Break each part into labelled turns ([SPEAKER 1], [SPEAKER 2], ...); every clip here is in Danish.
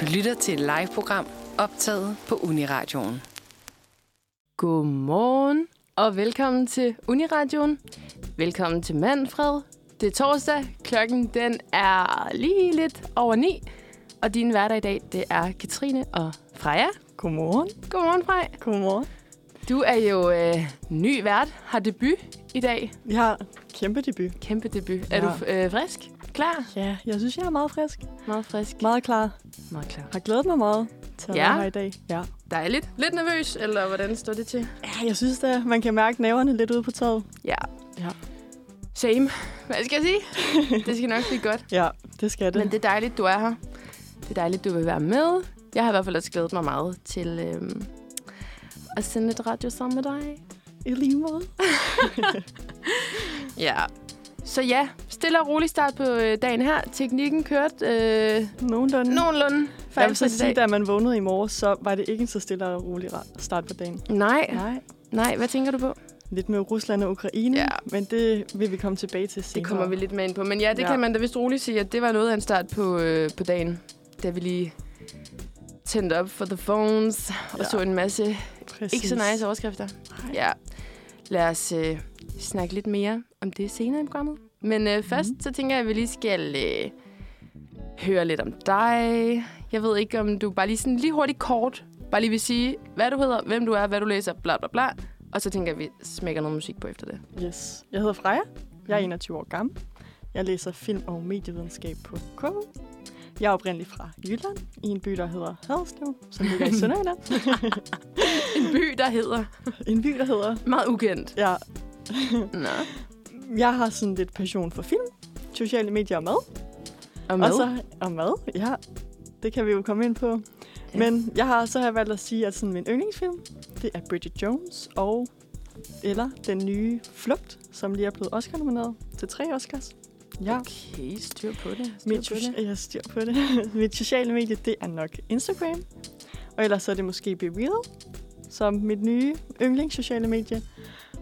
[SPEAKER 1] Du lytter til et live-program optaget på Uniradioen.
[SPEAKER 2] Godmorgen og velkommen til Uniradioen. Velkommen til Manfred. Det er torsdag, klokken den er lige lidt over ni. Og din hverdag i dag, det er Katrine og Freja.
[SPEAKER 3] Godmorgen.
[SPEAKER 2] Godmorgen, Frej.
[SPEAKER 3] Godmorgen.
[SPEAKER 2] Du er jo øh, ny vært, har debut i dag.
[SPEAKER 3] Vi har kæmpe debut.
[SPEAKER 2] Kæmpe debut. Er
[SPEAKER 3] Ja.
[SPEAKER 2] du øh, frisk? Klar?
[SPEAKER 3] Ja, jeg synes, jeg er meget frisk.
[SPEAKER 2] Meget frisk.
[SPEAKER 3] Meget klar.
[SPEAKER 2] Meget klar.
[SPEAKER 3] Har glædet mig meget til at
[SPEAKER 2] Ja.
[SPEAKER 3] være her i dag. Ja.
[SPEAKER 2] Dejligt. Lidt nervøs, eller hvordan står det til?
[SPEAKER 3] ja jeg synes, at man kan mærke naverne lidt ude på taget.
[SPEAKER 2] Ja.
[SPEAKER 3] Ja.
[SPEAKER 2] Same. Hvad skal jeg sige? det skal nok blive godt.
[SPEAKER 3] Ja, det skal det.
[SPEAKER 2] Men det er dejligt, du er her. Det er dejligt, du vil være med. Jeg har i hvert fald også glædet mig meget til øhm, at sende et radio sammen med dig.
[SPEAKER 3] I lige måde.
[SPEAKER 2] Ja. Så ja, stille og rolig start på øh, dagen her. Teknikken kørte øh,
[SPEAKER 3] Nogenlunde.
[SPEAKER 2] nogenlunde.
[SPEAKER 3] Jeg vil så
[SPEAKER 2] valgfrit i
[SPEAKER 3] sige,
[SPEAKER 2] dag.
[SPEAKER 3] da man vågnede i morges, så var det ikke en så stille og rolig ra- start på dagen.
[SPEAKER 2] Nej,
[SPEAKER 3] Nej.
[SPEAKER 2] nej. Hvad tænker du på?
[SPEAKER 3] Lidt med Rusland og Ukraine,
[SPEAKER 2] Ja.
[SPEAKER 3] men det vil vi komme tilbage til senere.
[SPEAKER 2] Det kommer vi lidt med ind på. Men ja, det ja.
[SPEAKER 3] Ja.
[SPEAKER 2] kan man da vist roligt sige, at det var noget af en start på, øh, på dagen, da vi lige tændte op for the phones og
[SPEAKER 3] Ja.
[SPEAKER 2] så en masse
[SPEAKER 3] Præcis.
[SPEAKER 2] Ikke så nice overskrifter.
[SPEAKER 3] Nej.
[SPEAKER 2] Ja. Lad os øh, snakke lidt mere om det senere i programmet. Men øh, først så tænker jeg, at vi lige skal øh, høre lidt om dig. Jeg ved ikke, om du bare lige sådan lige hurtigt kort, bare lige vil sige, hvad du hedder, hvem du er, hvad du læser, bla bla bla. Og så tænker jeg, at vi smækker noget musik på efter det.
[SPEAKER 3] Yes. Jeg hedder Freja. Jeg er 21 år gammel. Jeg læser film- og medievidenskab på KU. Jeg er oprindelig fra Jylland, i en by, der hedder Haderslev, som ligger i Sønderjylland.
[SPEAKER 2] En by, der hedder
[SPEAKER 3] en by, der hedder...
[SPEAKER 2] meget ukendt.
[SPEAKER 3] Ja,
[SPEAKER 2] Nå.
[SPEAKER 3] jeg har sådan lidt passion for film, sociale medier og mad.
[SPEAKER 2] Og med.
[SPEAKER 3] Og, så, og mad, ja. Det kan vi jo komme ind på.
[SPEAKER 2] Ja.
[SPEAKER 3] Men jeg har, så har jeg valgt at sige, at sådan min yndlingsfilm, det er Bridget Jones og eller den nye Flugt, som lige er blevet Oscar-nomineret til tre Oscars. Ja.
[SPEAKER 2] Okay, styr på det. Styr
[SPEAKER 3] Mit,
[SPEAKER 2] på
[SPEAKER 3] so-
[SPEAKER 2] det.
[SPEAKER 3] jeg har styr på det. mit sociale medie, det er nok Instagram. Og ellers så er det måske Be Real, som mit nye yndlingssociale medie.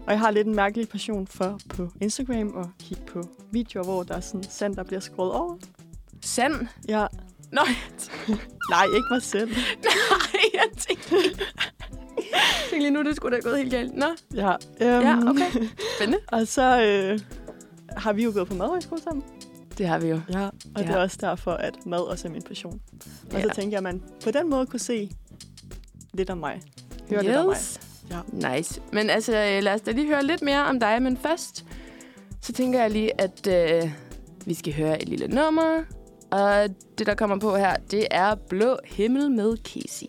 [SPEAKER 3] Og jeg har lidt en mærkelig passion for på Instagram at kigge på videoer, hvor der er sådan sand, der bliver skåret over.
[SPEAKER 2] Sand?
[SPEAKER 3] Ja,
[SPEAKER 2] Nå,
[SPEAKER 3] nej, ikke mig selv.
[SPEAKER 2] nej, jeg tænkte Jeg tænkte lige nu, det skulle da gået helt galt. Nå,
[SPEAKER 3] Ja, øhm,
[SPEAKER 2] Ja, okay. Spændende.
[SPEAKER 3] Og så øh, har vi jo gået på madhøjskole sammen.
[SPEAKER 2] Det har vi jo.
[SPEAKER 3] Ja. Og ja. det
[SPEAKER 2] Ja.
[SPEAKER 3] er også derfor, at mad også er min passion. Og
[SPEAKER 2] Ja.
[SPEAKER 3] så tænkte jeg, at man på den måde kunne se lidt om mig. Høre lidt om mig.
[SPEAKER 2] Ja. Nice. Men altså, øh, lad os da lige høre lidt mere om dig. Men først, så tænker jeg lige, at øh, vi skal høre et lille nummer. Og det, der kommer på her, det er Blå Himmel med Casey.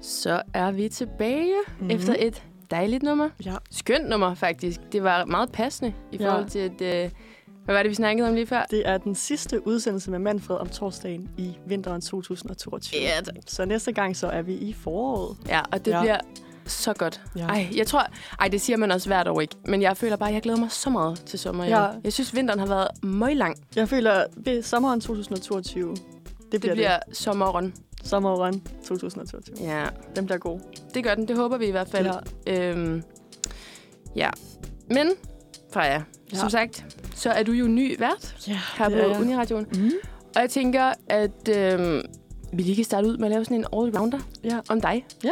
[SPEAKER 2] Så er vi tilbage mm-hmm. efter et dejligt nummer.
[SPEAKER 3] Ja,
[SPEAKER 2] Skønt nummer, faktisk. Det var meget passende i
[SPEAKER 3] Ja.
[SPEAKER 2] forhold til, at... Øh, hvad var det, vi snakkede om lige før?
[SPEAKER 3] Det er den sidste udsendelse med Manfred om torsdagen i vinteren 2022.
[SPEAKER 2] Ja, tak.
[SPEAKER 3] Så næste gang så er vi i foråret.
[SPEAKER 2] Ja, og det ja.
[SPEAKER 3] Ja.
[SPEAKER 2] bliver så godt. Ja.
[SPEAKER 3] Ja.
[SPEAKER 2] Ej, jeg tror... Ej, det siger man også hvert år ikke. Men jeg føler bare, at jeg glæder mig så meget til sommer. Ja.
[SPEAKER 3] Ja.
[SPEAKER 2] Jeg synes, vinteren har været meget lang. Det
[SPEAKER 3] Jeg føler, at ved sommeren 2022, det
[SPEAKER 2] bliver,
[SPEAKER 3] bliver,
[SPEAKER 2] det bliver sommeren.
[SPEAKER 3] det. sommeren 2022.
[SPEAKER 2] Ja,
[SPEAKER 3] Den bliver god.
[SPEAKER 2] det gør den. Det håber vi i hvert fald. Ja. Øhm, ja. Men, Freja, ja.
[SPEAKER 3] Ja.
[SPEAKER 2] som sagt, så er du jo ny vært
[SPEAKER 3] Ja,
[SPEAKER 2] her
[SPEAKER 3] det
[SPEAKER 2] på
[SPEAKER 3] er jeg.
[SPEAKER 2] Uniradioen.
[SPEAKER 3] Mm.
[SPEAKER 2] Og jeg tænker, at øhm, vi lige kan starte ud med at lave sådan en all-rounder
[SPEAKER 3] Ja.
[SPEAKER 2] om dig.
[SPEAKER 3] Ja.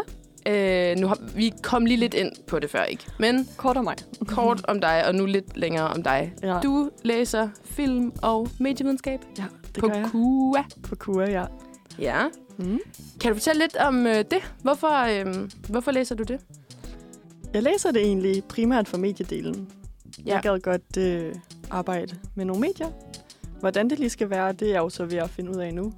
[SPEAKER 2] Øh, nu har, vi kom lige lidt ind på det før, ikke? Men
[SPEAKER 3] Kort om mig.
[SPEAKER 2] kort om dig, og nu lidt længere om dig.
[SPEAKER 3] Ja.
[SPEAKER 2] Du læser film og medievidenskab
[SPEAKER 3] Ja, det
[SPEAKER 2] på
[SPEAKER 3] gør jeg.
[SPEAKER 2] KUA.
[SPEAKER 3] På KUA, ja.
[SPEAKER 2] Ja.
[SPEAKER 3] Mm.
[SPEAKER 2] Kan du fortælle lidt om øh, det? Hvorfor, øh, hvorfor læser du det?
[SPEAKER 3] Jeg læser det egentlig primært for mediedelen.
[SPEAKER 2] Ja.
[SPEAKER 3] Ja. Jeg gad godt øh, arbejde med nogle medier. Hvordan det lige skal være, det er jeg jo så ved at finde ud af nu.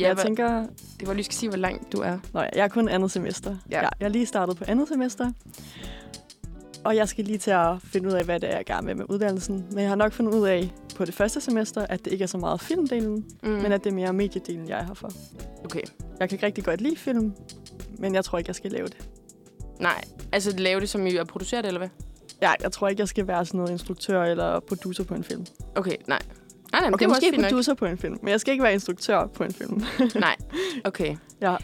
[SPEAKER 3] Ja, jeg
[SPEAKER 2] hvor,
[SPEAKER 3] tænker,
[SPEAKER 2] det var lige skal sige, hvor langt du er.
[SPEAKER 3] Nå ja, jeg er kun andet semester.
[SPEAKER 2] Ja.
[SPEAKER 3] Ja. Jeg, jeg er lige startet på andet semester. Og jeg skal lige til at finde ud af, hvad det er, jeg gerne vil med uddannelsen. Men jeg har nok fundet ud af på det første semester, at det ikke er så meget filmdelen, mm.
[SPEAKER 2] Mm.
[SPEAKER 3] men at det er mere mediedelen, jeg er her for.
[SPEAKER 2] Okay.
[SPEAKER 3] Jeg kan rigtig godt lide film, men jeg tror ikke, jeg skal lave det.
[SPEAKER 2] Nej, altså lave det, som I har produceret, eller hvad?
[SPEAKER 3] Ja, jeg tror ikke, jeg skal være sådan noget instruktør eller producer på en film. Okay,
[SPEAKER 2] Okay, nej. Nej, nej, men det
[SPEAKER 3] okay
[SPEAKER 2] er
[SPEAKER 3] måske
[SPEAKER 2] måske også fint
[SPEAKER 3] producer på en film, men jeg skal ikke være instruktør på en film.
[SPEAKER 2] nok. Nej, okay.
[SPEAKER 3] ja.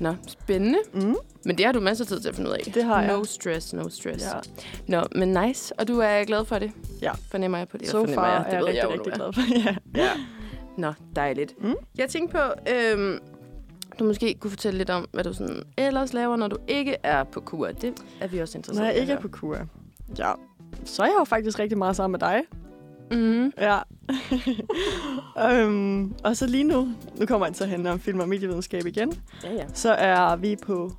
[SPEAKER 2] Nå, spændende.
[SPEAKER 3] Mm,
[SPEAKER 2] Men det har du masser af tid til at finde ud af.
[SPEAKER 3] Det har jeg.
[SPEAKER 2] No stress, no stress.
[SPEAKER 3] ja.
[SPEAKER 2] Nå, men nice. Og du er glad for det?
[SPEAKER 3] Ja.
[SPEAKER 2] Fornemmer jeg på det?
[SPEAKER 3] Så so
[SPEAKER 2] Fornemmer
[SPEAKER 3] far
[SPEAKER 2] jeg.
[SPEAKER 3] er jeg
[SPEAKER 2] ved
[SPEAKER 3] rigtig,
[SPEAKER 2] jo, du
[SPEAKER 3] rigtig glad for. ja.
[SPEAKER 2] Ja. Nå, dejligt.
[SPEAKER 3] Mm.
[SPEAKER 2] Jeg tænkte på, øhm, du måske kunne fortælle lidt om, hvad du sådan ellers laver, når du ikke er på kur. Det er vi også interesseret
[SPEAKER 3] Når jeg
[SPEAKER 2] i at
[SPEAKER 3] ikke er
[SPEAKER 2] høre.
[SPEAKER 3] på kur. Ja, så er jeg jo faktisk rigtig meget sammen med dig.
[SPEAKER 2] Mhm.
[SPEAKER 3] Ja. øhm, og så lige nu, nu kommer jeg til at handle om film og medievidenskab igen,
[SPEAKER 2] Ja, ja.
[SPEAKER 3] så er vi på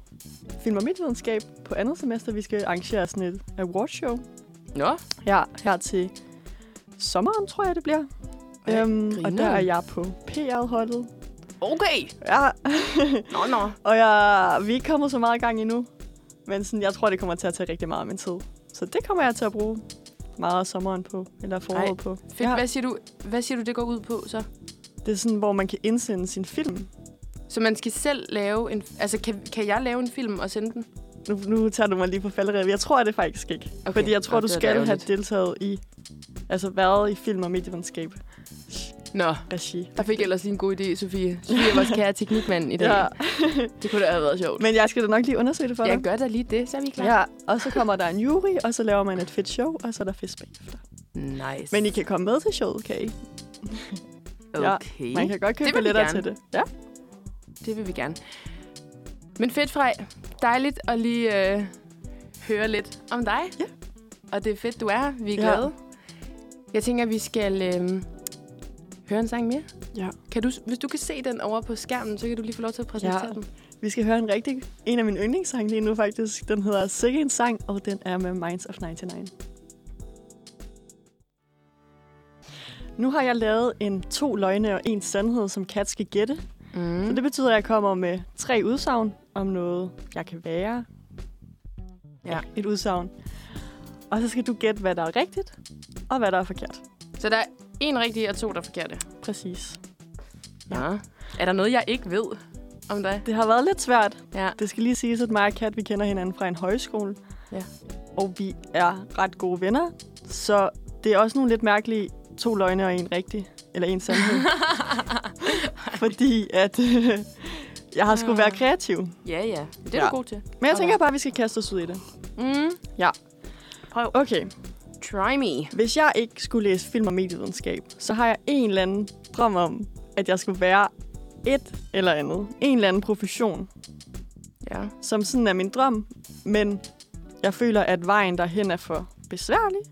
[SPEAKER 3] film og medievidenskab på andet semester. Vi skal arrangere sådan et awardshow.
[SPEAKER 2] Nå,
[SPEAKER 3] Ja, her til sommeren, tror jeg, det bliver. Øhm,
[SPEAKER 2] Ej,
[SPEAKER 3] og
[SPEAKER 2] grineren.
[SPEAKER 3] der er jeg på PR-holdet.
[SPEAKER 2] okay.
[SPEAKER 3] Ja,
[SPEAKER 2] Nå, nå.
[SPEAKER 3] og jeg, vi er ikke kommet så meget i gang endnu. Men sådan, jeg tror, det kommer til at tage rigtig meget af min tid. Så det kommer jeg til at bruge meget af sommeren på, eller foråret
[SPEAKER 2] Ej,
[SPEAKER 3] på.
[SPEAKER 2] Fedt. Ja. Hvad, siger du, hvad siger du, det går ud på så?
[SPEAKER 3] Det er sådan, hvor man kan indsende sin film.
[SPEAKER 2] Så man skal selv lave en... Altså, kan, kan jeg lave en film og sende den?
[SPEAKER 3] Nu, nu tager du mig lige på falderevet. Jeg tror det faktisk ikke. Okay. Fordi jeg tror,
[SPEAKER 2] Nå,
[SPEAKER 3] du
[SPEAKER 2] det er da
[SPEAKER 3] skal have
[SPEAKER 2] ærgerligt.
[SPEAKER 3] deltaget i... Altså været i film- og medievidenskab
[SPEAKER 2] Nå,
[SPEAKER 3] regi.
[SPEAKER 2] der fik jeg ellers lige en god idé, Sofie. Sofie er vores kære teknikmand i dag.
[SPEAKER 3] Ja.
[SPEAKER 2] Ja. Det kunne da have været sjovt.
[SPEAKER 3] Men jeg skal da nok lige undersøge det for
[SPEAKER 2] Jeg
[SPEAKER 3] dig.
[SPEAKER 2] gør da lige det, så er vi klar.
[SPEAKER 3] Ja, og så kommer der en jury, og så laver man et fedt show, og så er der fisk bagefter.
[SPEAKER 2] Nice.
[SPEAKER 3] Men I kan komme med til showet, kan I? ja,
[SPEAKER 2] okay. Ja,
[SPEAKER 3] Man kan godt købe
[SPEAKER 2] Det vil vi
[SPEAKER 3] billetter
[SPEAKER 2] gerne.
[SPEAKER 3] til det. Ja.
[SPEAKER 2] Det vil vi gerne. Men fedt, Frej. Dejligt at lige øh, høre lidt om dig.
[SPEAKER 3] Ja.
[SPEAKER 2] Og det er fedt, du er her. Vi er
[SPEAKER 3] Ja.
[SPEAKER 2] glade. Jeg tænker, vi skal øh, høre en sang mere.
[SPEAKER 3] ja.
[SPEAKER 2] Kan du, hvis du kan se den over på skærmen, så kan du lige få lov til at præsentere
[SPEAKER 3] Ja.
[SPEAKER 2] den.
[SPEAKER 3] Vi skal høre en rigtig... En af mine yndlingssange lige nu faktisk. Den hedder Sikke en sang, og den er med Minds of 99. Nu har jeg lavet en to løgne og en sandhed, som Kat skal gætte.
[SPEAKER 2] Mm.
[SPEAKER 3] Så det betyder, at jeg kommer med tre udsagn om noget, jeg kan være.
[SPEAKER 2] Ja.
[SPEAKER 3] Et udsagn. Og så skal du gætte, hvad der er rigtigt, og hvad der er forkert.
[SPEAKER 2] Så der er en rigtig og to, der er forkerte.
[SPEAKER 3] Præcis.
[SPEAKER 2] Ja. Er der noget, jeg ikke ved om dig?
[SPEAKER 3] Det har været lidt svært.
[SPEAKER 2] Ja.
[SPEAKER 3] Det skal lige siges, at mig og Kat, vi kender hinanden fra en højskole.
[SPEAKER 2] Ja.
[SPEAKER 3] Og vi er ret gode venner. Så det er også nogle lidt mærkelige to løgne og en rigtig. Eller en sandhed. fordi at... øh, jeg har skulle være kreativ. Men
[SPEAKER 2] Ja, ja. Det Ah. er
[SPEAKER 3] Ja.
[SPEAKER 2] du god til.
[SPEAKER 3] jeg
[SPEAKER 2] Og
[SPEAKER 3] tænker
[SPEAKER 2] der-
[SPEAKER 3] bare, at vi skal kaste os ud i det.
[SPEAKER 2] Mm.
[SPEAKER 3] Ja.
[SPEAKER 2] Prøv.
[SPEAKER 3] Okay.
[SPEAKER 2] Try me.
[SPEAKER 3] Hvis jeg ikke skulle læse film og medievidenskab, så har jeg en eller anden drøm om, at jeg skulle være et eller andet. En eller anden profession,
[SPEAKER 2] Ja.
[SPEAKER 3] som sådan er min drøm, men jeg føler, at vejen derhen er for besværlig,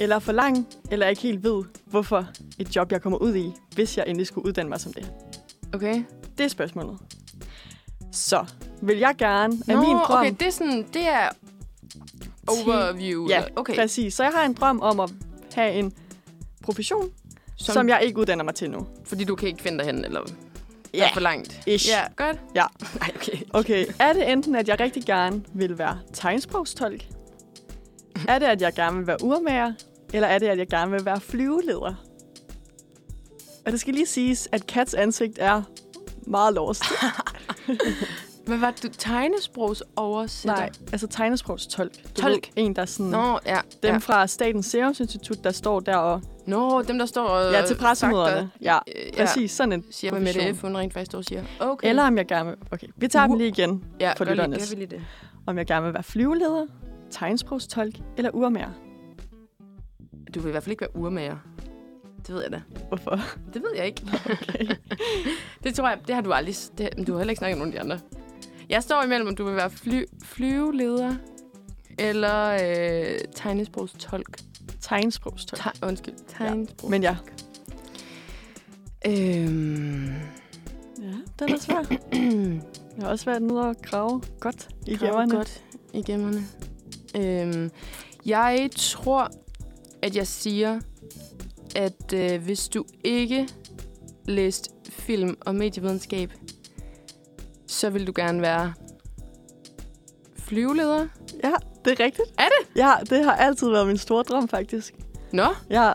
[SPEAKER 3] eller for lang, eller ikke helt ved, hvorfor et job, jeg kommer ud i, hvis jeg endelig skulle uddanne mig som det.
[SPEAKER 2] Okay.
[SPEAKER 3] Det er spørgsmålet. Så vil jeg gerne, at
[SPEAKER 2] Nå,
[SPEAKER 3] min drøm...
[SPEAKER 2] okay, det er sådan, det er overview.
[SPEAKER 3] Ja,
[SPEAKER 2] eller- okay.
[SPEAKER 3] præcis. Så jeg har en drøm om at have en profession, som, som jeg ikke uddanner mig til nu.
[SPEAKER 2] Fordi du kan ikke finde dig hen, eller ja. er for langt.
[SPEAKER 3] Ish.
[SPEAKER 2] Ja, godt.
[SPEAKER 3] Ja.
[SPEAKER 2] Nej, okay.
[SPEAKER 3] Okay, er det enten, at jeg rigtig gerne vil være tegnsprogstolk? Er det, at jeg gerne vil være urmager? Eller er det, at jeg gerne vil være flyveleder? Og det skal lige siges, at Kats ansigt er meget lost.
[SPEAKER 2] Ah, Men var du tegnesprogsoversætter?
[SPEAKER 3] Nej, altså tegnsprogstolk. Du
[SPEAKER 2] Tolk.
[SPEAKER 3] Ved, en, der sådan... Nå.
[SPEAKER 2] Nå, ja.
[SPEAKER 3] Dem
[SPEAKER 2] ja.
[SPEAKER 3] fra Statens Serum Institut, der står der og...
[SPEAKER 2] Nå, dem der står og...
[SPEAKER 3] Ja, til pressemøderne. Ja,
[SPEAKER 2] øh, ja.
[SPEAKER 3] præcis. Sådan en
[SPEAKER 2] Siger, hvad Mette F.
[SPEAKER 3] profession.
[SPEAKER 2] hun rent faktisk står og siger. Okay.
[SPEAKER 3] Eller om jeg gerne vil... Okay, vi tager dem
[SPEAKER 2] Ur-
[SPEAKER 3] lige igen.
[SPEAKER 2] ja,
[SPEAKER 3] for
[SPEAKER 2] gør lige-
[SPEAKER 3] lytternes.
[SPEAKER 2] Gør vi lige det.
[SPEAKER 3] Om jeg gerne vil være flyveleder, tegnsprogstolk eller urmager.
[SPEAKER 2] Du vil i hvert fald ikke være urmager. Det ved jeg da.
[SPEAKER 3] Hvorfor?
[SPEAKER 2] Det ved jeg ikke. Okay. det tror jeg, det har du aldrig... Det, men du har heller ikke snakket med nogen af de andre. Jeg står imellem, om du vil være fly, flyveleder eller øh, tegnesprogstolk.
[SPEAKER 3] Tegnsprogstolk.
[SPEAKER 2] Te, undskyld, tegnsprog.
[SPEAKER 3] Men ja,
[SPEAKER 2] Øhm,
[SPEAKER 3] Ja, den er svær. Jeg har også været nede og grave godt i
[SPEAKER 2] grav
[SPEAKER 3] gemmerne.
[SPEAKER 2] godt i gemmerne. Øhm, jeg tror, at jeg siger, at øh, hvis du ikke læste film og medievidenskab, så vil du gerne være flyveleder.
[SPEAKER 3] Ja, det er rigtigt.
[SPEAKER 2] Er
[SPEAKER 3] det? Ja, det har altid været min store drøm, faktisk.
[SPEAKER 2] Nå,
[SPEAKER 3] Ja,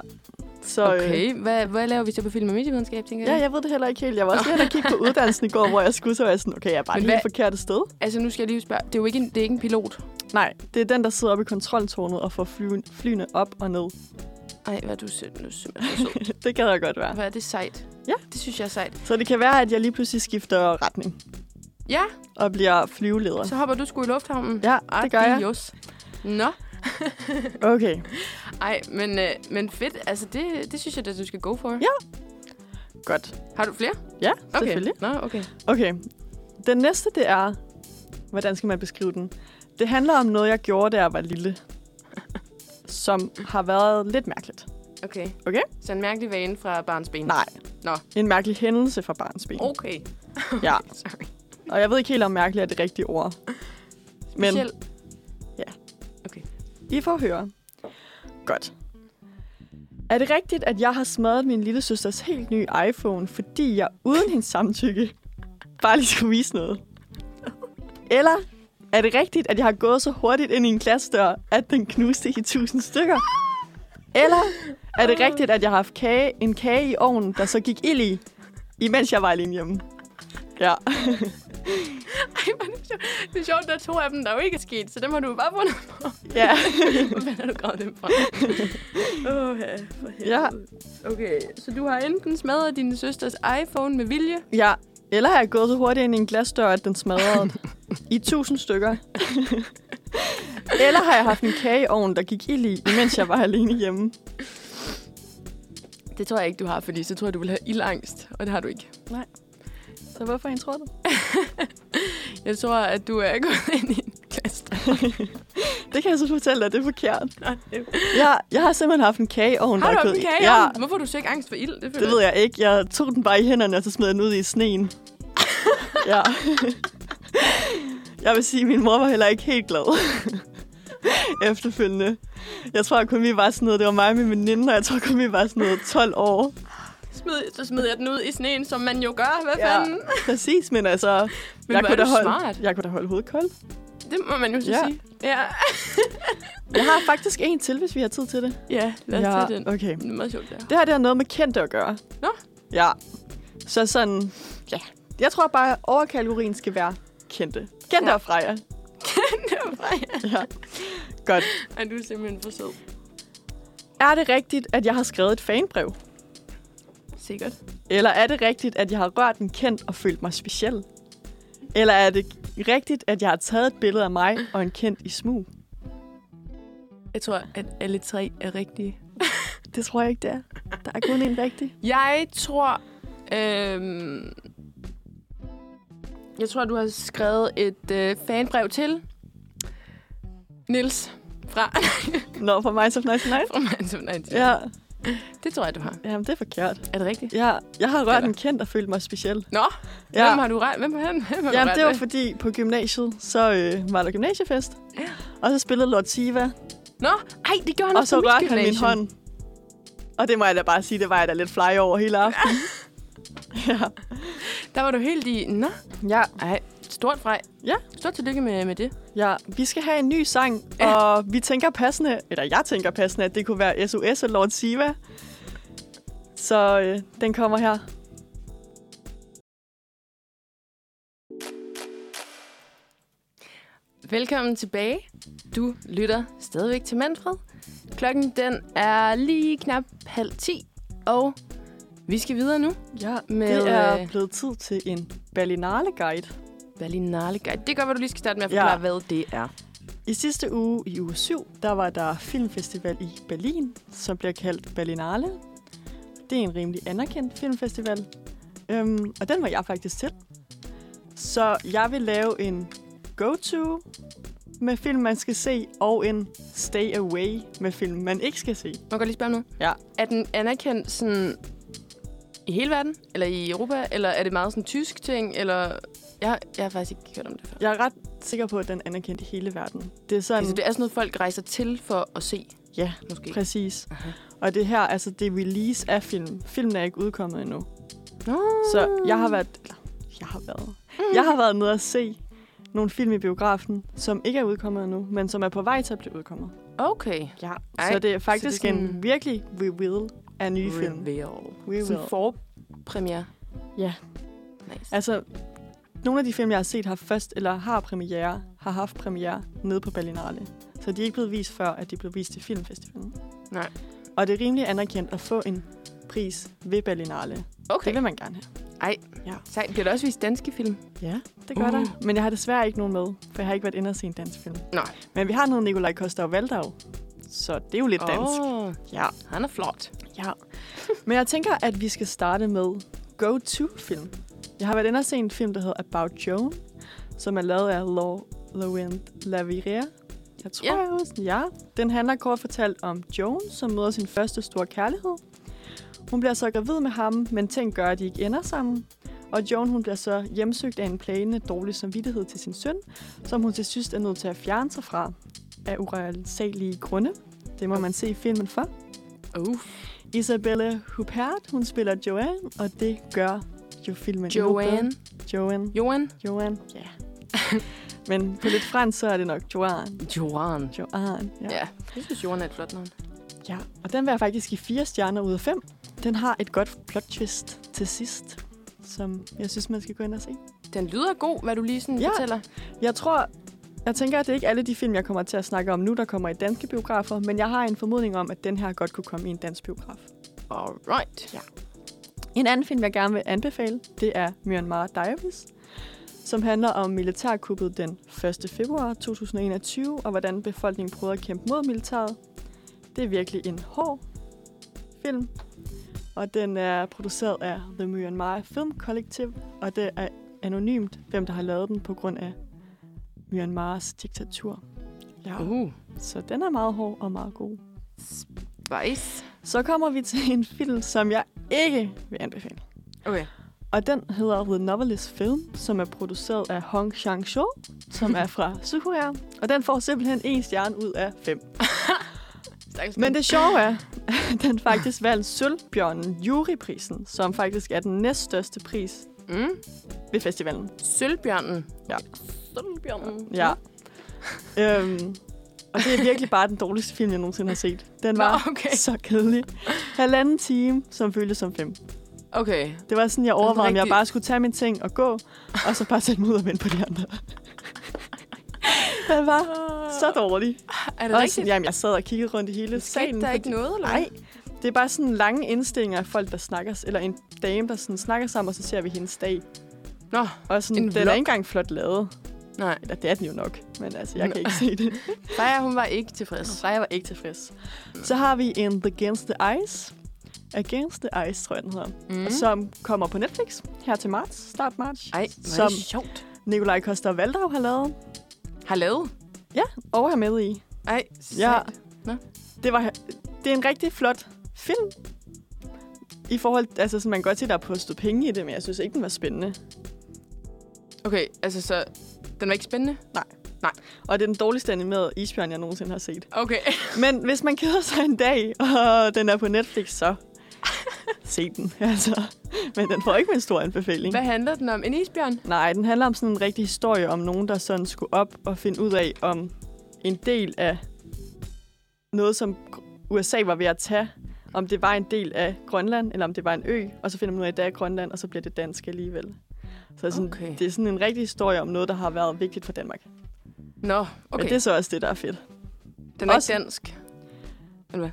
[SPEAKER 3] så... øh,
[SPEAKER 2] okay. Hvad, hvad laver vi så på film og medievidenskab, tænker
[SPEAKER 3] Ja, jeg ved det heller ikke helt. Jeg var også lige inde og kigge på uddannelsen i går, hvor jeg skulle, så var jeg sådan, okay, jeg er bare
[SPEAKER 2] Men
[SPEAKER 3] lige
[SPEAKER 2] hvad-
[SPEAKER 3] det forkerte sted.
[SPEAKER 2] Altså, nu skal jeg lige spørge. Det er jo ikke en, det er ikke en pilot.
[SPEAKER 3] Nej, det er den, der sidder oppe i kontroltårnet og får flyven, flyene op og ned.
[SPEAKER 2] Ej, hvad er du sød. Nu er du simpelthen så sød.
[SPEAKER 3] Det gad jeg godt være.
[SPEAKER 2] Hvor er det sejt.
[SPEAKER 3] Ja.
[SPEAKER 2] Det synes jeg er sejt.
[SPEAKER 3] Så det kan være, at jeg lige pludselig skifter retning
[SPEAKER 2] Ja,
[SPEAKER 3] og bliver flyveleder.
[SPEAKER 2] Så hopper du sgu i lufthavnen?
[SPEAKER 3] Ja, det gør jeg.
[SPEAKER 2] Adios. Nå,
[SPEAKER 3] Okay.
[SPEAKER 2] ej, men, øh, men fedt. Altså, det, det synes jeg, at du skal go for.
[SPEAKER 3] Ja. Godt.
[SPEAKER 2] Har du flere?
[SPEAKER 3] Ja, okay. selvfølgelig.
[SPEAKER 2] Nå, okay.
[SPEAKER 3] Okay. Den næste, det er... Hvordan skal man beskrive den? Det handler om noget, jeg gjorde, da jeg var lille. Som har været lidt mærkeligt.
[SPEAKER 2] Okay.
[SPEAKER 3] Okay.
[SPEAKER 2] Så en mærkelig vane fra barns ben.
[SPEAKER 3] Nej.
[SPEAKER 2] Nå.
[SPEAKER 3] En mærkelig hændelse fra barns ben.
[SPEAKER 2] Okay.
[SPEAKER 3] Ja.
[SPEAKER 2] Sorry.
[SPEAKER 3] Og jeg ved ikke helt, om mærkeligt er det rigtige ord. Men
[SPEAKER 2] Speciel.
[SPEAKER 3] I får høre. Godt. Er det rigtigt, at jeg har smadret min lille søsters helt nye iPhone, fordi jeg uden hendes samtykke bare lige skulle vise noget? Eller er det rigtigt, at jeg har gået så hurtigt ind i en klassedør, at den knuste i tusind stykker? Eller er det rigtigt, at jeg har haft kage, en kage i ovnen, der så gik ild i, imens jeg var alene hjemme? Ja,
[SPEAKER 2] Ej, hvor er det sjovt. Det er sjovt, der er to af dem, der jo ikke er sket, så dem har du bare fundet på.
[SPEAKER 3] ja.
[SPEAKER 2] Hvordan har du gravet dem fra? Åh, oh, for helvede.
[SPEAKER 3] Ja.
[SPEAKER 2] Okay, så du har enten smadret din søsters iPhone med vilje,
[SPEAKER 3] ja. Eller har jeg gået så hurtigt ind i en glasdør, at den smadrede den i tusind stykker? Eller har jeg haft en kageovn, der gik ild i, imens jeg var alene hjemme?
[SPEAKER 2] Det tror jeg ikke, du har, fordi så tror jeg, du vil have ildangst, og det har du ikke.
[SPEAKER 3] Så hvorfor en tror du?
[SPEAKER 2] Jeg tror, at du er gået ind i en klasse.
[SPEAKER 3] Det kan jeg så fortælle dig, det er forkert.
[SPEAKER 2] Har
[SPEAKER 3] Jeg, jeg har simpelthen haft en kageovn, der
[SPEAKER 2] du
[SPEAKER 3] er
[SPEAKER 2] haft
[SPEAKER 3] gået
[SPEAKER 2] en
[SPEAKER 3] i-
[SPEAKER 2] kage?
[SPEAKER 3] Ja,
[SPEAKER 2] Ja. Hvorfor har du så ikke angst for ild? føler
[SPEAKER 3] det ved jeg ikke. Jeg tog den bare i hænderne, og så smed jeg den ud i sneen. ja. jeg vil sige, at min mor var heller ikke helt glad. Efterfølgende. Jeg tror kun, vi var sådan noget. Det var mig og min veninde, og jeg tror kun, vi var sådan noget 12 år.
[SPEAKER 2] Smid, så smider jeg den ud i sneen, som man jo gør. Hvad
[SPEAKER 3] Ja.
[SPEAKER 2] ja. fanden?
[SPEAKER 3] Præcis, men altså...
[SPEAKER 2] Men hvor er
[SPEAKER 3] da
[SPEAKER 2] du
[SPEAKER 3] holde,
[SPEAKER 2] smart.
[SPEAKER 3] Jeg kunne da holde hovedet koldt.
[SPEAKER 2] Det må man jo så
[SPEAKER 3] Ja.
[SPEAKER 2] ja. sige. Ja.
[SPEAKER 3] Jeg har faktisk en til, hvis vi har tid til det.
[SPEAKER 2] ja, lad os
[SPEAKER 3] ja,
[SPEAKER 2] ja. tage den.
[SPEAKER 3] Okay.
[SPEAKER 2] Det er meget sjovt, der.
[SPEAKER 3] Det her, det har noget med kendte at gøre.
[SPEAKER 2] Nå.
[SPEAKER 3] Ja. Så sådan, ja. Jeg tror bare, at overkategorien skal være kendte. Kendte
[SPEAKER 2] Ja.
[SPEAKER 3] og Freja.
[SPEAKER 2] Det var Freja.
[SPEAKER 3] Ja. Godt.
[SPEAKER 2] Ej, du er simpelthen for sød.
[SPEAKER 3] Er det rigtigt, at jeg har skrevet et fanbrev?
[SPEAKER 2] Sikkert.
[SPEAKER 3] Eller er det rigtigt, at jeg har rørt en kendt og følt mig speciel? Eller er det rigtigt, at jeg har taget et billede af mig og en kendt i smug?
[SPEAKER 2] Jeg tror, at alle tre er rigtige.
[SPEAKER 3] Det tror jeg ikke, det er. Der er kun en rigtig.
[SPEAKER 2] Jeg tror... Øhm, jeg tror, du har skrevet et øh, fanbrev til Nils fra,
[SPEAKER 3] Nå, for mig så nice night.
[SPEAKER 2] fra Minds of 90.
[SPEAKER 3] Ja,
[SPEAKER 2] Det tror jeg, du har.
[SPEAKER 3] jamen det er forkert.
[SPEAKER 2] Er det rigtigt?
[SPEAKER 3] Ja, jeg har rørt
[SPEAKER 2] Eller-
[SPEAKER 3] en kendt og følt mig speciel.
[SPEAKER 2] Nå, ja.
[SPEAKER 3] Ja.
[SPEAKER 2] hvem har du ret? Hvem har han? Hvem har
[SPEAKER 3] Jamen,
[SPEAKER 2] du
[SPEAKER 3] det var
[SPEAKER 2] for...
[SPEAKER 3] fordi på gymnasiet, så øh, var der gymnasiefest.
[SPEAKER 2] Ja.
[SPEAKER 3] Og så spillede Lord Siva,
[SPEAKER 2] Nå, ej, det gjorde han
[SPEAKER 3] og så
[SPEAKER 2] også på mit
[SPEAKER 3] rørte han min
[SPEAKER 2] gymnasium.
[SPEAKER 3] hånd. Og det må jeg da bare sige, det var jeg da lidt fly over hele aftenen. ja.
[SPEAKER 2] Der var du helt i... Nå,
[SPEAKER 3] ja.
[SPEAKER 2] ej, stort frej.
[SPEAKER 3] Ja.
[SPEAKER 2] Stort tillykke med, med det.
[SPEAKER 3] Ja, vi skal have en ny sang,
[SPEAKER 2] Ja.
[SPEAKER 3] og vi tænker passende, eller jeg tænker passende, at det kunne være SOS og Lord Siva. Så øh, den kommer her.
[SPEAKER 2] Velkommen tilbage. Du lytter stadigvæk til Manfred. Klokken den er lige knap halv ti, og vi skal videre nu
[SPEAKER 3] Ja,
[SPEAKER 2] med
[SPEAKER 3] det er
[SPEAKER 2] øh,
[SPEAKER 3] blevet tid til en Berlinale-guide.
[SPEAKER 2] Berlinale Guide. Det gør, hvor du lige skal starte med at
[SPEAKER 3] Ja.
[SPEAKER 2] forklare, ja. hvad det er.
[SPEAKER 3] I sidste uge, i uge 7, der var der filmfestival i Berlin, som bliver kaldt Berlinale. Det er en rimelig anerkendt filmfestival, øhm, og den var jeg faktisk til. Så jeg vil lave en go-to med film, man skal se, og en stay away med film, man ikke skal se.
[SPEAKER 2] Må jeg godt lige spørge om noget?
[SPEAKER 3] Ja.
[SPEAKER 2] Er den anerkendt sådan i hele verden, eller i Europa, eller er det meget sådan tysk ting, eller... Jeg, jeg har faktisk ikke hørt om det før.
[SPEAKER 3] Jeg er ret sikker på, at den er anerkendt i hele verden. Det er
[SPEAKER 2] Okay,
[SPEAKER 3] sådan,
[SPEAKER 2] så det er sådan noget, folk rejser til for at se,
[SPEAKER 3] ja,
[SPEAKER 2] måske.
[SPEAKER 3] præcis.
[SPEAKER 2] Aha.
[SPEAKER 3] Og det her, altså det er release af film. Filmen er ikke udkommet endnu.
[SPEAKER 2] Nå.
[SPEAKER 3] Så jeg har været... Eller, jeg har været...
[SPEAKER 2] Mm.
[SPEAKER 3] Jeg har været nede og se nogle film i biografen, som ikke er udkommet endnu, men som er på vej til at blive udkommet.
[SPEAKER 2] Okay.
[SPEAKER 3] Ja.
[SPEAKER 2] Ej,
[SPEAKER 3] så det er faktisk
[SPEAKER 2] så det er
[SPEAKER 3] en
[SPEAKER 2] sådan-
[SPEAKER 3] virkelig reveal af nye film.
[SPEAKER 2] Reveal.
[SPEAKER 3] Reveal.
[SPEAKER 2] Sådan forpremiere.
[SPEAKER 3] Ja.
[SPEAKER 2] Nice.
[SPEAKER 3] Altså, nogle af de film, jeg har set, har først eller har premiere, har haft premiere nede på Berlinale. Så de er ikke blevet vist før, at de blev vist til filmfestivalen.
[SPEAKER 2] Nej.
[SPEAKER 3] Og det er rimelig anerkendt at få en pris ved Berlinale. Okay.
[SPEAKER 2] Okay.
[SPEAKER 3] Det vil man gerne have.
[SPEAKER 2] Sejt. Bliver der også vist danske film?
[SPEAKER 3] Ja, det gør uh.
[SPEAKER 2] Uh.
[SPEAKER 3] der. Men jeg har desværre ikke nogen med, for jeg har ikke været inde og se en dansk film.
[SPEAKER 2] Nej.
[SPEAKER 3] Men vi har noget Nikolaj Koster og Valdau. så det er jo lidt dansk.
[SPEAKER 2] Oh,
[SPEAKER 3] Ja.
[SPEAKER 2] han er flot.
[SPEAKER 3] Ja. Men jeg tænker, at vi skal starte med go-to-film. Jeg har været inde og se en film, der hedder About Joan, som er lavet af Law Laurent Laviria. Jeg tror,
[SPEAKER 2] Ja.
[SPEAKER 3] yeah. jeg husker. Ja. Den handler kort fortalt om Joan, som møder sin første store kærlighed. Hun bliver så gravid med ham, men ting gør, at de ikke ender sammen. Og Joan hun bliver så hjemsøgt af en plagende dårlig samvittighed til sin søn, som hun til sidst er nødt til at fjerne sig fra af urealiselige grunde. Det må man se i filmen for.
[SPEAKER 2] Uh,
[SPEAKER 3] Isabella Huppert, hun spiller Joanne, og det gør jo filmen endnu
[SPEAKER 2] Joanne.
[SPEAKER 3] bedre. Joanne.
[SPEAKER 2] Joan.
[SPEAKER 3] Joanne, ja. Men på lidt fransk, så er det nok Joanne.
[SPEAKER 2] Joan.
[SPEAKER 3] Joanne, ja.
[SPEAKER 2] Ja, jeg synes, Joan er et flot navn.
[SPEAKER 3] ja. Og den vil jeg faktisk give fire stjerner ud af fem. Den har et godt plot twist til sidst, som jeg synes, man skal gå ind og se.
[SPEAKER 2] Den lyder god, hvad du lige sådan
[SPEAKER 3] Ja.
[SPEAKER 2] ja. fortæller.
[SPEAKER 3] Jeg tror, jeg tænker, at det er ikke alle de film, jeg kommer til at snakke om nu, der kommer i danske biografer, men jeg har en formodning om, at den her godt kunne komme i en dansk biograf.
[SPEAKER 2] Alright. Ja.
[SPEAKER 3] En anden film, jeg gerne vil anbefale, det er Myanmar Diaries, som handler om militærkuppet den 1. februar 2021, og hvordan befolkningen prøvede at kæmpe mod militæret. Det er virkelig en hård film, og den er produceret af The Myanmar Film Collective, og det er anonymt, hvem der har lavet den på grund af Myanmars diktatur. Ja,
[SPEAKER 2] Uh,
[SPEAKER 3] så den er meget hård og meget god.
[SPEAKER 2] spice.
[SPEAKER 3] Så kommer vi til en film, som jeg ikke vil anbefale.
[SPEAKER 2] Okay.
[SPEAKER 3] Og den hedder The Novelist Film, som er produceret af Hong chang cho som er fra Sydkorea. Og den får simpelthen en stjerne ud af fem.
[SPEAKER 2] Stakkels
[SPEAKER 3] Men
[SPEAKER 2] mand.
[SPEAKER 3] det sjove er, at den faktisk vandt Sølvbjørnen Juryprisen, som faktisk er den næststørste pris
[SPEAKER 2] Mm.
[SPEAKER 3] ved festivalen.
[SPEAKER 2] Sølvbjørnen.
[SPEAKER 3] Ja.
[SPEAKER 2] Sølvbjørnen.
[SPEAKER 3] Ja. øhm, og det er virkelig bare den dårligste film, jeg nogensinde har set. Den
[SPEAKER 2] Nå,
[SPEAKER 3] var
[SPEAKER 2] okay.
[SPEAKER 3] så kedelig. Halvanden time, som føltes som fem.
[SPEAKER 2] Okay.
[SPEAKER 3] Det var sådan, jeg overvejede, om jeg
[SPEAKER 2] rigtig-
[SPEAKER 3] bare skulle tage mine ting og gå, og så bare sætte mig ud og vente på de andre. Den var så dårlig.
[SPEAKER 2] Ah. Er det
[SPEAKER 3] Og
[SPEAKER 2] rigtigt?
[SPEAKER 3] sådan, jamen, jeg sad og kiggede rundt i hele
[SPEAKER 2] Skete
[SPEAKER 3] salen.
[SPEAKER 2] der ikke noget, eller hvad?
[SPEAKER 3] Nej, det er bare sådan lange indstillinger af folk, der snakker, s- eller en dame, der sådan snakker sammen, og så ser vi hendes dag.
[SPEAKER 2] Nå,
[SPEAKER 3] Og sådan,
[SPEAKER 2] en
[SPEAKER 3] den er
[SPEAKER 2] vlog.
[SPEAKER 3] ikke engang flot lavet.
[SPEAKER 2] nej.
[SPEAKER 3] Eller det er den jo nok, men altså, jeg kan ikke se det.
[SPEAKER 2] Freja, hun var ikke tilfreds.
[SPEAKER 3] Freja var ikke tilfreds. Så har vi en The Against the Ice. Against the Ice, tror jeg, den hedder. Mm. Som kommer på Netflix her til marts, start marts.
[SPEAKER 2] Ej, hvor er
[SPEAKER 3] som
[SPEAKER 2] det sjovt.
[SPEAKER 3] Nikolaj Koster Valdau har lavet
[SPEAKER 2] Har lavet?
[SPEAKER 3] og er med i.
[SPEAKER 2] Ej,
[SPEAKER 3] Ja.
[SPEAKER 2] sejt.
[SPEAKER 3] Det, var, det er en rigtig flot film. I forhold, altså, så man kan godt se, der er postet penge i det, men jeg synes ikke, den var spændende.
[SPEAKER 2] Okay, altså så... Den var ikke spændende?
[SPEAKER 3] Og det er den dårligste animerede isbjørn, jeg nogensinde har set.
[SPEAKER 2] Okay.
[SPEAKER 3] Men hvis man keder sig en dag, og den er på Netflix, så se den. Altså. Men den får ikke min store anbefaling.
[SPEAKER 2] Hvad handler den om? En isbjørn?
[SPEAKER 3] Nej, den handler om sådan en rigtig historie om nogen, der sådan skulle op og finde ud af, om en del af noget, som USA var ved at tage, om det var en del af Grønland, eller om det var en ø, og så finder man ud af, at det er Grønland, og så bliver det dansk alligevel. Så sådan,
[SPEAKER 2] Okay.
[SPEAKER 3] okay. det er sådan en rigtig historie om noget, der har været vigtigt for Danmark. Okay.
[SPEAKER 2] Nå, okay.
[SPEAKER 3] Men det er så også det, der er fedt.
[SPEAKER 2] Den er
[SPEAKER 3] Også-
[SPEAKER 2] ikke dansk. Eller hvad?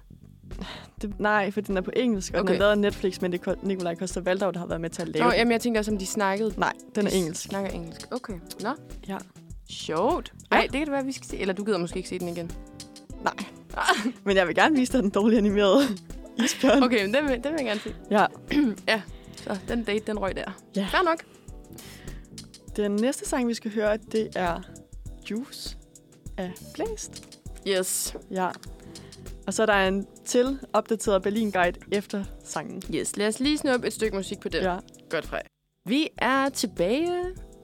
[SPEAKER 3] Det, nej, for den er på engelsk, og okay. den
[SPEAKER 2] Okay.
[SPEAKER 3] er lavet af Netflix, men det er Nikolaj Koster Valdau, der har været med til at lave
[SPEAKER 2] Nå,
[SPEAKER 3] den.
[SPEAKER 2] jamen, jeg tænkte også, om de snakkede.
[SPEAKER 3] Nej, den er
[SPEAKER 2] de
[SPEAKER 3] engelsk.
[SPEAKER 2] snakker engelsk. Okay. Nå,
[SPEAKER 3] Ja.
[SPEAKER 2] sjovt. Ej, det kan det være, vi skal se. Eller du gider måske ikke se den igen.
[SPEAKER 3] Nej. Men jeg vil gerne vise dig den dårligt animerede isbjørn.
[SPEAKER 2] Okay, men den vil, den vil jeg gerne se.
[SPEAKER 3] Ja.
[SPEAKER 2] Så den date, den røg der.
[SPEAKER 3] Ja.
[SPEAKER 2] Fair nok.
[SPEAKER 3] Den næste sang, vi skal høre, det er Juice af Blæst.
[SPEAKER 2] Yes.
[SPEAKER 3] Ja. Og så er der en til opdateret Berlin Guide efter sangen.
[SPEAKER 2] Yes, lad os lige snuppe et stykke musik på den.
[SPEAKER 3] Ja.
[SPEAKER 2] Godt, Frej. Vi er tilbage.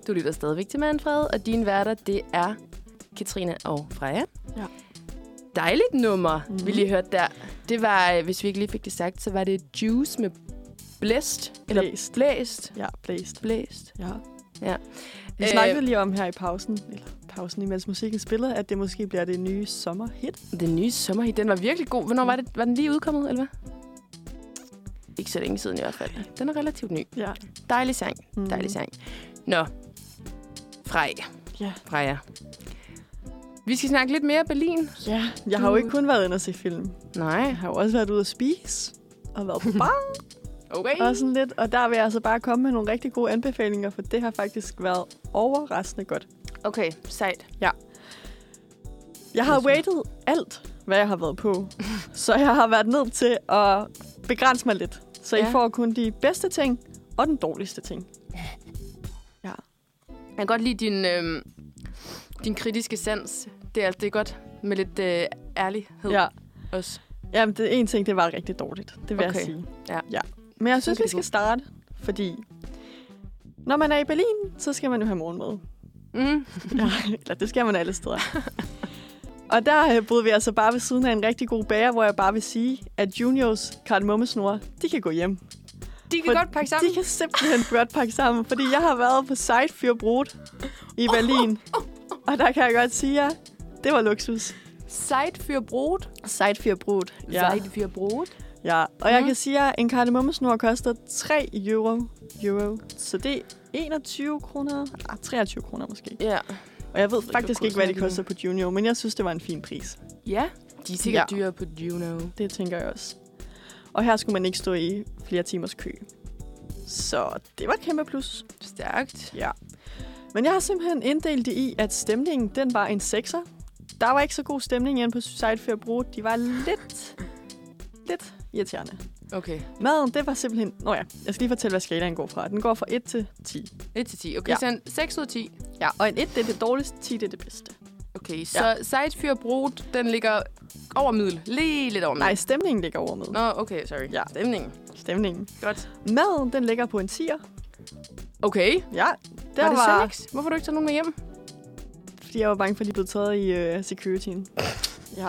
[SPEAKER 2] Du lytter stadigvæk til Manfred, og din værter, det er Katrine og Freja.
[SPEAKER 3] Ja.
[SPEAKER 2] Dejligt nummer, mm.
[SPEAKER 3] Mhm.
[SPEAKER 2] vi lige hørte der. Det var, øh, hvis vi ikke lige fik det sagt, så var det Juice med blæst. Eller
[SPEAKER 3] Blæst.
[SPEAKER 2] blæst.
[SPEAKER 3] Ja, Blæst.
[SPEAKER 2] Blæst.
[SPEAKER 3] Ja.
[SPEAKER 2] Ja.
[SPEAKER 3] Vi
[SPEAKER 2] Øh,
[SPEAKER 3] snakkede lige om her i pausen, eller pausen imens musikken spillede, at det måske bliver det nye sommerhit.
[SPEAKER 2] Den nye sommerhit, den var virkelig god. Hvornår var, det, var den lige udkommet, eller hvad? Ikke så længe siden i hvert fald. Den er relativt ny.
[SPEAKER 3] Ja.
[SPEAKER 2] Dejlig sang.
[SPEAKER 3] Mhm.
[SPEAKER 2] Mm. Dejlig sang. Nå. Frej.
[SPEAKER 3] Ja.
[SPEAKER 2] Freja. Vi skal snakke lidt mere Berlin.
[SPEAKER 3] ja. Jeg har jo ikke kun været inde og se film.
[SPEAKER 2] Nej.
[SPEAKER 3] Jeg har jo også været ude at spise og været på bar
[SPEAKER 2] Okay.
[SPEAKER 3] og sådan lidt. Og der vil jeg altså bare komme med nogle rigtig gode anbefalinger, for det har faktisk været overraskende godt.
[SPEAKER 2] Okay, sejt.
[SPEAKER 3] Jeg har rated alt hvad jeg har været på. så jeg har været nødt til at begrænse mig lidt. Så ja.
[SPEAKER 2] Ja.
[SPEAKER 3] I får kun de bedste ting og den dårligste ting. Ja.
[SPEAKER 2] Jeg kan godt lide din, øh, din kritiske sans. Det er, det er godt med lidt øh, ærlighed
[SPEAKER 3] ja.
[SPEAKER 2] også.
[SPEAKER 3] Jamen, det en ting, det var rigtig dårligt. Det vil okay. jeg
[SPEAKER 2] Okay.
[SPEAKER 3] sige.
[SPEAKER 2] Ja.
[SPEAKER 3] ja. Men jeg synes,
[SPEAKER 2] Okay,
[SPEAKER 3] vi skal
[SPEAKER 2] god.
[SPEAKER 3] starte, fordi når man er i Berlin, så skal man jo have morgenmad.
[SPEAKER 2] Mm.
[SPEAKER 3] Ja, eller det skal man alle steder. Og der øh, boede vi altså bare ved siden af en rigtig god bager, hvor jeg bare vil sige, at Juniors kardemommesnore, de kan gå hjem.
[SPEAKER 2] De kan
[SPEAKER 3] For
[SPEAKER 2] godt pakke sammen.
[SPEAKER 3] De kan simpelthen godt pakke sammen, fordi jeg har været på Site Fyrbrot i Berlin. Og der kan jeg godt sige jer, det var luksus.
[SPEAKER 2] Sejt for brot.
[SPEAKER 3] Site Fyrbrot. Ja.
[SPEAKER 2] Sejt for brot.
[SPEAKER 3] ja. Og jeg
[SPEAKER 2] Mhm.
[SPEAKER 3] kan sige jer, en kardemommesnor koster 3 euro. euro. Så det er 21 kroner. Ah, 23 kroner måske.
[SPEAKER 2] Ja.
[SPEAKER 3] Og jeg ved
[SPEAKER 2] ikke,
[SPEAKER 3] faktisk
[SPEAKER 2] hvad
[SPEAKER 3] ikke, hvad det
[SPEAKER 2] kursen er lige
[SPEAKER 3] koster på Junior, men jeg synes, det var en fin pris.
[SPEAKER 2] Ja. De er sikkert
[SPEAKER 3] Ja.
[SPEAKER 2] ja. dyre på Juno.
[SPEAKER 3] Det tænker jeg også. Og her skulle man ikke stå i flere timers kø. Så det var et kæmpe plus.
[SPEAKER 2] Stærkt.
[SPEAKER 3] Ja. Men jeg har simpelthen inddelt det i, at stemningen, den var en sekser. Der var ikke så god stemning igen på Society Fair Brug. De var lidt, lidt irriterende.
[SPEAKER 2] Okay.
[SPEAKER 3] Maden, det var simpelthen... Nå ja, jeg skal lige fortælle, hvad skalaen går fra. Den går fra 1 til 10.
[SPEAKER 2] 1 til 10. Okay,
[SPEAKER 3] Ja.
[SPEAKER 2] ja. så 6 ud af 10.
[SPEAKER 3] Ja, og en 1, det er det dårligste, 10 det er det bedste.
[SPEAKER 2] Mm. Okay, så ja. sejt for brot, den ligger over middel. Lige lidt over middel.
[SPEAKER 3] Nej, stemningen ligger over med. Nå.
[SPEAKER 2] Nå, okay, sorry.
[SPEAKER 3] Ja.
[SPEAKER 2] Stemningen.
[SPEAKER 3] Stemningen.
[SPEAKER 2] Godt.
[SPEAKER 3] Maden, den ligger på en 10'er.
[SPEAKER 2] Okay.
[SPEAKER 3] Ja, der
[SPEAKER 2] Der var det
[SPEAKER 3] var...
[SPEAKER 2] Sonics? Hvorfor har du ikke taget nogen med hjem?
[SPEAKER 3] Fordi jeg var bange for, at de blev taget i øh, securityen. Ja.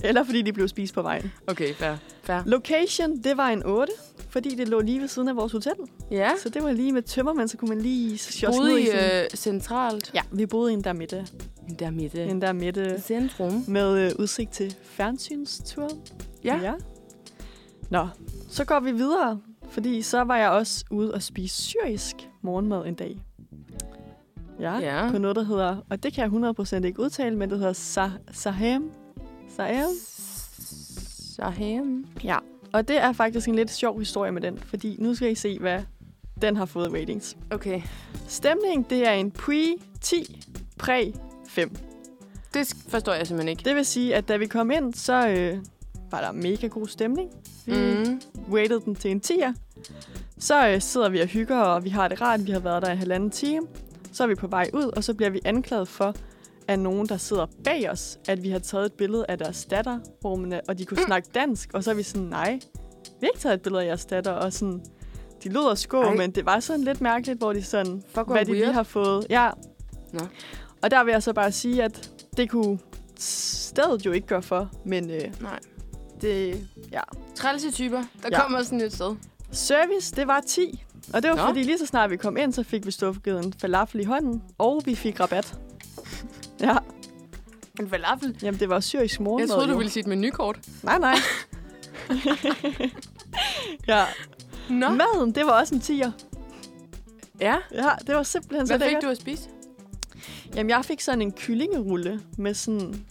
[SPEAKER 3] Eller fordi de blev spist på vejen.
[SPEAKER 2] Okay, fair. fair.
[SPEAKER 3] Location, det var en 8, fordi det lå lige ved siden af vores hotel.
[SPEAKER 2] Ja.
[SPEAKER 3] Så det var lige med tømmermænd, så kunne man lige sjoske ned
[SPEAKER 2] Boede
[SPEAKER 3] i
[SPEAKER 2] I
[SPEAKER 3] sådan.
[SPEAKER 2] øh, centralt?
[SPEAKER 3] Ja, vi boede i en der midte.
[SPEAKER 2] Der midte.
[SPEAKER 3] En der midte
[SPEAKER 2] Centrum.
[SPEAKER 3] med øh, udsigt til fjernsynstur.
[SPEAKER 2] Ja. ja.
[SPEAKER 3] ja. Nå, så går vi videre, fordi så var jeg også ude og spise syrisk morgenmad en dag. Ja,
[SPEAKER 2] Ja.
[SPEAKER 3] på noget, der hedder, og det kan jeg 100% ikke udtale, men det hedder Sa- Saham. Saham.
[SPEAKER 2] Saham.
[SPEAKER 3] Ja, og det er faktisk en lidt sjov historie med den, fordi nu skal I se, hvad den har fået ratings.
[SPEAKER 2] Okay.
[SPEAKER 3] Stemning, det er en pre-10, præ-5.
[SPEAKER 2] Det sk- forstår jeg simpelthen ikke.
[SPEAKER 3] Det vil sige, at da vi kom ind, så øh, var der mega god stemning. Vi mm.
[SPEAKER 2] Mm.
[SPEAKER 3] rated den til en 10'er. Så øh, sidder vi og hygger, og vi har det rart. Vi har været der en halvanden time. Så er vi på vej ud, og så bliver vi anklaget for af nogen, der sidder bag os, at vi har taget et billede af deres datter, hvor man er, og de
[SPEAKER 2] Mm.
[SPEAKER 3] kunne snakke dansk. Og så er vi sådan, nej, vi har ikke taget et billede af jeres datter. Og sådan, de lød os gå,
[SPEAKER 2] Ej.
[SPEAKER 3] men det var sådan lidt mærkeligt, hvor de sådan,
[SPEAKER 2] Fuck, hvor
[SPEAKER 3] hvad de lige
[SPEAKER 2] weird.
[SPEAKER 3] har fået. Ja.
[SPEAKER 2] Nå.
[SPEAKER 3] Og der vil jeg så bare sige, at det kunne stedet jo ikke gøre for, men øh,
[SPEAKER 2] Nej.
[SPEAKER 3] det, ja.
[SPEAKER 2] Trælse typer, der
[SPEAKER 3] Ja.
[SPEAKER 2] ja. kommer sådan et sted.
[SPEAKER 3] Service, det var 10. Og det var Nå.
[SPEAKER 2] Nå.
[SPEAKER 3] fordi lige så snart vi kom ind, så fik vi stoffet en falafel i hånden, og vi fik rabat. ja,
[SPEAKER 2] En falafel.
[SPEAKER 3] jamen det var syrisk morgenmad.
[SPEAKER 2] Jeg troede,
[SPEAKER 3] jo.
[SPEAKER 2] du ville sige et menukort.
[SPEAKER 3] Nej, nej. ja.
[SPEAKER 2] Nå.
[SPEAKER 3] Maden, det var også en 10'er.
[SPEAKER 2] Ja.
[SPEAKER 3] Ja, det var simpelthen
[SPEAKER 2] Hvad
[SPEAKER 3] så
[SPEAKER 2] fik
[SPEAKER 3] lækkert.
[SPEAKER 2] du at spise?
[SPEAKER 3] Jamen, jeg fik sådan en kyllingerulle med sådan...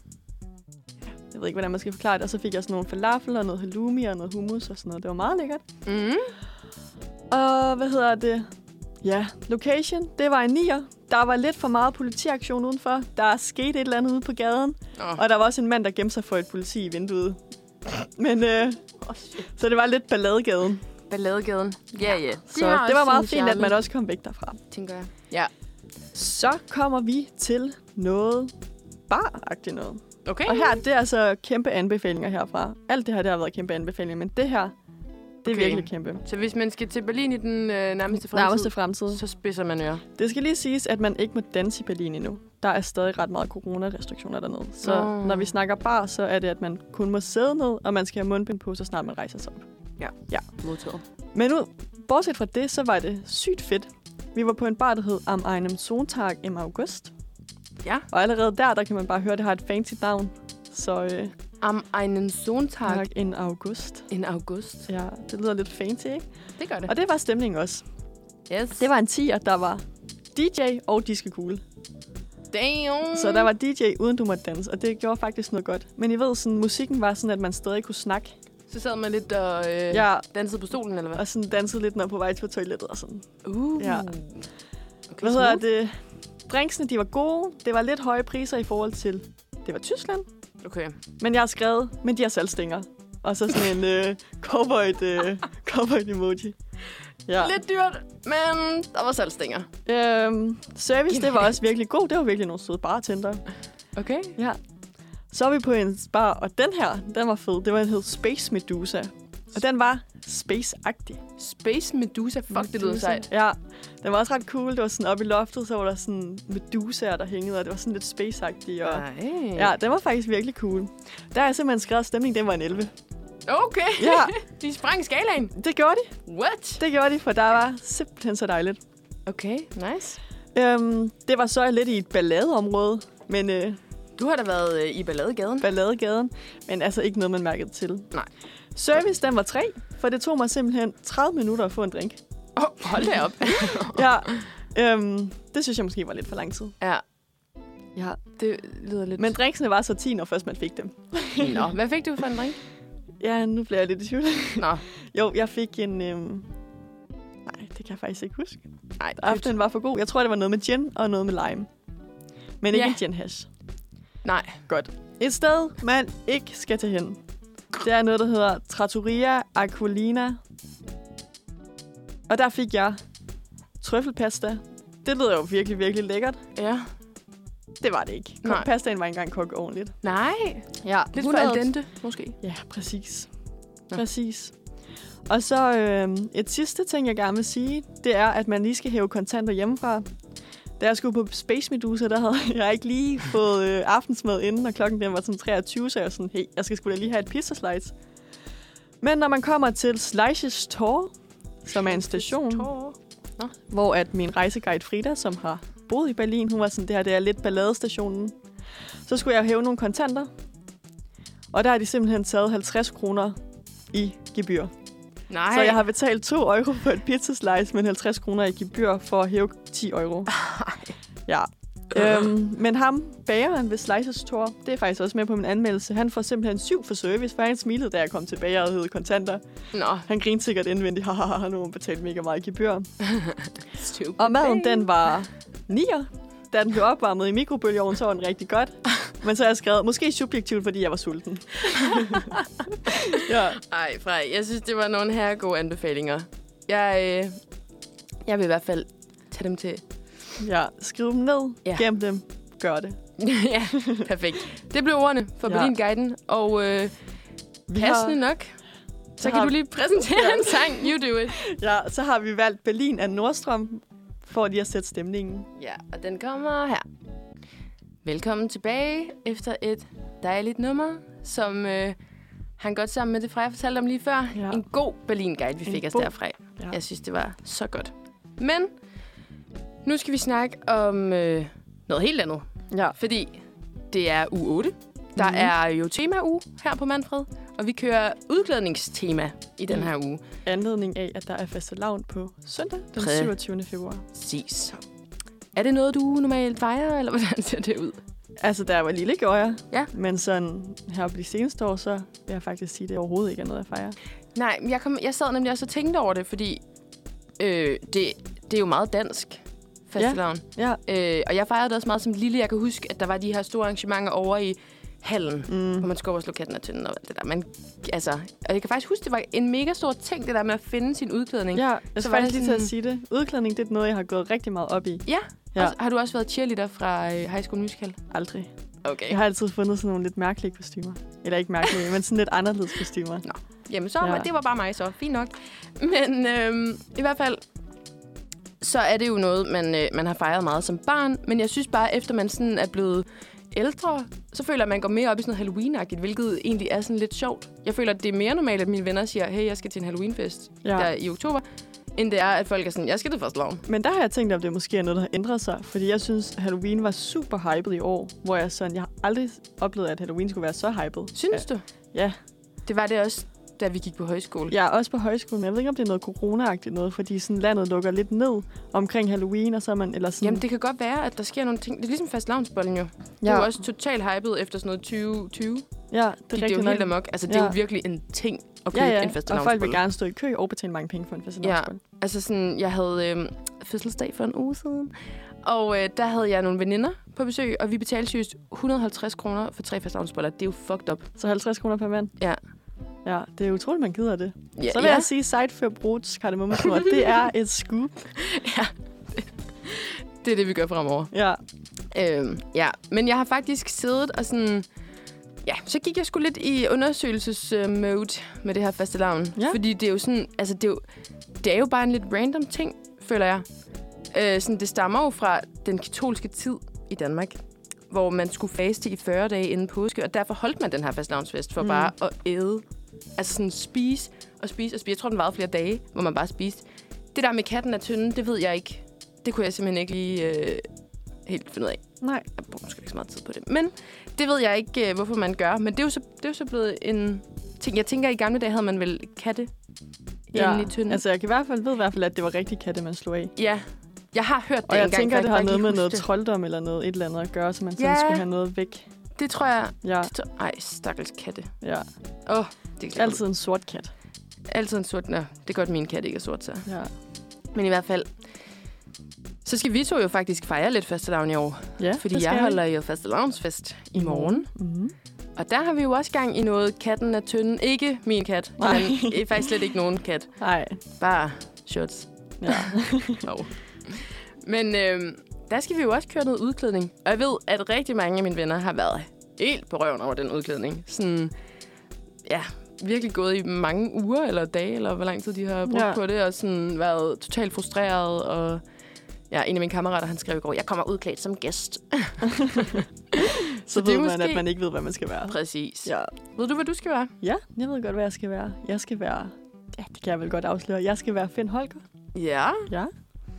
[SPEAKER 3] Jeg ved ikke, hvordan man skal forklare det. Og så fik jeg sådan nogle falafel og noget halloumi og noget hummus og sådan noget. Det var meget lækkert.
[SPEAKER 2] Mm.
[SPEAKER 3] Og hvad hedder det? Ja, location, det var en nier. Der var lidt for meget politiaktion udenfor. Der skete et eller andet ude på gaden.
[SPEAKER 2] Nå.
[SPEAKER 3] Og der var også en mand, der gemte sig for et politi i vinduet. Men øh,
[SPEAKER 2] Oh, shit.
[SPEAKER 3] så det var lidt balladegaden.
[SPEAKER 2] Balladegaden. Ja, ja.
[SPEAKER 3] Så det var meget fint, at man også kom væk derfra.
[SPEAKER 2] Tænker jeg. Ja.
[SPEAKER 3] Så kommer vi til noget baragtigt noget.
[SPEAKER 2] Okay.
[SPEAKER 3] Og her, det er altså kæmpe anbefalinger herfra. Alt det her, det har været kæmpe anbefalinger, men det her, det er okay.
[SPEAKER 2] Okay.
[SPEAKER 3] virkelig kæmpe.
[SPEAKER 2] Så hvis man skal til Berlin i den øh, nærmeste fremtid,
[SPEAKER 3] Nærmeste fremtid.
[SPEAKER 2] så spidser man ører.
[SPEAKER 3] Det skal lige siges, at man ikke må danse i Berlin endnu. Der er stadig ret meget coronarestriktioner dernede. Så
[SPEAKER 2] Nå.
[SPEAKER 3] når vi snakker bar, så er det, at man kun må sidde ned, og man skal have mundbind på, så snart man rejser sig op.
[SPEAKER 2] Modtaget.
[SPEAKER 3] Men nu, bortset fra det, så var det sygt fedt. Vi var på en bar, der hed Am einem Sonntag im August.
[SPEAKER 2] Ja.
[SPEAKER 3] Og allerede der, der kan man bare høre, at det har et fancy navn. Så øh,
[SPEAKER 2] Am einen Sonntag
[SPEAKER 3] tak. en august.
[SPEAKER 2] in august.
[SPEAKER 3] Ja, det lyder lidt fancy, ikke?
[SPEAKER 2] Det gør det.
[SPEAKER 3] Og det var stemningen også.
[SPEAKER 2] Yes.
[SPEAKER 3] Det var en 10'er, der var DJ og diskekugle.
[SPEAKER 2] Damn.
[SPEAKER 3] Så der var DJ, uden du måtte danse, og det gjorde faktisk noget godt. Men I ved, sådan, musikken var sådan, at man stadig kunne snakke.
[SPEAKER 2] Så sad man lidt og øh, ja.
[SPEAKER 3] Ja,
[SPEAKER 2] dansede på stolen, eller hvad?
[SPEAKER 3] og sådan dansede lidt, når på vej på toilettet og sådan.
[SPEAKER 2] Uh.
[SPEAKER 3] Ja.
[SPEAKER 2] Okay,
[SPEAKER 3] Hvad hedder det? Drinksene, de var gode. Det var lidt høje priser i forhold til... Det var Tyskland.
[SPEAKER 2] Okay.
[SPEAKER 3] Men jeg har skrevet, men de har salgstænger. Og så sådan en øh, cowboy, øh, cowboy emoji. Ja.
[SPEAKER 2] Lidt dyrt, men der var salgstænger.
[SPEAKER 3] Øhm, service, det var også virkelig god. Det var virkelig nogle søde bartender.
[SPEAKER 2] Okay.
[SPEAKER 3] Ja. Så er vi på en bar, og den her, den var fed. Det var en hed Space Medusa. Og den var space-agtig.
[SPEAKER 2] Space Medusa. Fuck, det lyder
[SPEAKER 3] Medusa.
[SPEAKER 2] sejt.
[SPEAKER 3] Ja, den var også ret cool. Det var sådan oppe i loftet, så var der sådan medusaer, der hængede, og det var sådan lidt space-agtigt. Og...
[SPEAKER 2] Nej.
[SPEAKER 3] Ja, den var faktisk virkelig cool. Der er simpelthen skrevet, at stemningen den var en 11.
[SPEAKER 2] Okay.
[SPEAKER 3] Ja.
[SPEAKER 2] De sprang skalaen.
[SPEAKER 3] Det gjorde de.
[SPEAKER 2] What?
[SPEAKER 3] Det gjorde de, for der var simpelthen så dejligt.
[SPEAKER 2] Okay, nice.
[SPEAKER 3] Øhm, det var så lidt i et balladeområde, men øh,
[SPEAKER 2] Du har da været øh, i Balladegaden.
[SPEAKER 3] balladegaden, men altså ikke noget, man mærkede til.
[SPEAKER 2] Nej.
[SPEAKER 3] Service, den var tre, for det tog mig simpelthen 30 minutter at få en drink.
[SPEAKER 2] Oh, hold da op.
[SPEAKER 3] Ja, øhm, det synes jeg måske var lidt for lang tid.
[SPEAKER 2] ja,
[SPEAKER 3] Ja.
[SPEAKER 2] det lyder lidt...
[SPEAKER 3] Men drinksene var så 10, når først man fik dem.
[SPEAKER 2] Nå, hvad fik du for en drink?
[SPEAKER 3] Ja, nu bliver jeg lidt i tvivl.
[SPEAKER 2] Nå,
[SPEAKER 3] Jo, jeg fik en... Øhm... Nej, det kan jeg faktisk ikke huske.
[SPEAKER 2] nej.
[SPEAKER 3] Aftenen var for god. Jeg tror, det var noget med gin og noget med lime. Men ikke
[SPEAKER 2] Ja.
[SPEAKER 3] gin hash.
[SPEAKER 2] Nej.
[SPEAKER 3] Godt. Et sted, man ikke skal tage hen. Det er noget, der hedder Trattoria Aquilina. Og der fik jeg trøffelpasta. Det lyder jo virkelig, virkelig lækkert.
[SPEAKER 2] Ja.
[SPEAKER 3] Det var det ikke. Kog,
[SPEAKER 2] Nej.
[SPEAKER 3] pastaen var ikke engang kogt ordentligt.
[SPEAKER 2] Nej.
[SPEAKER 3] Ja,
[SPEAKER 2] Lidt for al dente, måske.
[SPEAKER 3] Ja, præcis.
[SPEAKER 2] Nå.
[SPEAKER 3] Nå. Præcis. Og så øh, et sidste ting, jeg gerne vil sige, det er, at man lige skal hæve kontanter hjemmefra. Da jeg skulle på Space Medusa, der havde jeg ikke lige fået øh, aftensmad inden, og klokken den var sådan 23, så jeg var sådan, hey, jeg skal sgu da lige have et pizza slice. Men når man kommer til Slices Tor, som er en station, hvor at min rejseguide Frida, som har boet i Berlin, hun var sådan, det her det er lidt balladestationen. Så skulle jeg hæve nogle kontanter, og der har de simpelthen taget 50 kroner i gebyr. Ej.
[SPEAKER 2] Nej.
[SPEAKER 3] Så jeg har betalt 2 euro for et pizzaslice, men 50 kroner i gebyr for at hæve 10 euro. Ja. Øhm, men ham, bageren ved Slices Store, det er faktisk også med på min anmeldelse, han får simpelthen syv for service, for han smilede, da jeg kom tilbage og hed kontanter.
[SPEAKER 2] Nå,
[SPEAKER 3] Han grinede sikkert indvendigt, haha, nu har man betalt mega meget i gebyr.
[SPEAKER 2] stupid.
[SPEAKER 3] Og maden, den var nier. Da den blev opvarmet i mikrobølgeovnen, så var den rigtig godt. Men så har jeg skrevet, måske subjektivt, fordi jeg var sulten. ja.
[SPEAKER 2] Ej, Frej, jeg synes, det var nogle her gode anbefalinger. Jeg, øh, jeg vil i hvert fald tage dem til.
[SPEAKER 3] ja, skriv dem ned,
[SPEAKER 2] Ja.
[SPEAKER 3] ja. gem dem, gør det.
[SPEAKER 2] ja, perfekt. Det blev ordene for ja.
[SPEAKER 3] Ja.
[SPEAKER 2] Berlin-guiden, og øh,
[SPEAKER 3] Vi
[SPEAKER 2] passende
[SPEAKER 3] har,
[SPEAKER 2] nok, så
[SPEAKER 3] Jeg
[SPEAKER 2] kan
[SPEAKER 3] har-
[SPEAKER 2] du lige præsentere en sang. You do it.
[SPEAKER 3] ja, så har vi valgt Berlin af Nordstrøm, for lige at sætte stemningen.
[SPEAKER 2] Ja, og den kommer her. Velkommen tilbage efter et dejligt nummer, som øh, han godt sammen med det, Freja fortalte om lige før. Ja.
[SPEAKER 3] Ja.
[SPEAKER 2] En god Berlin-guide, vi
[SPEAKER 3] En
[SPEAKER 2] fik os
[SPEAKER 3] god-
[SPEAKER 2] derfra. Ja.
[SPEAKER 3] Ja.
[SPEAKER 2] Jeg synes, det var så godt. Men nu skal vi snakke om øh, noget helt andet,
[SPEAKER 3] Ja.
[SPEAKER 2] fordi det er uge 8. Der
[SPEAKER 3] Mhm.
[SPEAKER 2] mm. er jo tema-uge her på Manfred, og vi kører udklædningstema i den her uge.
[SPEAKER 3] Anledning af, at der er fastelavn på søndag den
[SPEAKER 2] Præ-
[SPEAKER 3] 27. februar.
[SPEAKER 2] Præcis. Er det noget, du normalt fejrer, eller hvordan ser det ud?
[SPEAKER 3] Altså, der var lille, gjorde jeg.
[SPEAKER 2] Ja.
[SPEAKER 3] Men sådan her på de seneste år, så vil jeg faktisk sige, at det overhovedet ikke er noget, jeg fejrer.
[SPEAKER 2] Nej, men jeg, kom, jeg sad nemlig også og tænkte over det, fordi øh, det, det er jo meget dansk, fastelavn.
[SPEAKER 3] Ja,
[SPEAKER 2] Ja. Øh, og jeg fejrede det også meget som lille. Jeg kan huske, at der var de her store arrangementer over i hallen,
[SPEAKER 3] Mhm.
[SPEAKER 2] mm. hvor man skulle over og slå katten og tynden og alt det der. Man, altså, og jeg kan faktisk huske, det var en mega stor ting, det der med at finde sin udklædning.
[SPEAKER 3] Ja, jeg
[SPEAKER 2] Så
[SPEAKER 3] skal
[SPEAKER 2] var
[SPEAKER 3] faktisk
[SPEAKER 2] det
[SPEAKER 3] lige til at
[SPEAKER 2] sådan-
[SPEAKER 3] sige det. Udklædning, det er noget, jeg har gået rigtig meget op i.
[SPEAKER 2] ja.
[SPEAKER 3] Ja.
[SPEAKER 2] ja. Og, har du også været cheerleader fra øh, High School Musical?
[SPEAKER 3] Aldrig.
[SPEAKER 2] Okay.
[SPEAKER 3] Jeg har altid fundet sådan nogle lidt mærkelige kostymer. Eller ikke mærkelige, men sådan lidt anderledes kostymer.
[SPEAKER 2] Jamen, så
[SPEAKER 3] Ja.
[SPEAKER 2] ja. det var bare mig så. Fint nok. Men øhm, i hvert fald, så er det jo noget, man, øh, man har fejret meget som barn. Men jeg synes bare, efter man sådan er blevet ældre, så føler jeg, at man går mere op i sådan noget halloween hvilket egentlig er sådan lidt sjovt. Jeg føler, at det er mere normalt, at mine venner siger, hey, jeg skal til en Halloweenfest
[SPEAKER 3] Ja.
[SPEAKER 2] ja. der i oktober, end det er, at folk er sådan, jeg skal til første lov.
[SPEAKER 3] Men der har jeg tænkt, om det måske er noget, der har ændret sig. Fordi jeg synes, Halloween var super hyped i år. Hvor jeg sådan, jeg har aldrig oplevet, at Halloween skulle være så hyped.
[SPEAKER 2] Synes ja. du?
[SPEAKER 3] Ja.
[SPEAKER 2] Det var det også, da vi gik på højskole.
[SPEAKER 3] Jeg er også på højskolen, men jeg ved ikke, om det er noget corona noget, fordi sådan landet lukker lidt ned omkring Halloween, og så er man, eller sådan...
[SPEAKER 2] Jamen, det kan godt være, at der sker nogle ting. Det er ligesom fast jo. Ja. Det er
[SPEAKER 3] Ja.
[SPEAKER 2] jo også totalt hypet efter sådan noget 2020.
[SPEAKER 3] ja,
[SPEAKER 2] det
[SPEAKER 3] det
[SPEAKER 2] gik
[SPEAKER 3] er
[SPEAKER 2] det jo
[SPEAKER 3] rigtig
[SPEAKER 2] helt
[SPEAKER 3] nok.
[SPEAKER 2] amok. Altså, det ja. er jo
[SPEAKER 3] Ja.
[SPEAKER 2] virkelig en ting at købe
[SPEAKER 3] Ja, ja,
[SPEAKER 2] en faste
[SPEAKER 3] og folk vil gerne stå i kø og betale mange penge for en faste
[SPEAKER 2] Ja. Altså sådan, jeg havde øh, fødselsdag for en uge siden, Og øh, der havde jeg nogle veninder på besøg, og vi betalte seriøst 150 kroner for tre fastavnsboller. Det er jo fucked up.
[SPEAKER 3] Så 50 kroner per mand?
[SPEAKER 2] Ja.
[SPEAKER 3] Ja, det er utroligt, man gider det.
[SPEAKER 2] Ja,
[SPEAKER 3] Så vil jeg sige, Seidfør Bruts kardemommesmør, det er et scoop.
[SPEAKER 2] det er det, vi gør fremover.
[SPEAKER 3] Ja,
[SPEAKER 2] Øhm, ja, men jeg har faktisk siddet og sådan... Ja, så gik jeg sgu lidt i undersøgelsesmode med det her faste lavn.
[SPEAKER 3] Ja.
[SPEAKER 2] Fordi det er jo sådan... Altså, det er jo, det er jo bare en lidt random ting, føler jeg. Øh, sådan, det stammer jo fra den katolske tid i Danmark, hvor man skulle faste i 40 dage inden påske, og derfor holdt man den her fastelavnsfest for mm.
[SPEAKER 3] Mm.
[SPEAKER 2] bare at æde. Altså sådan spise og spise og spise. Jeg tror, den varede flere dage, hvor man bare spiste. Det der med katten er tynde, det ved jeg ikke. Det kunne jeg simpelthen ikke lige øh, helt finde ud af
[SPEAKER 3] nej.
[SPEAKER 2] jeg bruger måske ikke så meget tid på det. Men det ved jeg ikke, øh, hvorfor man gør. Men det er jo så, det er jo så blevet en ting. Jeg tænker, i gamle dage havde man vel katte ja. i tynden. Altså,
[SPEAKER 3] Altså, jeg kan i hvert fald ved i hvert fald, at det var rigtig katte, man slog af.
[SPEAKER 2] ja, jeg har hørt det
[SPEAKER 3] Og jeg
[SPEAKER 2] engang,
[SPEAKER 3] tænker,
[SPEAKER 2] for
[SPEAKER 3] det
[SPEAKER 2] kan
[SPEAKER 3] har
[SPEAKER 2] ikke
[SPEAKER 3] noget
[SPEAKER 2] lige
[SPEAKER 3] med noget
[SPEAKER 2] huske
[SPEAKER 3] trolddom eller noget et eller andet at gøre, så man sådan
[SPEAKER 2] Ja.
[SPEAKER 3] skulle have noget væk.
[SPEAKER 2] det. det tror jeg...
[SPEAKER 3] Ja,
[SPEAKER 2] det tror- Ej, stakkels katte.
[SPEAKER 3] ja.
[SPEAKER 2] Åh, oh, det er altid.
[SPEAKER 3] Altid en sort kat.
[SPEAKER 2] altid en sort. Nå, det er godt, min kat ikke er sort, så.
[SPEAKER 3] Ja.
[SPEAKER 2] Men i hvert fald... Så skal vi to jo faktisk fejre lidt fastelavn i år.
[SPEAKER 3] ja
[SPEAKER 2] Fordi
[SPEAKER 3] det skal
[SPEAKER 2] jeg
[SPEAKER 3] vi.
[SPEAKER 2] holder jo fastelavnsfest i
[SPEAKER 3] I
[SPEAKER 2] morgen.
[SPEAKER 3] Mhm.
[SPEAKER 2] Og der har vi jo også gang i noget katten er tynden. Ikke min kat.
[SPEAKER 3] Nej.
[SPEAKER 2] Men eh, faktisk slet ikke nogen kat.
[SPEAKER 3] Nej.
[SPEAKER 2] Bare shorts.
[SPEAKER 3] Ja.
[SPEAKER 2] No. Men øhm, der skal vi jo også køre noget udklædning. Og jeg ved, at rigtig mange af mine venner har været helt på røven over den udklædning. Sådan, ja, virkelig gået i mange uger eller dage, eller hvor lang tid de har brugt ja.
[SPEAKER 3] Ja.
[SPEAKER 2] på det, og sådan været totalt frustreret. Og ja, en af mine kammerater, han skrev i går, jeg kommer udklædt som gæst.
[SPEAKER 3] Så
[SPEAKER 2] det er
[SPEAKER 3] ved man,
[SPEAKER 2] måske-
[SPEAKER 3] at man ikke ved, hvad man skal være.
[SPEAKER 2] Præcis. Ja.
[SPEAKER 3] Ja.
[SPEAKER 2] Ved du, hvad du skal være?
[SPEAKER 3] ja, jeg ved godt, hvad jeg skal være. Jeg skal være... Ja, det kan jeg vel godt afsløre. Jeg skal være Finn Holger.
[SPEAKER 2] Ja.
[SPEAKER 3] Ja.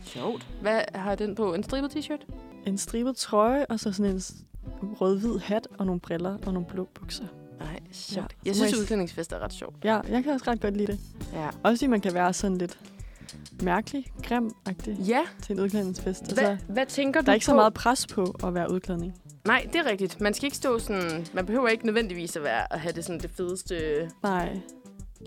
[SPEAKER 2] Sjovt. Hvad har den på? En stribet t-shirt?
[SPEAKER 3] En stribet trøje, og så sådan en s- rød-hvid hat, og nogle briller, og nogle blå bukser.
[SPEAKER 2] Nej, sjovt. Ja.
[SPEAKER 3] Må
[SPEAKER 2] Jeg synes,
[SPEAKER 3] jeg s-
[SPEAKER 2] udklædningsfest er ret sjovt.
[SPEAKER 3] Ja, jeg kan også ret godt lide det.
[SPEAKER 2] Ja.
[SPEAKER 3] Også fordi man kan være sådan lidt mærkelig, grim-agtig
[SPEAKER 2] Ja,
[SPEAKER 3] til en udklædningsfest.
[SPEAKER 2] hvad,
[SPEAKER 3] Altså,
[SPEAKER 2] hvad tænker du
[SPEAKER 3] der er ikke
[SPEAKER 2] på?
[SPEAKER 3] så meget pres på at være udklædning.
[SPEAKER 2] Nej, det er rigtigt. Man skal ikke stå sådan... Man behøver ikke nødvendigvis at, være, at have det, sådan, det fedeste
[SPEAKER 3] Nej,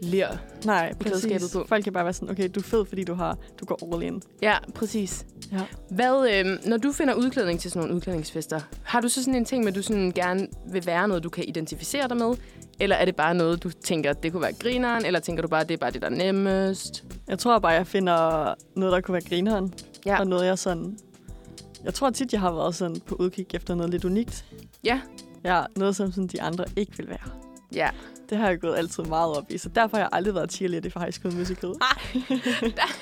[SPEAKER 2] lir.
[SPEAKER 3] nej,
[SPEAKER 2] klædeskabet
[SPEAKER 3] præcis.
[SPEAKER 2] på.
[SPEAKER 3] Folk kan bare være sådan, okay, du er fed, fordi du, har, du går all in.
[SPEAKER 2] Ja, præcis.
[SPEAKER 3] Ja.
[SPEAKER 2] Hvad, øh, når du finder udklædning til sådan nogle udklædningsfester, har du så sådan en ting med, at du sådan gerne vil være noget, du kan identificere dig med? Eller er det bare noget, du tænker, det kunne være grineren? Eller tænker du bare, det er bare det, der er nemmest?
[SPEAKER 3] Jeg tror bare, jeg finder noget, der kunne være grineren.
[SPEAKER 2] Ja.
[SPEAKER 3] Og noget, jeg sådan... Jeg tror tit, jeg har været sådan på udkig efter noget lidt unikt.
[SPEAKER 2] Ja.
[SPEAKER 3] Ja, noget, som sådan, de andre ikke vil være.
[SPEAKER 2] Ja.
[SPEAKER 3] Det har jeg gået altid meget op i, så derfor har jeg aldrig været cheerleader for High School Musical.
[SPEAKER 2] Der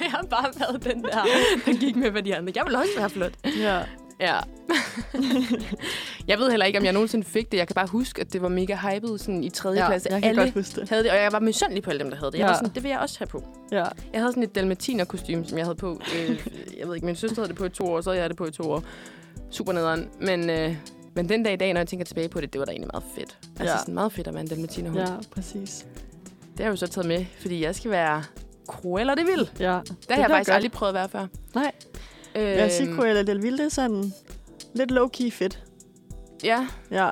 [SPEAKER 2] har jeg bare været den der, der gik med, hvad de andre. Jeg vil også være flot.
[SPEAKER 3] Ja.
[SPEAKER 2] Ja. jeg ved heller ikke, om jeg nogensinde fik det. Jeg kan bare huske, at det var mega hypet sådan i 3.
[SPEAKER 3] ja,
[SPEAKER 2] klasse.
[SPEAKER 3] jeg kan
[SPEAKER 2] Alle
[SPEAKER 3] godt huske det.
[SPEAKER 2] havde det, og jeg var misundelig på alle dem, der havde det. Jeg ja.
[SPEAKER 3] Ja.
[SPEAKER 2] var sådan, det vil jeg også have på.
[SPEAKER 3] Ja.
[SPEAKER 2] Jeg havde sådan et dalmatinerkostume, som jeg havde på. Øh, jeg ved ikke, min søster havde det på i to år, så havde jeg det på i to år. Super nederen. Men, øh, men den dag i dag, når jeg tænker tilbage på det, det var da egentlig meget fedt. Altså ja.
[SPEAKER 3] Ja.
[SPEAKER 2] sådan meget fedt at være en dalmatinerhund. Ja.
[SPEAKER 3] Ja, præcis.
[SPEAKER 2] Det har jeg jo så taget med, fordi jeg skal være Cruella det vil. Det
[SPEAKER 3] Ja,
[SPEAKER 2] har jeg
[SPEAKER 3] bliver
[SPEAKER 2] faktisk
[SPEAKER 3] godt.
[SPEAKER 2] aldrig prøvet at være før.
[SPEAKER 3] Nej.
[SPEAKER 2] Øh,
[SPEAKER 3] Jeg vil sige, Cruella Del Vilde er sådan lidt low-key fedt.
[SPEAKER 2] Ja,
[SPEAKER 3] Ja,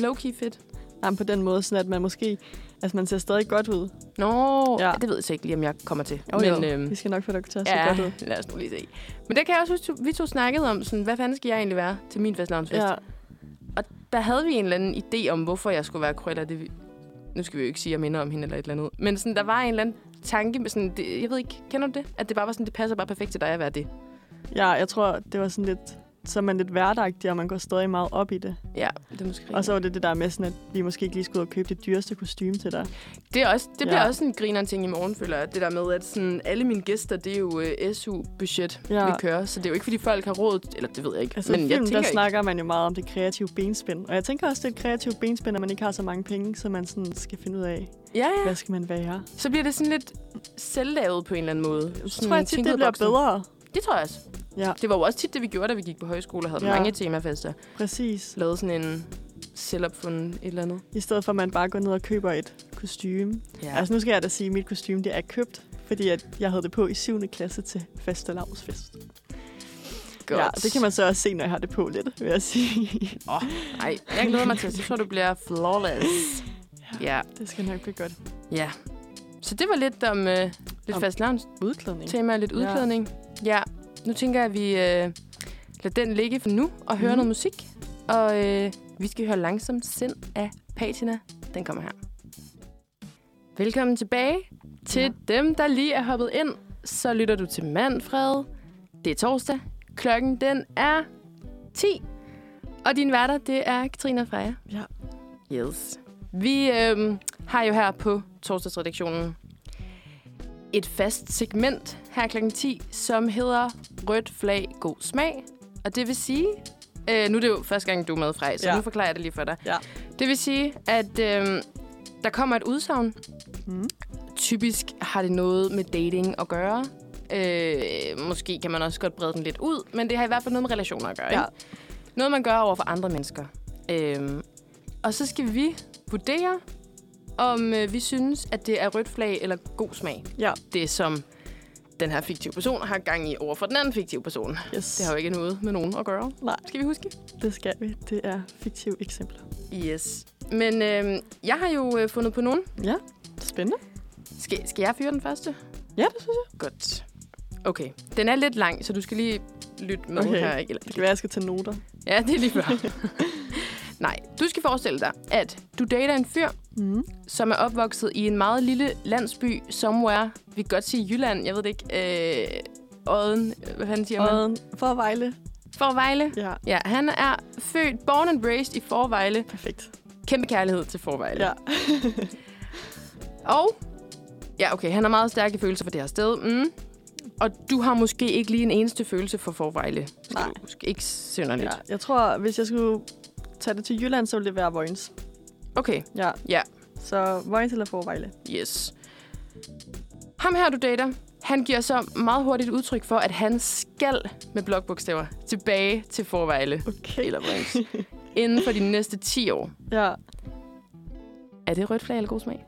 [SPEAKER 2] low-key fedt.
[SPEAKER 3] Jamen, på den måde, sådan at man måske... Altså, man ser stadig godt ud.
[SPEAKER 2] Nå, ja.
[SPEAKER 3] Ja.
[SPEAKER 2] det ved jeg så ikke lige, om jeg kommer til.
[SPEAKER 3] Jo, Men, jo.
[SPEAKER 2] øhm,
[SPEAKER 3] vi skal nok få dig til at se godt
[SPEAKER 2] ja,
[SPEAKER 3] ud.
[SPEAKER 2] lad os nu lige se. Men der kan jeg også huske, vi to snakkede om, sådan, hvad fanden skal jeg egentlig være til min fastlavnsfest? Ja.
[SPEAKER 3] Ja,
[SPEAKER 2] Der havde vi en eller anden idé om, hvorfor jeg skulle være Cruella. Det, vi- nu skal vi jo ikke sige, at jeg minder om hende eller et eller andet. Men sådan, der var en eller anden tanke med sådan, det, jeg ved ikke, kender du det? At det bare var sådan, det passer bare perfekt til dig at være det.
[SPEAKER 3] ja, jeg tror, det var sådan lidt så er man lidt hverdagtig, og man går stadig meget op i det.
[SPEAKER 2] Ja, det er måske
[SPEAKER 3] Og så var det det der med, sådan, at vi måske ikke lige skulle ud og købe det dyreste kostume til dig.
[SPEAKER 2] Det, er også, det bliver
[SPEAKER 3] Ja.
[SPEAKER 2] også en griner ting i morgen, føler jeg. Det der med, at sådan, alle mine gæster, det er jo uh, SU-budget, ja.
[SPEAKER 3] Ja.
[SPEAKER 2] vi kører. Så det er jo ikke, fordi folk har råd, eller det ved jeg ikke.
[SPEAKER 3] Altså,
[SPEAKER 2] men
[SPEAKER 3] men
[SPEAKER 2] jeg
[SPEAKER 3] film,
[SPEAKER 2] tænker
[SPEAKER 3] der
[SPEAKER 2] ikke.
[SPEAKER 3] snakker man jo meget om det kreative benspænd. Og jeg tænker også, det er et kreativt benspænd, at man ikke har så mange penge, så man sådan skal finde ud af,
[SPEAKER 2] Ja, ja.
[SPEAKER 3] hvad skal man være.
[SPEAKER 2] Så bliver det sådan lidt selvlavet på en eller anden måde.
[SPEAKER 3] Så tror jeg tit, det bliver bedre.
[SPEAKER 2] Det tror jeg også.
[SPEAKER 3] Ja.
[SPEAKER 2] Det var jo også tit det, vi gjorde, da vi gik på højskole og havde ja.
[SPEAKER 3] Ja.
[SPEAKER 2] mange temafester.
[SPEAKER 3] Præcis.
[SPEAKER 2] Lavede sådan en selvopfundet et eller andet.
[SPEAKER 3] I stedet for, at man bare går ned og køber et kostume. Ja. Altså, nu skal jeg da sige, at mit kostume det er købt, fordi at jeg havde det på i 7. klasse til fastelavnsfest.
[SPEAKER 2] godt.
[SPEAKER 3] Ja, det kan man så også se, når jeg har det på lidt, vil jeg sige.
[SPEAKER 2] Nej, jeg glæder mig til. at- Så tror jeg, du bliver flawless. Ja.
[SPEAKER 3] det skal nok blive godt.
[SPEAKER 2] ja. Så det var lidt om øh, lidt
[SPEAKER 3] Om-
[SPEAKER 2] fast
[SPEAKER 3] Udklædning.
[SPEAKER 2] tema og lidt
[SPEAKER 3] Ja.
[SPEAKER 2] udklædning. Ja. Nu tænker jeg, at vi øh, lad den ligge for nu og høre mm.
[SPEAKER 1] Mhm.
[SPEAKER 2] noget musik. Og øh, vi skal høre Langsom Sind af Patina. Den kommer her. Velkommen tilbage til ja. dem, der lige er hoppet ind. Så lytter du til Manfred. Det er torsdag. Klokken den er 10. Og din værter, det er Katrine og Freja.
[SPEAKER 3] Ja.
[SPEAKER 2] Yes. Vi øhm, har jo her på torsdagsredaktionen et fast segment her kl. 10, som hedder Rødt flag god smag. Og det vil sige... Øh, nu er det jo første gang, du er med, Frej, så ja.
[SPEAKER 3] Ja.
[SPEAKER 2] nu forklarer jeg det lige for dig.
[SPEAKER 3] Ja.
[SPEAKER 2] Det vil sige, at øh, der kommer et udsagn.
[SPEAKER 3] Mm.
[SPEAKER 2] Typisk har det noget med dating at gøre. Øh, måske kan man også godt brede den lidt ud, men det har i hvert fald noget med relationer at gøre.
[SPEAKER 3] Ja.
[SPEAKER 2] Ikke? Noget, man gør over for andre mennesker. Øh, og så skal vi vurdere, om øh, vi synes, at det er rødt flag eller god smag.
[SPEAKER 3] Ja.
[SPEAKER 2] Det, som den her fiktive person har gang i over for den anden fiktive person.
[SPEAKER 3] Yes.
[SPEAKER 2] Det har jo ikke noget med nogen at gøre.
[SPEAKER 3] Nej.
[SPEAKER 2] Skal vi huske?
[SPEAKER 3] Det skal vi. Det er fiktive eksempler.
[SPEAKER 2] Yes. Men øh, jeg har jo øh, fundet på nogen.
[SPEAKER 3] Ja. Spændende.
[SPEAKER 2] Skal, skal jeg fyre den første?
[SPEAKER 3] Ja, det synes jeg.
[SPEAKER 2] Godt. Okay. Den er lidt lang, så du skal lige lytte med
[SPEAKER 3] Okay.
[SPEAKER 2] her. ikke? Eller,
[SPEAKER 3] Det kan være, jeg skal tage noter.
[SPEAKER 2] ja, det er lige før. Nej, du skal forestille dig, at du dater en fyr,
[SPEAKER 3] Mm.
[SPEAKER 2] som er opvokset i en meget lille landsby somewhere. Vi kan godt sige Jylland, jeg ved det ikke. Øh, Odden, hvad fanden siger man?
[SPEAKER 3] Odden for Vejle.
[SPEAKER 2] Forvejle.
[SPEAKER 3] Ja.
[SPEAKER 2] Ja, han er født, born and raised i Forvejle.
[SPEAKER 3] Perfekt.
[SPEAKER 2] Kæmpe kærlighed til Forvejle.
[SPEAKER 3] Ja.
[SPEAKER 2] Og, ja okay, han har meget stærke følelser for det her sted. Mm. Og du har måske ikke lige en eneste følelse for Forvejle. Skal
[SPEAKER 3] Nej.
[SPEAKER 2] Du, måske ikke synderligt.
[SPEAKER 3] ja. Jeg tror, hvis jeg skulle tage det til Jylland, så ville det være Vojens.
[SPEAKER 2] Okay,
[SPEAKER 3] Ja.
[SPEAKER 2] Ja.
[SPEAKER 3] Så Vojens eller Forvejle.
[SPEAKER 2] yes. Ham her, du dater, han giver så meget hurtigt udtryk for, at han skal med blokbogstaver tilbage til Forvejle
[SPEAKER 3] Okay.
[SPEAKER 2] eller Vojens inden for de næste 10 år.
[SPEAKER 3] Ja.
[SPEAKER 2] Er det rødt flag eller god smag?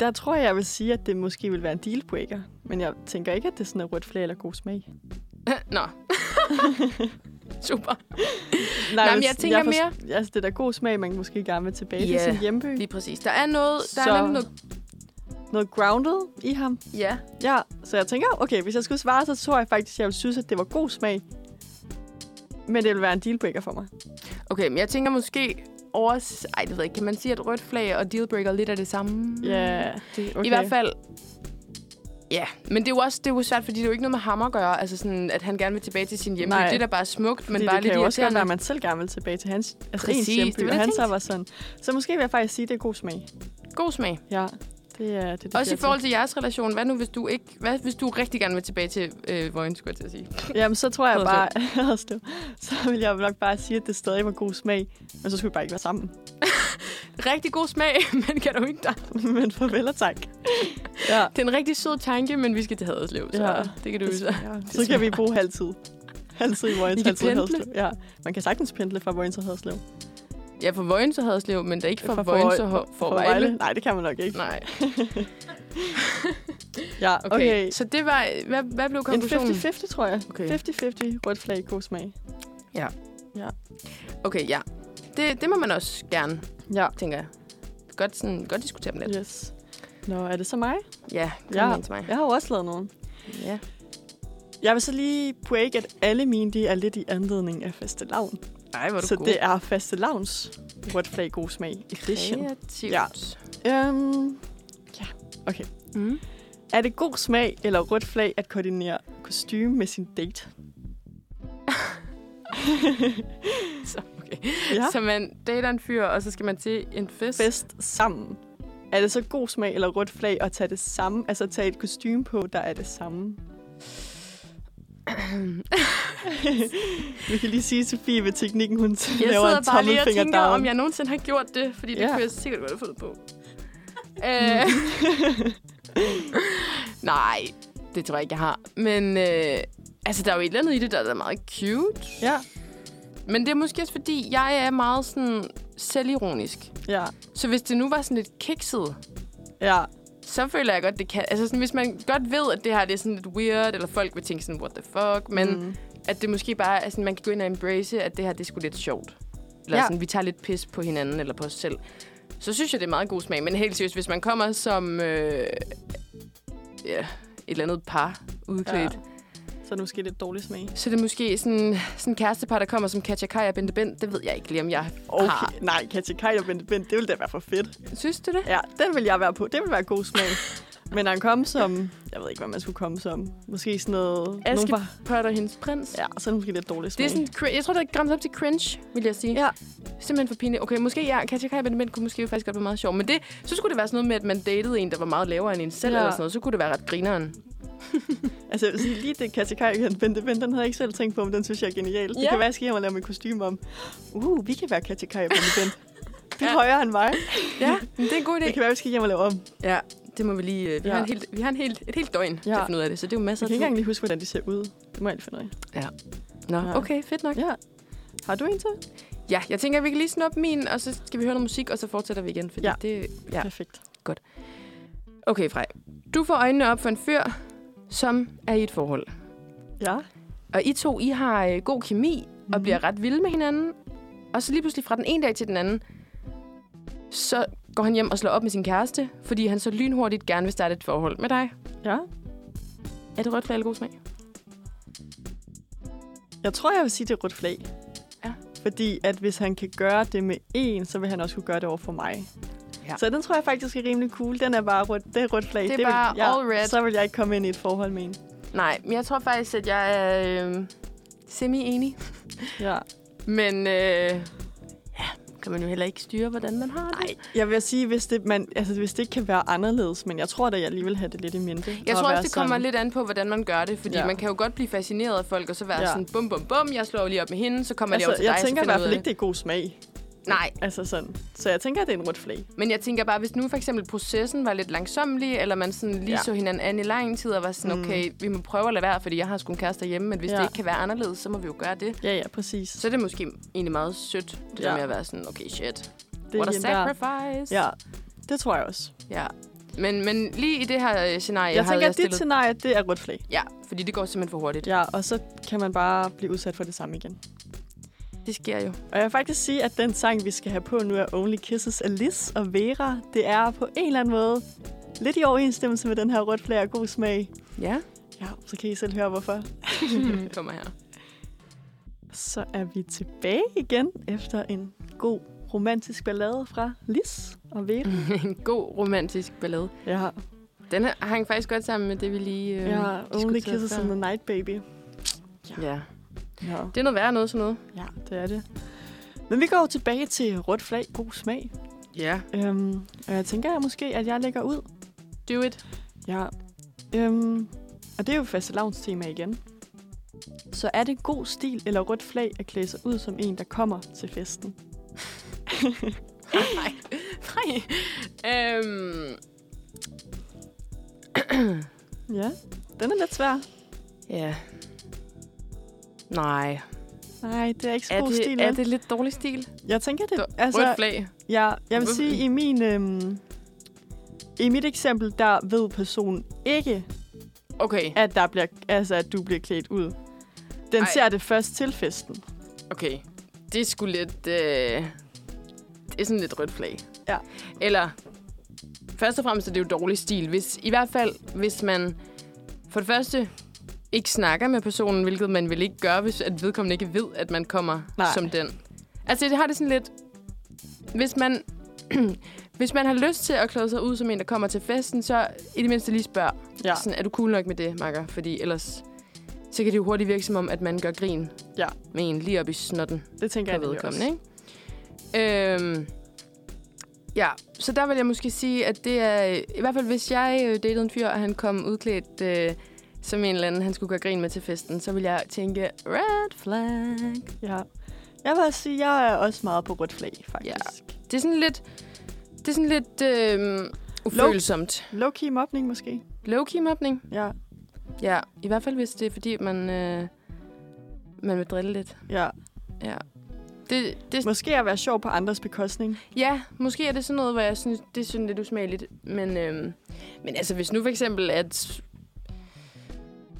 [SPEAKER 3] Der tror jeg, jeg vil sige, at det måske vil være en dealbreaker. Men jeg tænker ikke, at det er sådan er rødt flag eller god smag. Nej,
[SPEAKER 2] Nå. Super. men jeg tænker
[SPEAKER 3] mere... Altså, det er da god smag, man måske gerne vil tilbage yeah.
[SPEAKER 2] Ja.
[SPEAKER 3] til sin hjemby.
[SPEAKER 2] Lige præcis. Der er noget... Der
[SPEAKER 3] Så-
[SPEAKER 2] er nemlig noget
[SPEAKER 3] Noget grounded i ham.
[SPEAKER 2] ja.
[SPEAKER 3] Ja, så jeg tænker, okay, hvis jeg skulle svare, så tror jeg faktisk, at jeg ville synes, at det var god smag. Men det ville være en dealbreaker for mig.
[SPEAKER 2] Mm. Okay, men jeg tænker måske over... Ej, det ved jeg ikke. Kan man sige, at rødt flag og dealbreaker lidt er det samme?
[SPEAKER 3] Ja, det, okay.
[SPEAKER 2] I hvert fald... Ja, men det er jo også det er jo svært, fordi det er jo ikke noget med ham at gøre, altså sådan, at han gerne vil tilbage til sin hjemby.
[SPEAKER 3] Nej.
[SPEAKER 2] Det er da bare smukt, men
[SPEAKER 3] Fordi
[SPEAKER 2] bare
[SPEAKER 3] det
[SPEAKER 2] lidt
[SPEAKER 3] kan jo også godt
[SPEAKER 2] irriterende.
[SPEAKER 3] være, at man selv gerne vil tilbage til hans, altså
[SPEAKER 2] Præcis,
[SPEAKER 3] ens
[SPEAKER 2] det var
[SPEAKER 3] hjemby,
[SPEAKER 2] det,
[SPEAKER 3] og
[SPEAKER 2] jeg
[SPEAKER 3] han så
[SPEAKER 2] tænkte.
[SPEAKER 3] var sådan. Så måske vil jeg faktisk sige, at det er god smag.
[SPEAKER 2] God smag.
[SPEAKER 3] Ja, det er det, det
[SPEAKER 2] Også i
[SPEAKER 3] bliver
[SPEAKER 2] forhold til jeres relation. Hvad nu, hvis du ikke... Hvad hvis du rigtig gerne vil tilbage til øh, Vojens, skulle jeg til at sige?
[SPEAKER 3] til. Jamen, så tror jeg
[SPEAKER 2] Hold
[SPEAKER 3] bare, så vil jeg nok bare sige, at det stadig var god smag. Men så skulle vi bare ikke være sammen.
[SPEAKER 2] Rigtig god smag, men kan du ikke dig?
[SPEAKER 3] men farvel og tak. Ja.
[SPEAKER 2] Det er en rigtig sød tanke, men vi skal til Haderslev, så ja.
[SPEAKER 3] Ja. Altså-
[SPEAKER 2] det kan du jo så.
[SPEAKER 3] ja. Så kan vi bruge halvtid. Halvtid i
[SPEAKER 2] I
[SPEAKER 3] Vojens,
[SPEAKER 2] kan
[SPEAKER 3] halvtid i
[SPEAKER 2] pendle.
[SPEAKER 3] Haderslev. Ja. Man kan sagtens pendle fra Vojens og Haderslev.
[SPEAKER 2] Ja, for Vojens og Haderslev, men da ikke for,
[SPEAKER 3] Fra
[SPEAKER 2] for Vojens
[SPEAKER 3] Forvej-
[SPEAKER 2] og Ho-
[SPEAKER 3] Fra
[SPEAKER 2] Forvejle.
[SPEAKER 3] Nej, det kan man nok ikke.
[SPEAKER 2] Nej,
[SPEAKER 3] Ja,
[SPEAKER 2] okay. okay. Så det var... Hvad, hvad blev
[SPEAKER 3] En
[SPEAKER 2] konklusionen?
[SPEAKER 3] 50-50, tror jeg.
[SPEAKER 2] Okay.
[SPEAKER 3] 50-50, rødt flag, god smag.
[SPEAKER 2] Okay, ja. Det, det må man også gerne,
[SPEAKER 3] Ja.
[SPEAKER 2] tænker jeg. Godt, sådan, godt diskutere dem lidt.
[SPEAKER 3] Yes. Nå, er det så mig?
[SPEAKER 2] Ja, kom
[SPEAKER 3] Ja.
[SPEAKER 2] ja. til mig.
[SPEAKER 3] Jeg har jo også lavet nogen.
[SPEAKER 2] Ja.
[SPEAKER 3] Jeg vil så lige break, at alle mine de er lidt i anledning af faste lavn.
[SPEAKER 2] Ej, hvor er du
[SPEAKER 3] Så
[SPEAKER 2] god.
[SPEAKER 3] det er faste lavns rødt flag, god smag edition.
[SPEAKER 2] kreativt.
[SPEAKER 3] Ja. Øhm, ja, okay.
[SPEAKER 2] Mm.
[SPEAKER 3] Er det god smag eller rødt flag at koordinere kostume med sin date?
[SPEAKER 2] Så, okay.
[SPEAKER 3] Ja.
[SPEAKER 2] så man dater en fyr, og så skal man til en fest.
[SPEAKER 3] Bedst sammen. Er det så god smag eller rødt flag at tage det samme, altså tage et kostume på, der er det samme? Vi kan lige sige, at Sofie ved teknikken, hun
[SPEAKER 2] Jeg
[SPEAKER 3] laver
[SPEAKER 2] sidder
[SPEAKER 3] en
[SPEAKER 2] bare lige og
[SPEAKER 3] tommelfinger
[SPEAKER 2] tænker,
[SPEAKER 3] down.
[SPEAKER 2] om jeg nogensinde har gjort det, fordi det
[SPEAKER 3] Ja.
[SPEAKER 2] ja. kunne jeg sikkert godt have fundet på. Øh. Nej, det tror jeg ikke, jeg har. Men øh, altså, der er jo et eller andet i det, der er meget cute.
[SPEAKER 3] Ja,
[SPEAKER 2] Men det er måske også, fordi jeg er meget sådan selvironisk.
[SPEAKER 3] ja,
[SPEAKER 2] Så hvis det nu var sådan lidt kikset,
[SPEAKER 3] ja.
[SPEAKER 2] så føler jeg godt, det kan... Altså sådan, hvis man godt ved, at det her det er sådan lidt weird, eller folk vil tænke sådan, what the fuck, men mm.
[SPEAKER 3] Mm.
[SPEAKER 2] at det måske bare... Altså, man kan gå ind og embrace, at det her det er sgu lidt sjovt. Eller
[SPEAKER 3] Ja.
[SPEAKER 2] ja. sådan, vi tager lidt pis på hinanden eller på os selv. Så synes jeg, det er meget god smag. Men helt seriøst, hvis man kommer som... Øh, ja, et eller andet par udklædt, ja.
[SPEAKER 3] Så Så er det måske lidt dårlig smag.
[SPEAKER 2] Så det er måske sådan, sådan en kærestepar, der kommer som Katja Kaj og Bente Bent. Det ved jeg ikke lige, om jeg okay. har.
[SPEAKER 3] Okay, nej, Katja Kaj og Bente Bent, det ville da være for fedt.
[SPEAKER 2] Synes du det?
[SPEAKER 3] Ja, den vil jeg være på. Det vil være god smag. Men han kom som, jeg ved ikke, hvad man skulle komme som. Måske sådan noget...
[SPEAKER 2] Aske
[SPEAKER 3] nogen fra-
[SPEAKER 2] Potter, hendes prins.
[SPEAKER 3] Ja, så er det måske lidt dårlig smag.
[SPEAKER 2] Det er sådan, cri- jeg tror, det er grænset op til cringe, vil jeg sige.
[SPEAKER 3] Ja.
[SPEAKER 2] Simpelthen for pinligt. Okay, måske ja, Katja Kaj og Bente Bent kunne måske faktisk godt være meget sjov. Men det, så skulle det være sådan noget med, at man datede en, der var meget lavere end en selv,
[SPEAKER 3] Ja.
[SPEAKER 2] ja. eller sådan noget. Så kunne det være ret grineren.
[SPEAKER 3] Altså, jeg vil sige, lige det Katja Kaj og Bente Bent, den havde jeg ikke selv tænkt på, men den synes jeg er genial. Det
[SPEAKER 2] Ja.
[SPEAKER 3] kan være, jeg skal hjem og lave mit kostume om. Uh, vi kan være Katja Kaj og Bente Bent. De er
[SPEAKER 2] Ja.
[SPEAKER 3] højere end mig.
[SPEAKER 2] Ja, men det er en god idé.
[SPEAKER 3] Det kan være, vi skal hjem og lave om. Jeg
[SPEAKER 2] Ja, det må vi lige... øh, Vi
[SPEAKER 3] Ja.
[SPEAKER 2] ja. har, en helt, vi har en helt, et helt døgn ja. til
[SPEAKER 3] Ja.
[SPEAKER 2] at finde ud af det, så det er jo masser
[SPEAKER 3] kan
[SPEAKER 2] af
[SPEAKER 3] ikke
[SPEAKER 2] tid.
[SPEAKER 3] engang lige huske, hvordan de ser ud. Det må jeg lige finde ud af.
[SPEAKER 2] Nå,
[SPEAKER 3] Ja.
[SPEAKER 2] okay, fedt nok.
[SPEAKER 3] Ja. Har du en til?
[SPEAKER 2] Ja, jeg tænker, at vi kan lige snuppe min, og så skal vi høre noget musik, og så fortsætter vi igen. Fordi
[SPEAKER 3] Ja.
[SPEAKER 2] ja. Det, ja.
[SPEAKER 3] Perfekt.
[SPEAKER 2] Okay, Frej. Du får øjnene op for en fyr, som er i et forhold.
[SPEAKER 3] Ja.
[SPEAKER 2] Og I to, I har øh, god kemi, mm-hmm. og bliver ret vilde med hinanden. Og så lige pludselig fra den ene dag til den anden, så går han hjem og slår op med sin kæreste, fordi han så lynhurtigt gerne vil starte et forhold med dig.
[SPEAKER 3] Ja.
[SPEAKER 2] Er det rødt flag eller god smag?
[SPEAKER 3] Jeg tror, jeg vil sige, det er rødt flag.
[SPEAKER 2] Ja.
[SPEAKER 3] Fordi at hvis han kan gøre det med en, så vil han også kunne gøre det over for mig.
[SPEAKER 1] Ja.
[SPEAKER 3] Så den tror jeg faktisk er rimelig cool. Den er bare rødt, det er rødt flag.
[SPEAKER 2] Det er
[SPEAKER 3] vil-
[SPEAKER 2] bare all red.
[SPEAKER 3] Så vil jeg ikke komme ind i et forhold med en.
[SPEAKER 2] Nej, men jeg tror faktisk, at jeg er øh, semi-enig.
[SPEAKER 3] Ja.
[SPEAKER 2] Men øh, ja, kan man jo heller ikke styre, hvordan man har det.
[SPEAKER 3] Nej, jeg vil sige, hvis det, man, altså, hvis det ikke kan være anderledes, men jeg tror da, jeg alligevel havde det lidt i mente.
[SPEAKER 2] Jeg
[SPEAKER 3] Og
[SPEAKER 2] tror
[SPEAKER 3] være
[SPEAKER 2] også, det kommer
[SPEAKER 3] sådan-
[SPEAKER 2] lidt an på, hvordan man gør det. Fordi
[SPEAKER 3] Ja.
[SPEAKER 2] ja. man kan jo godt blive fascineret af folk, og så være
[SPEAKER 3] Ja.
[SPEAKER 2] ja. sådan, bum, bum, bum, jeg slår jo lige op med hende, så kommer
[SPEAKER 3] Altså,
[SPEAKER 2] det over til
[SPEAKER 3] jeg
[SPEAKER 2] dig,
[SPEAKER 3] tænker
[SPEAKER 2] så
[SPEAKER 3] i
[SPEAKER 2] finder
[SPEAKER 3] hvert
[SPEAKER 2] du ud
[SPEAKER 3] fald
[SPEAKER 2] af
[SPEAKER 3] ikke, det er god smag.
[SPEAKER 2] det. Nej,
[SPEAKER 3] Altså sådan. Så jeg tænker, at det er en rødt flag.
[SPEAKER 2] men jeg tænker bare, hvis nu for eksempel processen var lidt langsomlig, eller man sådan lige
[SPEAKER 3] Ja.
[SPEAKER 2] ja. så hinanden an i lang tid, og var sådan,
[SPEAKER 3] Mm.
[SPEAKER 2] mm. okay, vi må prøve at lade være, fordi jeg har sgu en kæreste hjemme, men hvis
[SPEAKER 3] Ja.
[SPEAKER 2] ja. det ikke kan være anderledes, så må vi jo gøre det.
[SPEAKER 3] Ja, ja, præcis.
[SPEAKER 2] Så er det måske egentlig meget sødt, det ja.
[SPEAKER 3] Ja.
[SPEAKER 2] der med at være sådan, okay, shit,
[SPEAKER 3] det
[SPEAKER 2] what a
[SPEAKER 3] hende der-
[SPEAKER 2] sacrifice.
[SPEAKER 3] Ja, det tror jeg også.
[SPEAKER 2] Ja. Men, men lige i det her øh, scenarie,
[SPEAKER 3] Jeg, jeg tænker,
[SPEAKER 2] havde
[SPEAKER 3] at dit scenarie, det er rødt flag.
[SPEAKER 2] Ja, fordi det går simpelthen for hurtigt. Ja.
[SPEAKER 3] Ja, og så kan man bare blive udsat for det samme igen.
[SPEAKER 2] Det sker jo.
[SPEAKER 3] Og jeg vil faktisk sige, at den sang, vi skal have på nu, er Only Kisses af Liz og Vera. Det er på en eller anden måde lidt i overensstemmelse med den her rødt flag og god smag.
[SPEAKER 2] Ja,
[SPEAKER 3] Ja, så kan I selv høre, hvorfor. Mm.
[SPEAKER 2] det kommer her.
[SPEAKER 3] Så er vi tilbage igen efter en god romantisk ballade fra Lis og Vera. Mm.
[SPEAKER 2] en god romantisk ballade.
[SPEAKER 3] Ja,
[SPEAKER 2] Den her hang faktisk godt sammen med det, vi lige øh,
[SPEAKER 3] ja Only
[SPEAKER 2] diskuterede
[SPEAKER 3] Kisses
[SPEAKER 2] før.
[SPEAKER 3] in the Night, baby.
[SPEAKER 2] Ja,
[SPEAKER 3] Ja.
[SPEAKER 2] det er noget værre noget sådan noget.
[SPEAKER 3] ja, det er det. Men vi går tilbage til rødt flag, god smag.
[SPEAKER 2] Ja.
[SPEAKER 3] Øhm, og jeg tænker jeg måske, at jeg lægger ud.
[SPEAKER 2] Do it.
[SPEAKER 3] Ja. Øhm, og det er jo faste tema igen. Så er det god stil eller rødt flag at klæde sig ud som en, der kommer til festen?
[SPEAKER 2] Nej. Nej. Øhm,
[SPEAKER 3] Ja, den er lidt svær.
[SPEAKER 2] ja. Nej.
[SPEAKER 3] Nej, det er ikke så
[SPEAKER 2] Er
[SPEAKER 3] god stil.
[SPEAKER 2] det, er
[SPEAKER 3] vel?
[SPEAKER 2] det lidt dårlig stil?
[SPEAKER 3] Jeg tænker, det
[SPEAKER 2] Dår- altså, Rødt flag.
[SPEAKER 3] Ja, jeg vil
[SPEAKER 2] Hvorfor-
[SPEAKER 3] sige, i min... Øhm, i mit eksempel, der ved personen ikke,
[SPEAKER 2] Okay,
[SPEAKER 3] at, der bliver, altså, at du bliver klædt ud. Den Ej.
[SPEAKER 2] Ej.
[SPEAKER 3] ser det først til festen.
[SPEAKER 2] okay. Det er sgu lidt... Øh, det er sådan lidt rødt flag.
[SPEAKER 3] Ja.
[SPEAKER 2] Eller, først og fremmest er det jo dårlig stil. Hvis, I hvert fald, hvis man for det første ikke snakker med personen, hvilket man vil ikke gøre, hvis at vedkommende ikke ved, at man kommer
[SPEAKER 3] Nej.
[SPEAKER 2] Nej. som den. Altså, det har det sådan lidt... Hvis man, hvis man har lyst til at klæde sig ud som en, der kommer til festen, så i det mindste lige spørg.
[SPEAKER 3] Ja,
[SPEAKER 2] Ja. Sådan, er du cool nok med det, makker? Fordi ellers, så kan det jo hurtigt virke som om, at man gør grin
[SPEAKER 3] Ja.
[SPEAKER 2] med en lige op i snotten
[SPEAKER 3] det
[SPEAKER 2] på
[SPEAKER 3] tænker jeg nemlig
[SPEAKER 2] vedkommende,
[SPEAKER 3] også.
[SPEAKER 2] ikke? Øhm, ja, så der vil jeg måske sige, at det er... I hvert fald, hvis jeg øh, datede en fyr, og han kom udklædt øh, som en eller anden, han skulle gøre grin med til festen, så vil jeg tænke, red flag.
[SPEAKER 3] Ja. Jeg vil også sige, jeg er også meget på rødt flag, faktisk. Ja.
[SPEAKER 2] Det er sådan lidt... Det er sådan lidt øh, ufølsomt.
[SPEAKER 3] Low-key mobning måske.
[SPEAKER 2] Low-key mobning.
[SPEAKER 3] Ja,
[SPEAKER 2] Ja, i hvert fald, hvis det er, fordi man... Øh, man vil drille lidt.
[SPEAKER 3] ja.
[SPEAKER 2] Ja. Det, det,
[SPEAKER 3] Måske at være sjov på andres bekostning.
[SPEAKER 2] Ja, måske er det sådan noget, hvor jeg synes, det er sådan lidt usmageligt. Men, øhm, men altså, hvis nu for eksempel, at...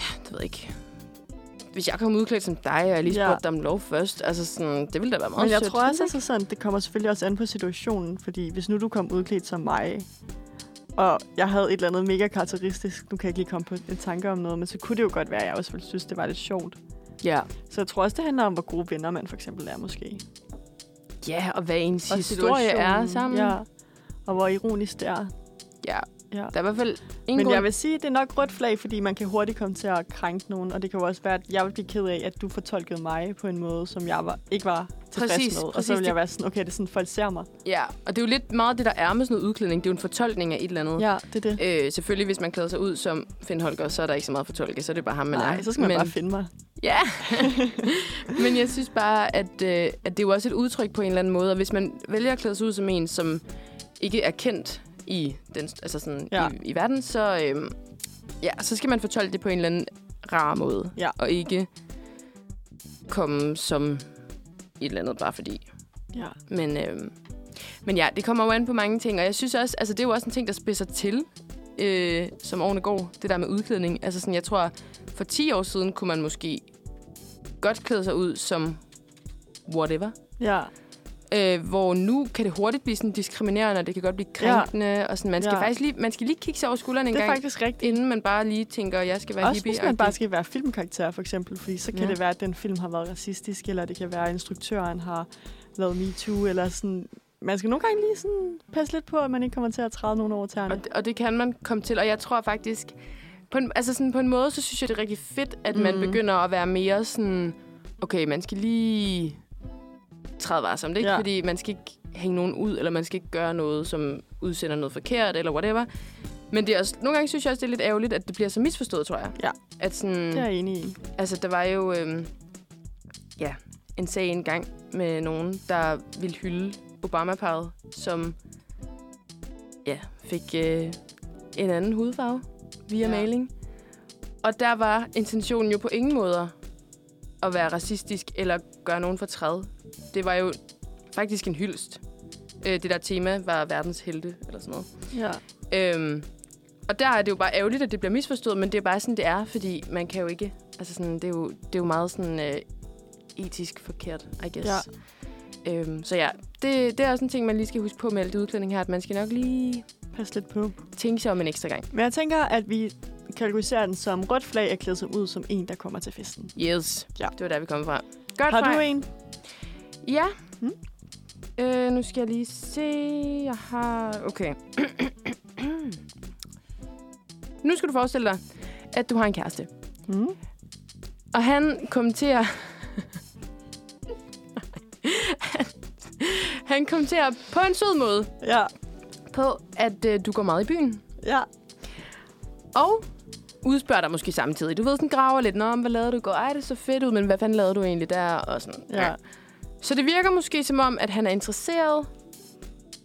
[SPEAKER 2] Ja, det ved jeg ikke. Hvis jeg kom udklædt som dig, og jeg lige
[SPEAKER 3] Ja.
[SPEAKER 2] spurgte dig om lov først, altså sådan, det ville da være meget
[SPEAKER 3] Men jeg
[SPEAKER 2] sødt,
[SPEAKER 3] tror
[SPEAKER 2] ikke?
[SPEAKER 3] også, altså sådan, det kommer selvfølgelig også an på situationen, fordi hvis nu du kom udklædt som mig, Og jeg havde et eller andet mega karakteristisk. Nu kan jeg ikke lige komme på en tanke om noget, men så kunne det jo godt være, at jeg også ville synes, det var lidt sjovt.
[SPEAKER 2] Ja.
[SPEAKER 3] Så jeg tror også, det handler om, hvor gode venner man for eksempel er måske.
[SPEAKER 2] Ja, og hvad ens
[SPEAKER 3] Og
[SPEAKER 2] historie er
[SPEAKER 3] situationen,
[SPEAKER 2] sammen.
[SPEAKER 3] Ja. Og hvor ironisk det er.
[SPEAKER 2] ja.
[SPEAKER 3] Ja.
[SPEAKER 2] Der er i hvert fald en
[SPEAKER 3] Men
[SPEAKER 2] god...
[SPEAKER 3] jeg vil sige, at det er nok rødt flag, fordi man kan hurtigt komme til at krænke nogen. Og det kan jo også være, at jeg vil blive ked af, at du fortolkede mig på en måde, som jeg var, ikke var tilfreds
[SPEAKER 2] Præcis,
[SPEAKER 3] med. Og
[SPEAKER 2] præcis,
[SPEAKER 3] så vil
[SPEAKER 2] det-
[SPEAKER 3] jeg være sådan, okay, det er sådan, folk ser mig.
[SPEAKER 2] Ja, og det er jo lidt meget det, der er med sådan noget udklædning. Det er jo en fortolkning af et eller andet.
[SPEAKER 3] Ja, det er det.
[SPEAKER 2] Øh, selvfølgelig, hvis man klæder sig ud som Finn Holger, så er der ikke så meget at fortolke. Så er det bare ham, man
[SPEAKER 3] Nej,
[SPEAKER 2] er.
[SPEAKER 3] så skal man
[SPEAKER 2] Men-
[SPEAKER 3] bare finde mig.
[SPEAKER 2] Ja, men jeg synes bare, at, øh, at det er jo også et udtryk på en eller anden måde, og hvis man vælger at klæde sig ud som en, som ikke er kendt i, den, altså sådan, ja.
[SPEAKER 3] Ja.
[SPEAKER 2] i, i verden, så, øh, ja, så skal man fortolke det på en eller anden rar måde,
[SPEAKER 3] Ja.
[SPEAKER 2] og ikke komme som et eller andet, bare fordi.
[SPEAKER 3] Ja.
[SPEAKER 2] Men, øh, men ja, det kommer jo an på mange ting, og jeg synes også, altså det er jo også en ting, der spidser til, øh, som årene går, det der med udklædning. Altså sådan, jeg tror, for 10 år siden kunne man måske godt klæde sig ud som whatever.
[SPEAKER 3] Ja,
[SPEAKER 2] Øh, hvor nu kan det hurtigt blive sådan diskriminerende, og det kan godt blive krænkende, ja. og sådan, man skal ja.
[SPEAKER 3] Ja.
[SPEAKER 2] faktisk lige, man skal lige kigge sig over skulderen en
[SPEAKER 3] det er
[SPEAKER 2] gang,
[SPEAKER 3] faktisk rigtigt.
[SPEAKER 2] inden man bare lige tænker, jeg skal være
[SPEAKER 3] Også
[SPEAKER 2] hippie.
[SPEAKER 3] hvis man bare skal være filmkarakter, for eksempel. Fordi så kan
[SPEAKER 2] Ja.
[SPEAKER 3] ja. det være, at den film har været racistisk, eller det kan være, at instruktøren har lavet MeToo, eller sådan... Man skal nogle gange lige sådan passe lidt på, at man ikke kommer til at træde nogen over tæerne.
[SPEAKER 2] Og, det- og det kan man komme til. Og jeg tror faktisk, på en, altså sådan, på en måde, så synes jeg, det er rigtig fedt, at mm. man
[SPEAKER 3] Mhm.
[SPEAKER 2] begynder at være mere sådan, okay, man skal lige træde varsomt, ikke? Ja.
[SPEAKER 3] Ja.
[SPEAKER 2] Fordi man skal ikke hænge nogen ud, eller man skal ikke gøre noget, som udsender noget forkert, eller whatever. Men det er også, nogle gange synes jeg også, det er lidt ærgerligt, at det bliver så misforstået, tror jeg.
[SPEAKER 3] Ja.
[SPEAKER 2] At sådan,
[SPEAKER 3] Det er jeg enig i.
[SPEAKER 2] Altså, der var jo øhm, ja, en sag engang med nogen, der ville hylde Obama-paret, som ja, fik øh, en anden hudfarve via ja.
[SPEAKER 3] Ja.
[SPEAKER 2] maling. Og der var intentionen jo på ingen måder at være racistisk eller gøre nogen for træd. Det var jo faktisk en hyldst. Øh, det der tema var verdens helte, eller sådan noget.
[SPEAKER 3] Ja.
[SPEAKER 2] Øhm, og der er det jo bare ærgerligt, at det bliver misforstået, men det er bare sådan, det er, fordi man kan jo ikke... Altså sådan, det er jo, det er jo meget sådan øh, etisk forkert, I guess. Ja. Øhm, så ja, det, det er også en ting, man lige skal huske på med alt det udklædning her, at man skal nok lige
[SPEAKER 3] Pas lidt på.
[SPEAKER 2] tænke sig om en ekstra gang.
[SPEAKER 3] Men jeg tænker, at vi kategoriserer den som rødt flag at klæde sig ud som en, der kommer til festen.
[SPEAKER 2] Yes, ja.
[SPEAKER 3] Ja.
[SPEAKER 2] det var der, vi kom fra. Godt
[SPEAKER 3] Har
[SPEAKER 2] Frej.
[SPEAKER 3] du en?
[SPEAKER 2] Ja.
[SPEAKER 3] Hmm?
[SPEAKER 2] Øh, nu skal jeg lige se. Jeg har... Okay. nu skal du forestille dig, at du har en kæreste.
[SPEAKER 3] Mm.
[SPEAKER 2] Og han kommenterer... han kommenterer på en sød måde
[SPEAKER 3] Ja.
[SPEAKER 2] på, at øh, du går meget i byen.
[SPEAKER 3] Ja.
[SPEAKER 2] Og udspørger dig måske samtidig. Du ved, sådan graver lidt, om, hvad lavede du i går? Ej, det så fedt ud, men hvad fanden lavede du egentlig der? Og sådan.
[SPEAKER 3] Ja.
[SPEAKER 2] Så det virker måske som om, at han er interesseret,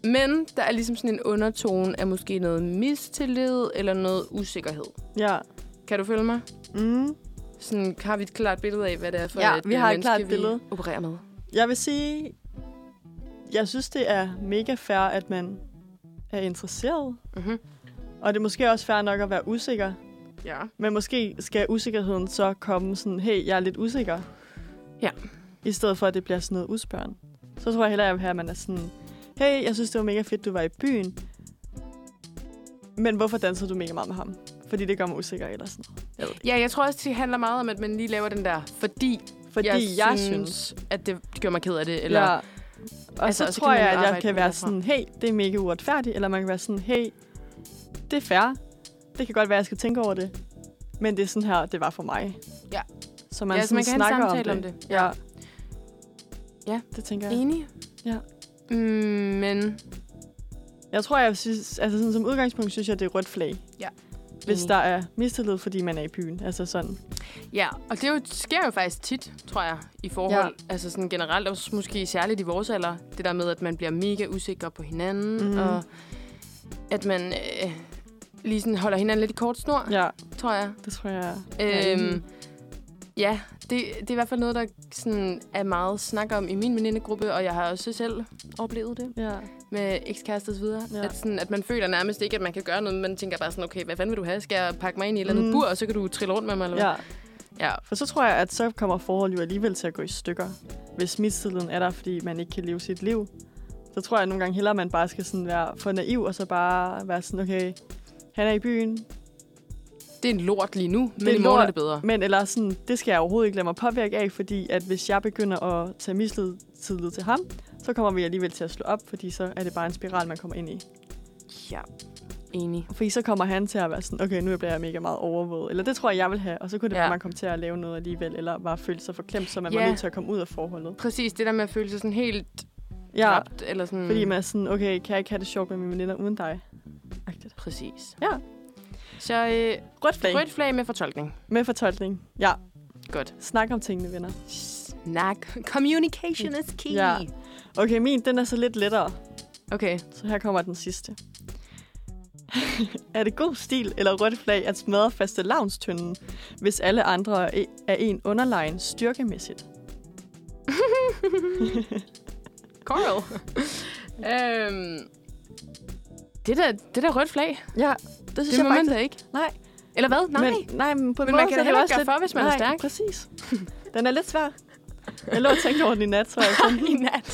[SPEAKER 2] men der er ligesom sådan en undertone af måske noget mistillid eller noget usikkerhed.
[SPEAKER 3] Ja.
[SPEAKER 2] Kan du følge mig?
[SPEAKER 3] Mm.
[SPEAKER 2] Sådan, har vi et klart billede af, hvad det er for
[SPEAKER 3] Ja,
[SPEAKER 2] et
[SPEAKER 3] vi
[SPEAKER 2] øh,
[SPEAKER 3] har et
[SPEAKER 2] menneske,
[SPEAKER 3] klart billede.
[SPEAKER 2] vi opererer med?
[SPEAKER 3] Jeg vil sige, jeg synes, det er mega fair, at man er interesseret.
[SPEAKER 2] Mm-hmm.
[SPEAKER 3] Og det er måske også fair nok at være usikker.
[SPEAKER 2] Ja.
[SPEAKER 3] Men måske skal usikkerheden så komme sådan, hey, jeg er lidt usikker.
[SPEAKER 2] Ja.
[SPEAKER 3] I stedet for, at det bliver sådan noget udspørgen. Så tror jeg hellere, jeg vil have, at man er sådan, hey, jeg synes, det var mega fedt, du var i byen. Men hvorfor dansede du mega meget med ham? Fordi det gør mig usikker eller sådan noget. Jeg ved det
[SPEAKER 2] Ja, jeg tror også, det handler meget om, at man lige laver den der, fordi,
[SPEAKER 3] ikke. Fordi jeg, jeg synes,
[SPEAKER 2] at det gør mig ked af det. Eller, ja.
[SPEAKER 3] ja. Og
[SPEAKER 2] Altså,
[SPEAKER 3] altså,
[SPEAKER 2] og
[SPEAKER 3] så
[SPEAKER 2] så
[SPEAKER 3] tror
[SPEAKER 2] kan man
[SPEAKER 3] jeg,
[SPEAKER 2] jo
[SPEAKER 3] at jeg
[SPEAKER 2] arbejde
[SPEAKER 3] kan
[SPEAKER 2] videre
[SPEAKER 3] være
[SPEAKER 2] fra.
[SPEAKER 3] sådan, hey, det er mega uretfærdigt. Eller man kan være sådan, hey, det er fair. Det kan godt være, at jeg skal tænke over det. Men det er sådan her, det var for mig.
[SPEAKER 2] Ja.
[SPEAKER 3] Så man,
[SPEAKER 2] Ja,
[SPEAKER 3] ja,
[SPEAKER 2] så
[SPEAKER 3] sådan
[SPEAKER 2] man kan have en
[SPEAKER 3] snakker om det.
[SPEAKER 2] samtale
[SPEAKER 3] om
[SPEAKER 2] om
[SPEAKER 3] det.
[SPEAKER 2] det.
[SPEAKER 3] Ja.
[SPEAKER 2] Ja.
[SPEAKER 3] Det tænker jeg.
[SPEAKER 2] Enig?
[SPEAKER 3] Ja.
[SPEAKER 2] Mm, men...
[SPEAKER 3] Jeg tror, jeg synes, altså sådan som udgangspunkt, synes jeg, det er rødt flag.
[SPEAKER 2] Ja.
[SPEAKER 3] Hvis
[SPEAKER 2] Enig.
[SPEAKER 3] der er mistillid, fordi man er i byen. Altså sådan.
[SPEAKER 2] Ja, og det er jo, sker jo faktisk tit, tror jeg, i forhold. Ja. Altså sådan generelt, også måske særligt i vores alder. Det der med, at man bliver mega usikker på hinanden, mm.
[SPEAKER 3] Mhm.
[SPEAKER 2] og at man øh, lige sådan holder hinanden lidt i kort snor, ja.
[SPEAKER 3] Ja,
[SPEAKER 2] tror jeg.
[SPEAKER 3] det tror jeg. jeg er enig i.
[SPEAKER 2] Øhm, ja, det, det er i hvert fald noget, der sådan er meget snak om i min venindegruppe, og jeg har også selv oplevet det
[SPEAKER 3] Ja.
[SPEAKER 2] med ekskærester og så videre. Ja.
[SPEAKER 3] Ja.
[SPEAKER 2] At, sådan, at man føler nærmest ikke, at man kan gøre noget, men man tænker bare sådan, okay, hvad fanden vil du have? Skal jeg pakke mig ind i et eller andet
[SPEAKER 3] Mm.
[SPEAKER 2] bur, og så kan du trille rundt med mig? Eller hvad?
[SPEAKER 3] ja.
[SPEAKER 2] ja.
[SPEAKER 3] For så tror jeg, at så kommer forhold jo alligevel til at gå i stykker, hvis mistilliden er der, fordi man ikke kan leve sit liv. Så tror jeg nogle gange hellere, at man bare skal sådan være for naiv, og så bare være sådan, okay, han er i byen,
[SPEAKER 2] Det er en lort lige nu, men
[SPEAKER 3] er
[SPEAKER 2] i morgen er
[SPEAKER 3] lort.
[SPEAKER 2] det bedre.
[SPEAKER 3] men eller sådan, det skal jeg overhovedet ikke lade mig påvirke af, fordi at hvis jeg begynder at tage mislid tidligt til ham, så kommer vi alligevel til at slå op, fordi så er det bare en spiral, man kommer ind i.
[SPEAKER 2] Ja, enig.
[SPEAKER 3] Fordi så kommer han til at være sådan, okay, nu bliver jeg mega meget overvåget. Eller det tror jeg, jeg vil have. Og så kunne det
[SPEAKER 2] Ja.
[SPEAKER 3] ja. man komme til at lave noget alligevel, eller bare føle sig forklemt, så man
[SPEAKER 2] Ja.
[SPEAKER 3] var nødt til at komme ud af forholdet.
[SPEAKER 2] Præcis, det der med at føle sig sådan helt
[SPEAKER 3] Ja,
[SPEAKER 2] ja. dræbt, eller sådan...
[SPEAKER 3] fordi man er sådan, okay, kan jeg ikke have det sjovt med mine veninder uden dig? Agtigt.
[SPEAKER 2] Præcis.
[SPEAKER 3] Ja.
[SPEAKER 2] Så øh,
[SPEAKER 3] Rødt flag
[SPEAKER 2] rødt flag med fortolkning.
[SPEAKER 3] med fortolkning. Ja,
[SPEAKER 2] Godt.
[SPEAKER 3] snak om tingene, venner.
[SPEAKER 2] Snak. Communication is key.
[SPEAKER 3] Ja. Okay, min, den er så lidt lettere.
[SPEAKER 2] Okay.
[SPEAKER 3] Så her kommer den sidste. er det god stil eller rødt flag at smadre faste lavnstønden, hvis alle andre er er en underlegen styrkemæssigt?
[SPEAKER 2] Coral. øhm, det der, det der rødt flag,
[SPEAKER 3] Ja, det
[SPEAKER 2] det,
[SPEAKER 3] synes
[SPEAKER 2] det
[SPEAKER 3] jeg
[SPEAKER 2] må
[SPEAKER 3] faktisk...
[SPEAKER 2] man da ikke.
[SPEAKER 3] Nej.
[SPEAKER 2] Eller hvad? Nej.
[SPEAKER 3] Men, nej, men på en
[SPEAKER 2] Men
[SPEAKER 3] måde,
[SPEAKER 2] man kan
[SPEAKER 3] så
[SPEAKER 2] da
[SPEAKER 3] er det
[SPEAKER 2] heller
[SPEAKER 3] også
[SPEAKER 2] ikke
[SPEAKER 3] lidt...
[SPEAKER 2] gøre for, hvis man er
[SPEAKER 3] nej,
[SPEAKER 2] stærk.
[SPEAKER 3] præcis. Den er lidt svær. Jeg lå og tænkte over den i nat, tror jeg. Sådan,
[SPEAKER 2] I nat.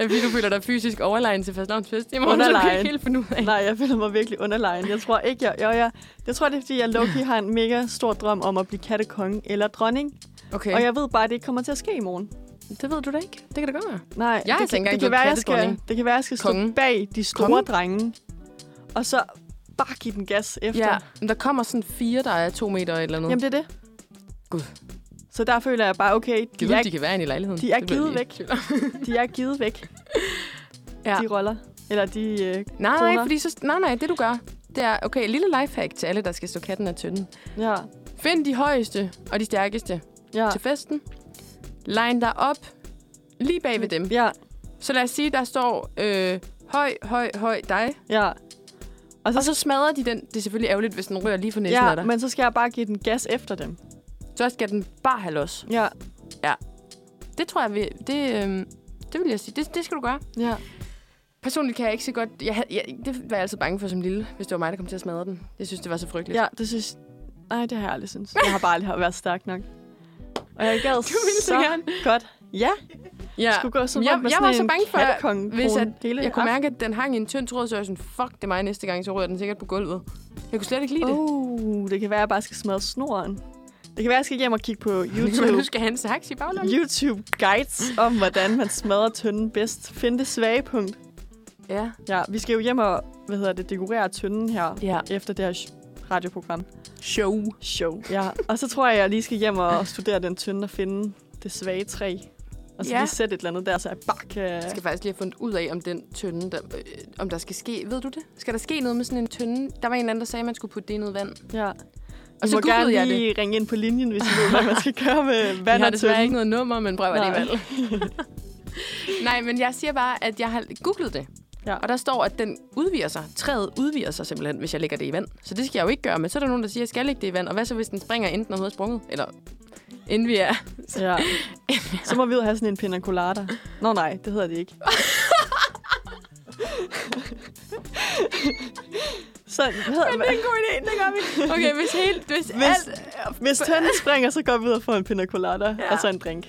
[SPEAKER 2] Fordi du føler dig fysisk overlegen til fast i morgen, så du kan
[SPEAKER 3] Underlegen.
[SPEAKER 2] ikke helt finde ud af.
[SPEAKER 3] nej, jeg føler mig virkelig underlegen. Jeg tror ikke, jeg... Jeg, jeg, jeg tror, det er, fordi jeg low har en mega stor drøm om at blive kattekonge eller dronning.
[SPEAKER 2] Okay,
[SPEAKER 3] Og jeg ved bare, at det ikke kommer til at ske i morgen.
[SPEAKER 2] det ved du da ikke. Det kan da godt være.
[SPEAKER 3] Nej,
[SPEAKER 2] er
[SPEAKER 3] det,
[SPEAKER 2] altså
[SPEAKER 3] kan,
[SPEAKER 2] ikke engang
[SPEAKER 3] det, kan
[SPEAKER 2] blevet
[SPEAKER 3] være, jeg skal,
[SPEAKER 2] kattedronning.
[SPEAKER 3] det kan være, jeg skal stå
[SPEAKER 2] Konge.
[SPEAKER 3] bag de store
[SPEAKER 2] Konge.
[SPEAKER 3] drenge. Og så bare give den gas efter.
[SPEAKER 2] Ja, men der kommer sådan fire, der er to meter eller noget.
[SPEAKER 3] Jamen, det er det.
[SPEAKER 2] Gud.
[SPEAKER 3] Så der føler jeg bare, okay,
[SPEAKER 2] jeg
[SPEAKER 3] de
[SPEAKER 2] ved,
[SPEAKER 3] er,
[SPEAKER 2] de kan være inde i lejligheden.
[SPEAKER 3] de er
[SPEAKER 2] Det bliver
[SPEAKER 3] givet
[SPEAKER 2] lige-
[SPEAKER 3] væk. de er givet væk,
[SPEAKER 2] Ja.
[SPEAKER 3] de roller. Eller de øh,
[SPEAKER 2] Nej, nej,
[SPEAKER 3] kroner.
[SPEAKER 2] fordi så, nej, nej, det du gør, det er, okay, lille lifehack til alle, der skal stå katten af tynden.
[SPEAKER 3] Ja,
[SPEAKER 2] Find de højeste og de stærkeste
[SPEAKER 3] ja.
[SPEAKER 2] til festen. Line dig op lige bag ved dem.
[SPEAKER 3] Ja,
[SPEAKER 2] Så lad os sige, der står øh, høj, høj, høj dig.
[SPEAKER 3] ja. Og så,
[SPEAKER 2] Og så smadrer de den. Det er selvfølgelig ærgerligt, hvis den rører lige for næsen af
[SPEAKER 3] ja
[SPEAKER 2] dig.
[SPEAKER 3] men så skal jeg bare give den gas efter dem.
[SPEAKER 2] Så skal den bare have los.
[SPEAKER 3] Ja,
[SPEAKER 2] Det tror jeg, vi, det, øh, det vil jeg sige. Det, det skal du gøre.
[SPEAKER 3] ja.
[SPEAKER 2] Personligt kan jeg ikke så godt... Jeg, havde- jeg, det var jeg altid bange for som lille, hvis det var mig, der kom til at smadre den. Jeg synes, det var så frygteligt.
[SPEAKER 3] Ja, det synes... Nej, det har jeg aldrig synes. Jeg har bare aldrig været stærk nok. Og jeg gad
[SPEAKER 2] Du ville så gerne.
[SPEAKER 3] godt. Ja,
[SPEAKER 2] ja.
[SPEAKER 3] skulle gå sådan
[SPEAKER 2] Jeg-
[SPEAKER 3] rundt med
[SPEAKER 2] jeg
[SPEAKER 3] sådan
[SPEAKER 2] var så
[SPEAKER 3] en
[SPEAKER 2] bange for, at-
[SPEAKER 3] kattekongekrone
[SPEAKER 2] hvis at
[SPEAKER 3] hele
[SPEAKER 2] Jeg kunne
[SPEAKER 3] aften.
[SPEAKER 2] mærke, at den hang i en tynd tråd, så jeg var sådan, fuck, det er mig næste gang, så rører den sikkert på gulvet. Jeg kunne slet ikke lide det.
[SPEAKER 3] Oh, det kan være, at jeg bare skal smadre snoren. Det kan være, at jeg skal hjem og kigge på
[SPEAKER 2] Det kan være, du
[SPEAKER 3] YouTube,
[SPEAKER 2] skal have en saks i baglommen.
[SPEAKER 3] YouTube guides om, hvordan man smadrer tynden bedst. Find det svage punkt.
[SPEAKER 2] Ja.
[SPEAKER 3] Ja, vi skal jo hjem og hvad hedder det, dekorere tynden her
[SPEAKER 2] ja.
[SPEAKER 3] efter det her sh- radioprogram.
[SPEAKER 2] Show.
[SPEAKER 3] Show. Ja, og så tror jeg, jeg lige skal hjem og studere den tynde og finde det svage træ. Og så
[SPEAKER 2] Ja.
[SPEAKER 3] ja. lige sætte et eller andet der, så jeg bare kan...
[SPEAKER 2] Jeg skal faktisk lige have fundet ud af, om den tønde, der, øh, om der skal ske... Ved du det? Skal der ske noget med sådan en tønde? Der var en eller anden, der sagde, at man skulle putte det i noget vand.
[SPEAKER 3] Ja.
[SPEAKER 2] Og
[SPEAKER 3] Og
[SPEAKER 2] så
[SPEAKER 3] så må
[SPEAKER 2] googlede
[SPEAKER 3] gerne
[SPEAKER 2] jeg
[SPEAKER 3] lige ringe ind på linjen, hvis I ved, hvad man skal gøre med
[SPEAKER 2] Vi
[SPEAKER 3] vand
[SPEAKER 2] har
[SPEAKER 3] og
[SPEAKER 2] desværre ikke
[SPEAKER 3] tynden.
[SPEAKER 2] noget nummer, men prøv
[SPEAKER 3] Nej.
[SPEAKER 2] alligevel. Nej, men jeg siger bare, at jeg har googlet det.
[SPEAKER 3] Ja.
[SPEAKER 2] Og der står, at den udvider sig. Træet udvider sig simpelthen, hvis jeg lægger det i vand. Så det skal jeg jo ikke gøre, men så er der nogen, der siger, at jeg skal lægge det i vand. Og hvad så, hvis den springer, inden den overhovedet er sprunget? Eller inden vi er...
[SPEAKER 3] Ja. Så må vi jo have sådan en pina colada. Nå nej, det hedder det ikke. så, hvad hedder,
[SPEAKER 2] Men det er en god idé, det gør vi. Okay, hvis, helt, hvis, hvis, alt,
[SPEAKER 3] hvis tønden springer, så går vi ud og får en pina colada, ja. og så en drink.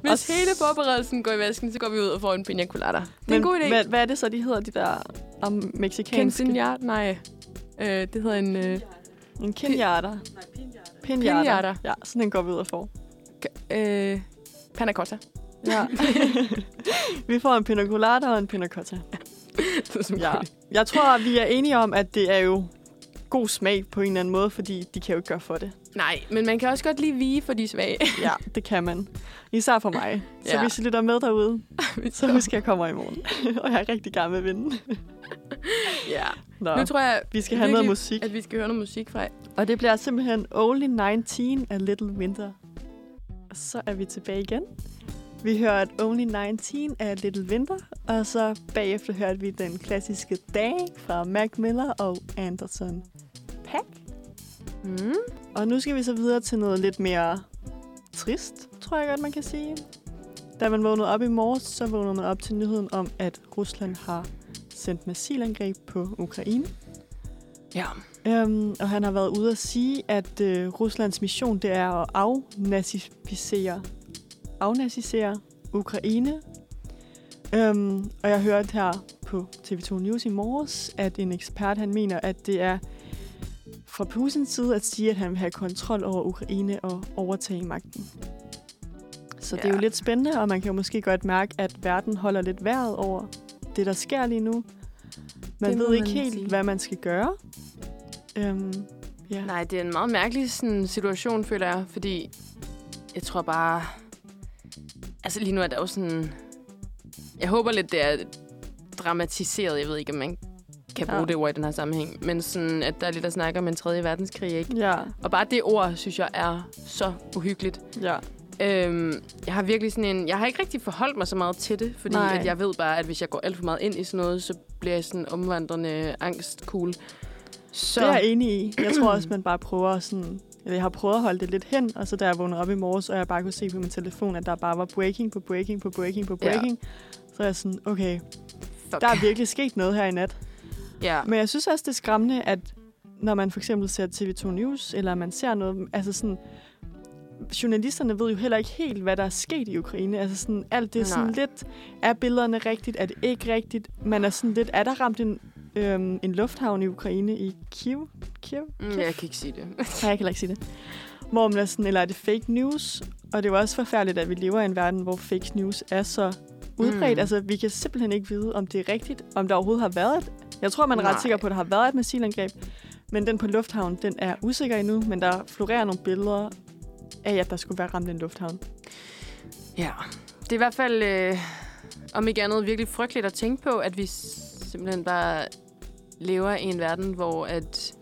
[SPEAKER 2] hvis
[SPEAKER 3] og-
[SPEAKER 2] hele forberedelsen går i vasken, så går vi ud og får en pina colada. Det er
[SPEAKER 3] men,
[SPEAKER 2] en god idé.
[SPEAKER 3] Hvad, hvad er det så, de hedder, de der um, om mexikanske?
[SPEAKER 2] Quinceañera? Nej. Øh, det hedder en... Øh,
[SPEAKER 3] En kinjarder. Pinjata.
[SPEAKER 2] Pinjata.
[SPEAKER 3] Ja, sådan en går vi ud og får.
[SPEAKER 2] øh, panna cotta.
[SPEAKER 3] Ja. vi får en pina colada og en pina cotta.
[SPEAKER 2] Det er så
[SPEAKER 3] Ja.
[SPEAKER 2] godt.
[SPEAKER 3] Jeg tror, vi er enige om, at det er jo god smag på en eller anden måde, fordi de kan jo ikke gøre for det.
[SPEAKER 2] Nej, men man kan også godt lige vige for de svage.
[SPEAKER 3] Ja, det kan man. Især for mig. Så
[SPEAKER 2] Ja.
[SPEAKER 3] ja. hvis I lytter med derude,
[SPEAKER 2] Så
[SPEAKER 3] så husk, at jeg kommer i morgen. og jeg er rigtig gerne med at vinde.
[SPEAKER 2] ja.
[SPEAKER 3] Nå.
[SPEAKER 2] Nu tror jeg,
[SPEAKER 3] Vi skal have noget musik.
[SPEAKER 2] at vi skal høre noget musik fra.
[SPEAKER 3] Og det bliver simpelthen Only 19 af Little Winter. Og så er vi tilbage igen. Vi hører at Only 19 af Little Winter, og så bagefter hørte vi den klassiske Dag fra Mac Miller og Anderson Pack.
[SPEAKER 2] Mm.
[SPEAKER 3] Og nu skal vi så videre til noget lidt mere trist, tror jeg godt, man kan sige. Da man vågnede op i morges, så vågnede man op til nyheden om, at Rusland har sendt missilangreb på Ukraine.
[SPEAKER 2] Ja.
[SPEAKER 3] Øhm, og han har været ude at sige, at øh, Ruslands mission det er at afnazificere, afnazisere Ukraine. Øhm, og jeg hørte her på TV2 News i morges, at en ekspert han mener, at det er fra Putins side at sige, at han vil have kontrol over Ukraine og overtage magten. Så det er jo
[SPEAKER 2] Ja.
[SPEAKER 3] lidt spændende, og man kan jo måske godt mærke, at verden holder lidt vejret over det, der sker lige nu. Man
[SPEAKER 2] Det må
[SPEAKER 3] ved ikke
[SPEAKER 2] man
[SPEAKER 3] helt,
[SPEAKER 2] sige.
[SPEAKER 3] hvad man skal gøre. Øhm, ja.
[SPEAKER 2] Nej, det er en meget mærkelig sådan, situation, føler jeg, fordi jeg tror bare... Altså lige nu er der jo sådan... Jeg håber lidt, det er dramatiseret. Jeg ved ikke, om man kan bruge
[SPEAKER 3] Ja.
[SPEAKER 2] ja. det ord i den her sammenhæng. Men sådan, at der er lidt at snakke om en tredje verdenskrig, ikke?
[SPEAKER 3] Ja,
[SPEAKER 2] Og bare det ord, synes jeg, er så uhyggeligt.
[SPEAKER 3] ja.
[SPEAKER 2] Øhm, jeg har virkelig sådan en... Jeg har ikke rigtig forholdt mig så meget til det, fordi
[SPEAKER 3] Nej.
[SPEAKER 2] at jeg ved bare, at hvis jeg går alt for meget ind i sådan noget, så bliver jeg sådan omvandrende angstkugle. Så...
[SPEAKER 3] Det er jeg enig i. Jeg tror også, man bare prøver sådan... Eller jeg har prøvet at holde det lidt hen, og så da jeg vågnede op i morges, og jeg bare kunne se på min telefon, at der bare var breaking på breaking på breaking på
[SPEAKER 2] Ja.
[SPEAKER 3] breaking, så er jeg sådan, okay,
[SPEAKER 2] Fuck.
[SPEAKER 3] der er virkelig sket noget her i nat.
[SPEAKER 2] Ja.
[SPEAKER 3] Men jeg synes også, det er skræmmende, at når man for eksempel ser TV2 News, eller man ser noget, altså sådan, journalisterne ved jo heller ikke helt, hvad der er sket i Ukraine. Altså sådan, alt det er sådan
[SPEAKER 2] Nej.
[SPEAKER 3] lidt, er billederne rigtigt, er det ikke rigtigt? Man er sådan lidt, er der ramt en, øhm, en lufthavn i Ukraine i Kiev? Kiev?
[SPEAKER 2] Mm, jeg kan ikke sige det.
[SPEAKER 3] Nej, jeg kan heller ikke sige det. Hvor man er sådan, eller er det fake news? Og det er jo også forfærdeligt, at vi lever i en verden, hvor fake news er så udbredt.
[SPEAKER 2] Mm.
[SPEAKER 3] Mm. Altså, vi kan simpelthen ikke vide, om det er rigtigt, om der overhovedet har været et... Jeg tror, man er
[SPEAKER 2] Nej.
[SPEAKER 3] ret sikker på, at der har været et missilangreb. Men den på Lufthavn, den er usikker endnu, men der florerer nogle billeder af, at der skulle være ramt en lufthavn.
[SPEAKER 2] Ja. Det er i hvert fald, øh, om ikke andet, virkelig frygteligt at tænke på, at vi simpelthen bare lever i en verden, hvor at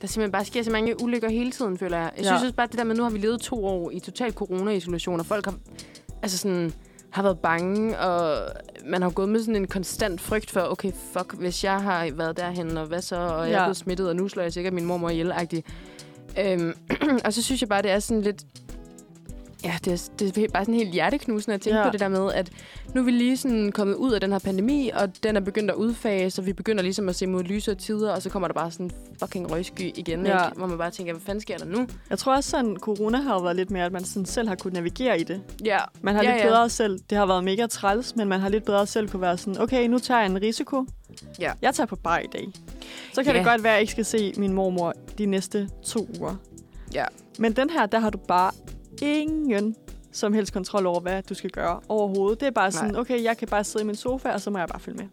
[SPEAKER 2] der simpelthen bare sker så mange ulykker hele tiden, føler jeg. Jeg ja.
[SPEAKER 3] Ja.
[SPEAKER 2] synes også bare, at det der med, nu har vi levet to år i total corona-isolation, og folk har, altså sådan, har været bange, og man har gået med sådan en konstant frygt for, okay, fuck, hvis jeg har været derhen, og hvad så, og jeg er
[SPEAKER 3] Ja.
[SPEAKER 2] blevet smittet, og nu slår jeg sikkert min mormor ihjel -agtig. øhm, Og så synes jeg bare, det er sådan lidt, ja, det er, det er bare sådan helt hjerteknusende at tænke ja.
[SPEAKER 3] Ja.
[SPEAKER 2] på det der med, at nu er vi lige sådan kommet ud af den her pandemi, og den er begyndt at udfase, og vi begynder ligesom at se mod lysere tider, og så kommer der bare sådan en fucking røgsky igen, ja.
[SPEAKER 3] Ja.
[SPEAKER 2] ikke? hvor man bare tænker, hvad fanden sker der nu?
[SPEAKER 3] Jeg tror også sådan, corona har jo været lidt mere, at man sådan selv har kunnet navigere i det.
[SPEAKER 2] Ja,
[SPEAKER 3] Man har
[SPEAKER 2] ja,
[SPEAKER 3] ja, lidt
[SPEAKER 2] ja.
[SPEAKER 3] bedre selv. Det har været mega træls, men man har lidt bedre selv kunne være sådan, okay, nu tager jeg en risiko.
[SPEAKER 2] Ja.
[SPEAKER 3] Jeg tager på bar i dag. Så kan
[SPEAKER 2] Ja.
[SPEAKER 3] det godt være, at jeg ikke skal se min mormor de næste to uger.
[SPEAKER 2] Ja.
[SPEAKER 3] Men den her, der har du bare ingen som helst kontrol over, hvad du skal gøre overhovedet. Det er bare sådan,
[SPEAKER 2] Nej.
[SPEAKER 3] Nej. okay, jeg kan bare sidde i min sofa, og så må jeg bare følge med.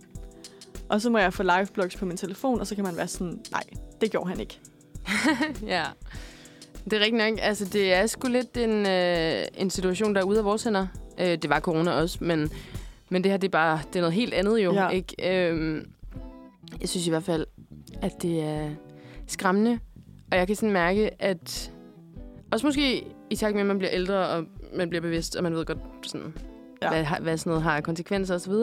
[SPEAKER 3] Og så må jeg få liveblogs på min telefon, og så kan man være sådan, nej, det gjorde han ikke.
[SPEAKER 2] Ja. Det er rigtigt nok. Altså, det er sgu lidt en, øh, en situation, der er ude af vores hænder. Øh, det var corona også, men, men det her, det er bare det er noget helt andet jo.
[SPEAKER 3] Ja.
[SPEAKER 2] Ikke? Øh, jeg synes i hvert fald, at det er skræmmende. Og jeg kan sådan mærke, at også måske i takt med, at man bliver ældre, og man bliver bevidst, og man ved godt, sådan, ja.
[SPEAKER 3] Ja.
[SPEAKER 2] hvad, har- hvad sådan noget har af konsekvenser osv.,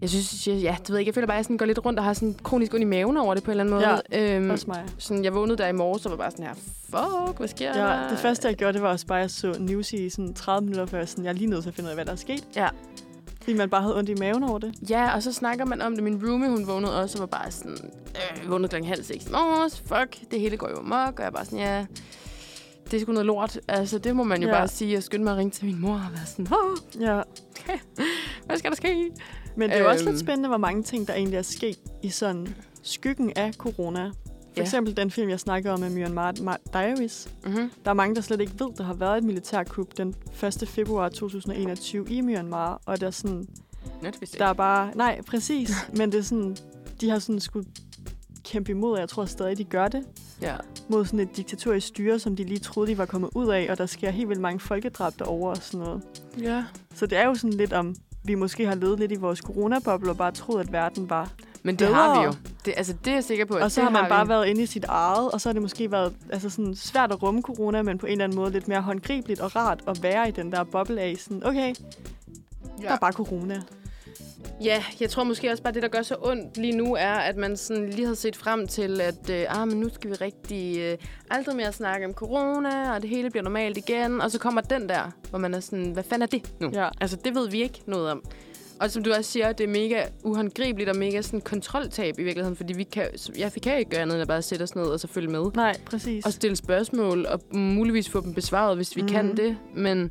[SPEAKER 2] jeg synes, jeg, ja, det ved jeg ikke. Jeg føler bare, at jeg sådan går lidt rundt og har sådan kronisk ondt i maven over det på en eller anden måde. Ja, øhm,
[SPEAKER 3] Mm. Også mig.
[SPEAKER 2] sådan, jeg vågnede der i morges og var bare sådan her, fuck, hvad sker der?
[SPEAKER 3] Ja, det første, jeg gjorde, det var også bare, at jeg så news i sådan 30 minutter før, sådan, jeg er lige nødt til at finde ud af, hvad der er sket.
[SPEAKER 2] Ja.
[SPEAKER 3] Fordi man bare havde ondt i maven over det.
[SPEAKER 2] Ja, og så snakker man om det. Min roomie, hun vågnede også og var bare sådan, øh, vågnede klokken halv seks i morges, fuck, det hele går jo amok. Og jeg er bare sådan, ja, det er sgu noget lort. Altså, det må man jo ja.
[SPEAKER 3] Ja.
[SPEAKER 2] bare sige. Jeg skyndte mig at ringe til min mor og være sådan, åh,
[SPEAKER 3] Ja.
[SPEAKER 2] hvad skal der ske?
[SPEAKER 3] Men det er jo også
[SPEAKER 2] Øhm.
[SPEAKER 3] lidt spændende, hvor mange ting, der egentlig er sket i sådan skyggen af corona. For
[SPEAKER 2] Ja.
[SPEAKER 3] ja. eksempel den film, jeg snakkede om med Myanmar Mar- Diaries.
[SPEAKER 2] Mm-hmm.
[SPEAKER 3] Der er mange, der slet ikke ved, der har været et militærkup den 1. februar 2021 i Myanmar. Og der er sådan,
[SPEAKER 2] Netvis
[SPEAKER 3] der er bare... Nej, præcis. Men det er sådan, de har sådan skulle kæmpe imod, og jeg tror stadig, de gør det.
[SPEAKER 2] Ja.
[SPEAKER 3] mod sådan et diktatorisk styre, som de lige troede, de var kommet ud af, og der sker helt vildt mange folkedrab derovre og sådan noget.
[SPEAKER 2] ja.
[SPEAKER 3] Så det er jo sådan lidt om, vi måske har levet lidt i vores coronaboble og bare troet, at verden var.
[SPEAKER 2] Men det har vi
[SPEAKER 3] Bedre.
[SPEAKER 2] jo. Det, altså, det er jeg sikker på. at
[SPEAKER 3] Og så
[SPEAKER 2] det
[SPEAKER 3] har man bare
[SPEAKER 2] vi.
[SPEAKER 3] været inde i sit eget, og så har det måske været altså sådan svært at rumme corona, men på en eller anden måde lidt mere håndgribeligt og rart at være i den der boble af sådan, okay, ja. der er bare corona.
[SPEAKER 2] Ja, jeg tror måske også bare, det, der gør så ondt lige nu, er, at man sådan lige havde set frem til, at øh, ah, men nu skal vi rigtig øh, aldrig mere snakke om corona, og det hele bliver normalt igen. Og så kommer den der, hvor man er sådan, hvad fanden er det nu?
[SPEAKER 3] Ja.
[SPEAKER 2] Altså, det ved vi ikke noget om. Og som du også siger, det er mega uhåndgribeligt og mega sådan kontroltab i virkeligheden, fordi vi kan, jeg kan ikke gøre andet end at bare sætte os ned og så følge med.
[SPEAKER 3] Nej, præcis.
[SPEAKER 2] Og stille spørgsmål, og muligvis få dem besvaret, hvis vi mm-hmm. kan
[SPEAKER 3] Mhm.
[SPEAKER 2] det. Men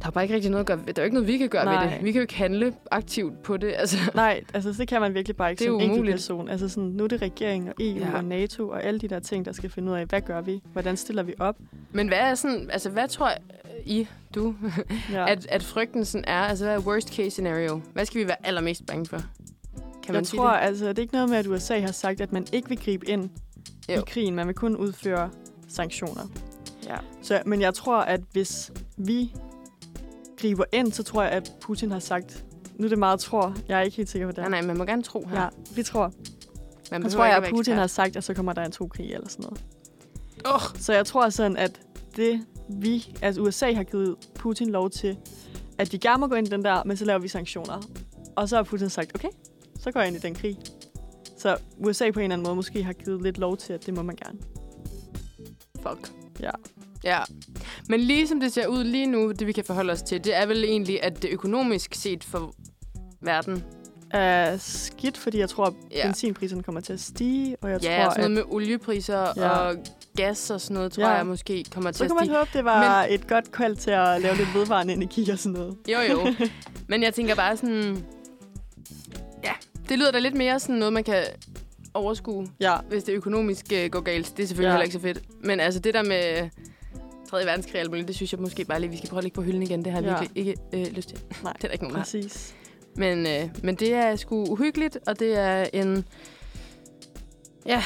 [SPEAKER 2] Der er bare ikke rigtig noget at gøre ved. Der er jo ikke noget, vi kan gøre Nej. ved
[SPEAKER 3] Nej.
[SPEAKER 2] det. Vi kan jo ikke handle aktivt på det. Altså,
[SPEAKER 3] Nej, altså det kan man virkelig bare ikke
[SPEAKER 2] Det er
[SPEAKER 3] som
[SPEAKER 2] umuligt.
[SPEAKER 3] enkelt person. Altså sådan, nu er det regeringen og EU
[SPEAKER 2] Ja.
[SPEAKER 3] ja. og NATO og alle de der ting, der skal finde ud af, hvad gør vi? Hvordan stiller vi op?
[SPEAKER 2] men hvad er sådan... Altså, hvad tror I, du,
[SPEAKER 3] Ja.
[SPEAKER 2] at, at frygten sådan er? Altså, hvad er worst case scenario? Hvad skal vi være allermest bange for? Kan
[SPEAKER 3] jeg
[SPEAKER 2] sige
[SPEAKER 3] tror,
[SPEAKER 2] det?
[SPEAKER 3] altså, det er ikke noget med, at USA har sagt, at man ikke vil gribe ind jo. i
[SPEAKER 2] Jo.
[SPEAKER 3] krigen. Man vil kun udføre sanktioner.
[SPEAKER 2] Ja.
[SPEAKER 3] Så, men jeg tror, at hvis vi griber ind, så tror jeg, at Putin har sagt, nu er det meget tror, jeg er ikke helt sikker på det.
[SPEAKER 2] Nej, nej, man må gerne tro her.
[SPEAKER 3] Ja, vi tror.
[SPEAKER 2] Man
[SPEAKER 3] Jeg
[SPEAKER 2] behøver
[SPEAKER 3] tror,
[SPEAKER 2] ikke
[SPEAKER 3] jeg,
[SPEAKER 2] være
[SPEAKER 3] at Putin har
[SPEAKER 2] ekspert.
[SPEAKER 3] sagt, at så kommer der en to krig eller sådan noget.
[SPEAKER 2] Åh,
[SPEAKER 3] Så jeg tror sådan, at det vi, altså USA har givet Putin lov til, at de gerne må gå ind i den der, men så laver vi sanktioner. Og så har Putin sagt, okay, så går jeg ind i den krig. Så USA på en eller anden måde måske har givet lidt lov til, at det må man gerne.
[SPEAKER 2] fuck.
[SPEAKER 3] Ja.
[SPEAKER 2] Ja. Men lige som det ser ud lige nu, det vi kan forholde os til, det er vel egentlig, at det økonomisk set for verden,
[SPEAKER 3] Er skidt, fordi jeg tror, at
[SPEAKER 2] Ja.
[SPEAKER 3] benzinpriserne kommer til at stige, og jeg
[SPEAKER 2] ja,
[SPEAKER 3] tror,
[SPEAKER 2] sådan noget
[SPEAKER 3] at...
[SPEAKER 2] med oliepriser
[SPEAKER 3] Ja.
[SPEAKER 2] og gas og sådan noget, tror
[SPEAKER 3] Ja.
[SPEAKER 2] jeg måske kommer til
[SPEAKER 3] Så
[SPEAKER 2] at
[SPEAKER 3] kan man
[SPEAKER 2] stige.
[SPEAKER 3] håbe, det var men... et godt kald til at lave lidt vedvarende energi og sådan noget.
[SPEAKER 2] Jo, jo. Men jeg tænker bare sådan... Ja, det lyder da lidt mere sådan noget, man kan overskue,
[SPEAKER 3] Ja,
[SPEAKER 2] hvis det økonomisk øh, går galt. Det er selvfølgelig ja.
[SPEAKER 3] Ja.
[SPEAKER 2] heller ikke så fedt. Men altså det der med 3. verdenskrig og alt muligt, det synes jeg måske bare lige, vi skal prøve at lægge på hylden igen. Det har jeg
[SPEAKER 3] Ja.
[SPEAKER 2] virkelig ikke øh, lyst til.
[SPEAKER 3] Nej,
[SPEAKER 2] det er der ikke nogen, der har.
[SPEAKER 3] præcis.
[SPEAKER 2] Men, øh, men det er sgu uhyggeligt, og det er en... Ja,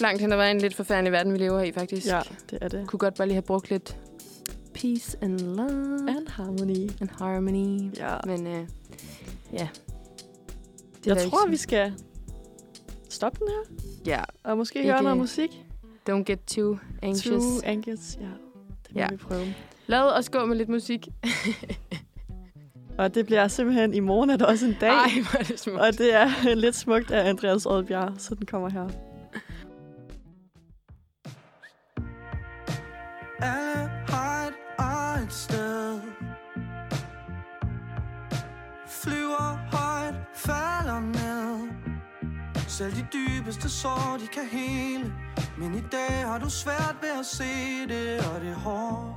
[SPEAKER 2] langt hen ad vejen lidt forfærdelig verden, vi lever i, faktisk.
[SPEAKER 3] Ja, det er det.
[SPEAKER 2] Kunne godt bare lige have brugt lidt peace and love
[SPEAKER 3] And harmony.
[SPEAKER 2] and harmony.
[SPEAKER 3] Ja.
[SPEAKER 2] Men øh, ja. Det er
[SPEAKER 3] Jeg
[SPEAKER 2] da ikke
[SPEAKER 3] tror,
[SPEAKER 2] sådan-
[SPEAKER 3] vi skal stoppe den her,
[SPEAKER 2] Ja,
[SPEAKER 3] og måske
[SPEAKER 2] Ikke-
[SPEAKER 3] høre noget musik.
[SPEAKER 2] don't get too anxious.
[SPEAKER 3] True Angus, ja. Det
[SPEAKER 2] Ja.
[SPEAKER 3] må ja. vi prøve.
[SPEAKER 2] Lad os gå med lidt musik.
[SPEAKER 3] Og det bliver simpelthen i morgen, er der også en dag.
[SPEAKER 2] Ej, hvor er det smukt.
[SPEAKER 3] Og det er lidt smukt af Andreas Oddbjerg, så den kommer her.
[SPEAKER 4] Alle har et eget sted Flyver højt, falder ned Selv de dybeste sår, de kan hele Men i dag har du svært ved at se det, og det er hårdt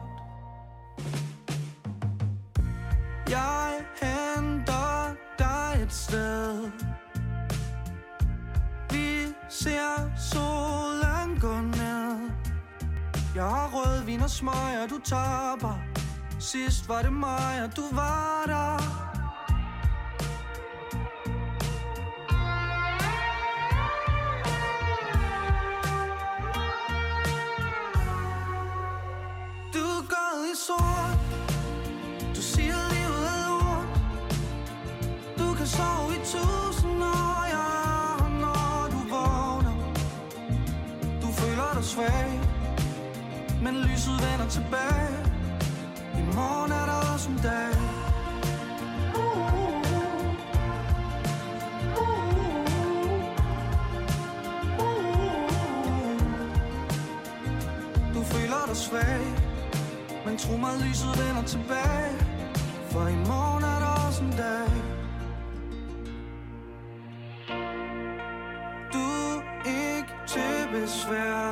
[SPEAKER 4] Jeg henter dig et sted Vi ser solen gå ned jeg har rødvin og smøg, og du taber Sidst var det mig, og du var der Du er gået i sort Du siger livet er lort Du kan sove i tusind år, ja, og når du vågner Du føler dig svag men lyset vender tilbage I morgen er der også en dag Du føler dig svag Men tro mig, lyset vender tilbage For i morgen er der også en dag Du er ikke til besvær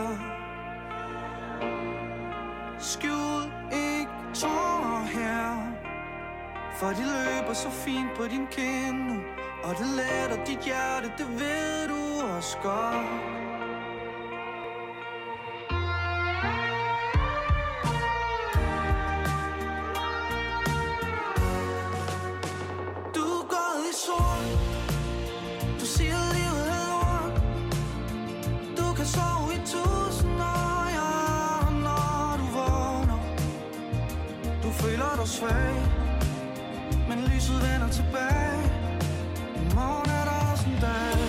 [SPEAKER 4] Skjul ikke tårer her For de løber så fint på din kind nu Og det letter dit hjerte, det ved du også godt Du er gået i sort Du siger livet er lort du kan sove i tusind år, ja, og når du vågner Du føler dig svag, men lyset vender tilbage I morgen er der også en dag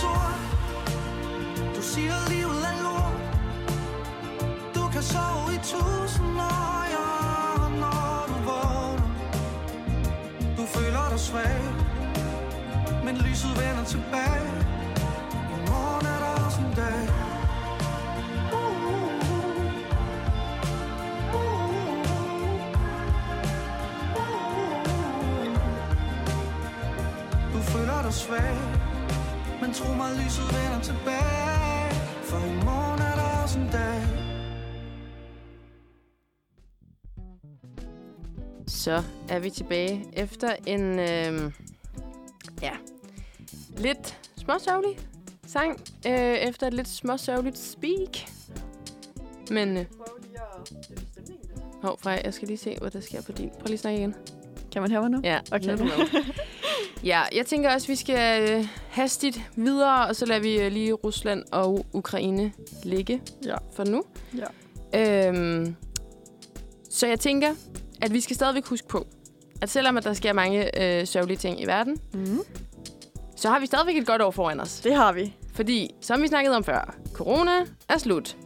[SPEAKER 4] Du svag Men lyset vender tilbage I morgen er der også en dag Uh, uh, uh, uh, uh. Du føler dig svag Men tro mig, lyset vender tilbage For i morgen er der også en dag
[SPEAKER 2] Så er vi tilbage efter en, øh, ja, lidt småsørgelig sang. Øh, efter et lidt småsørgeligt speak. Men, øh,
[SPEAKER 3] Prøv lige at...
[SPEAKER 2] hov, Frej, jeg skal lige se, hvad der sker på din. Prøv lige at snakke igen.
[SPEAKER 3] Kan man høre mig nu?
[SPEAKER 2] Ja,
[SPEAKER 3] Okay.
[SPEAKER 2] nu er du med. ja, jeg tænker også, at vi skal øh, hastigt videre, og så lader vi øh, lige Rusland og Ukraine ligge
[SPEAKER 3] Ja.
[SPEAKER 2] for nu.
[SPEAKER 3] Ja.
[SPEAKER 2] Øhm, så jeg tænker, at vi skal stadigvæk huske på, at selvom at der sker mange øh, sørgelige ting i verden,
[SPEAKER 3] Mm.
[SPEAKER 2] så har vi stadigvæk et godt år foran os.
[SPEAKER 3] Det har vi.
[SPEAKER 2] Fordi, som vi snakkede om før, corona er slut.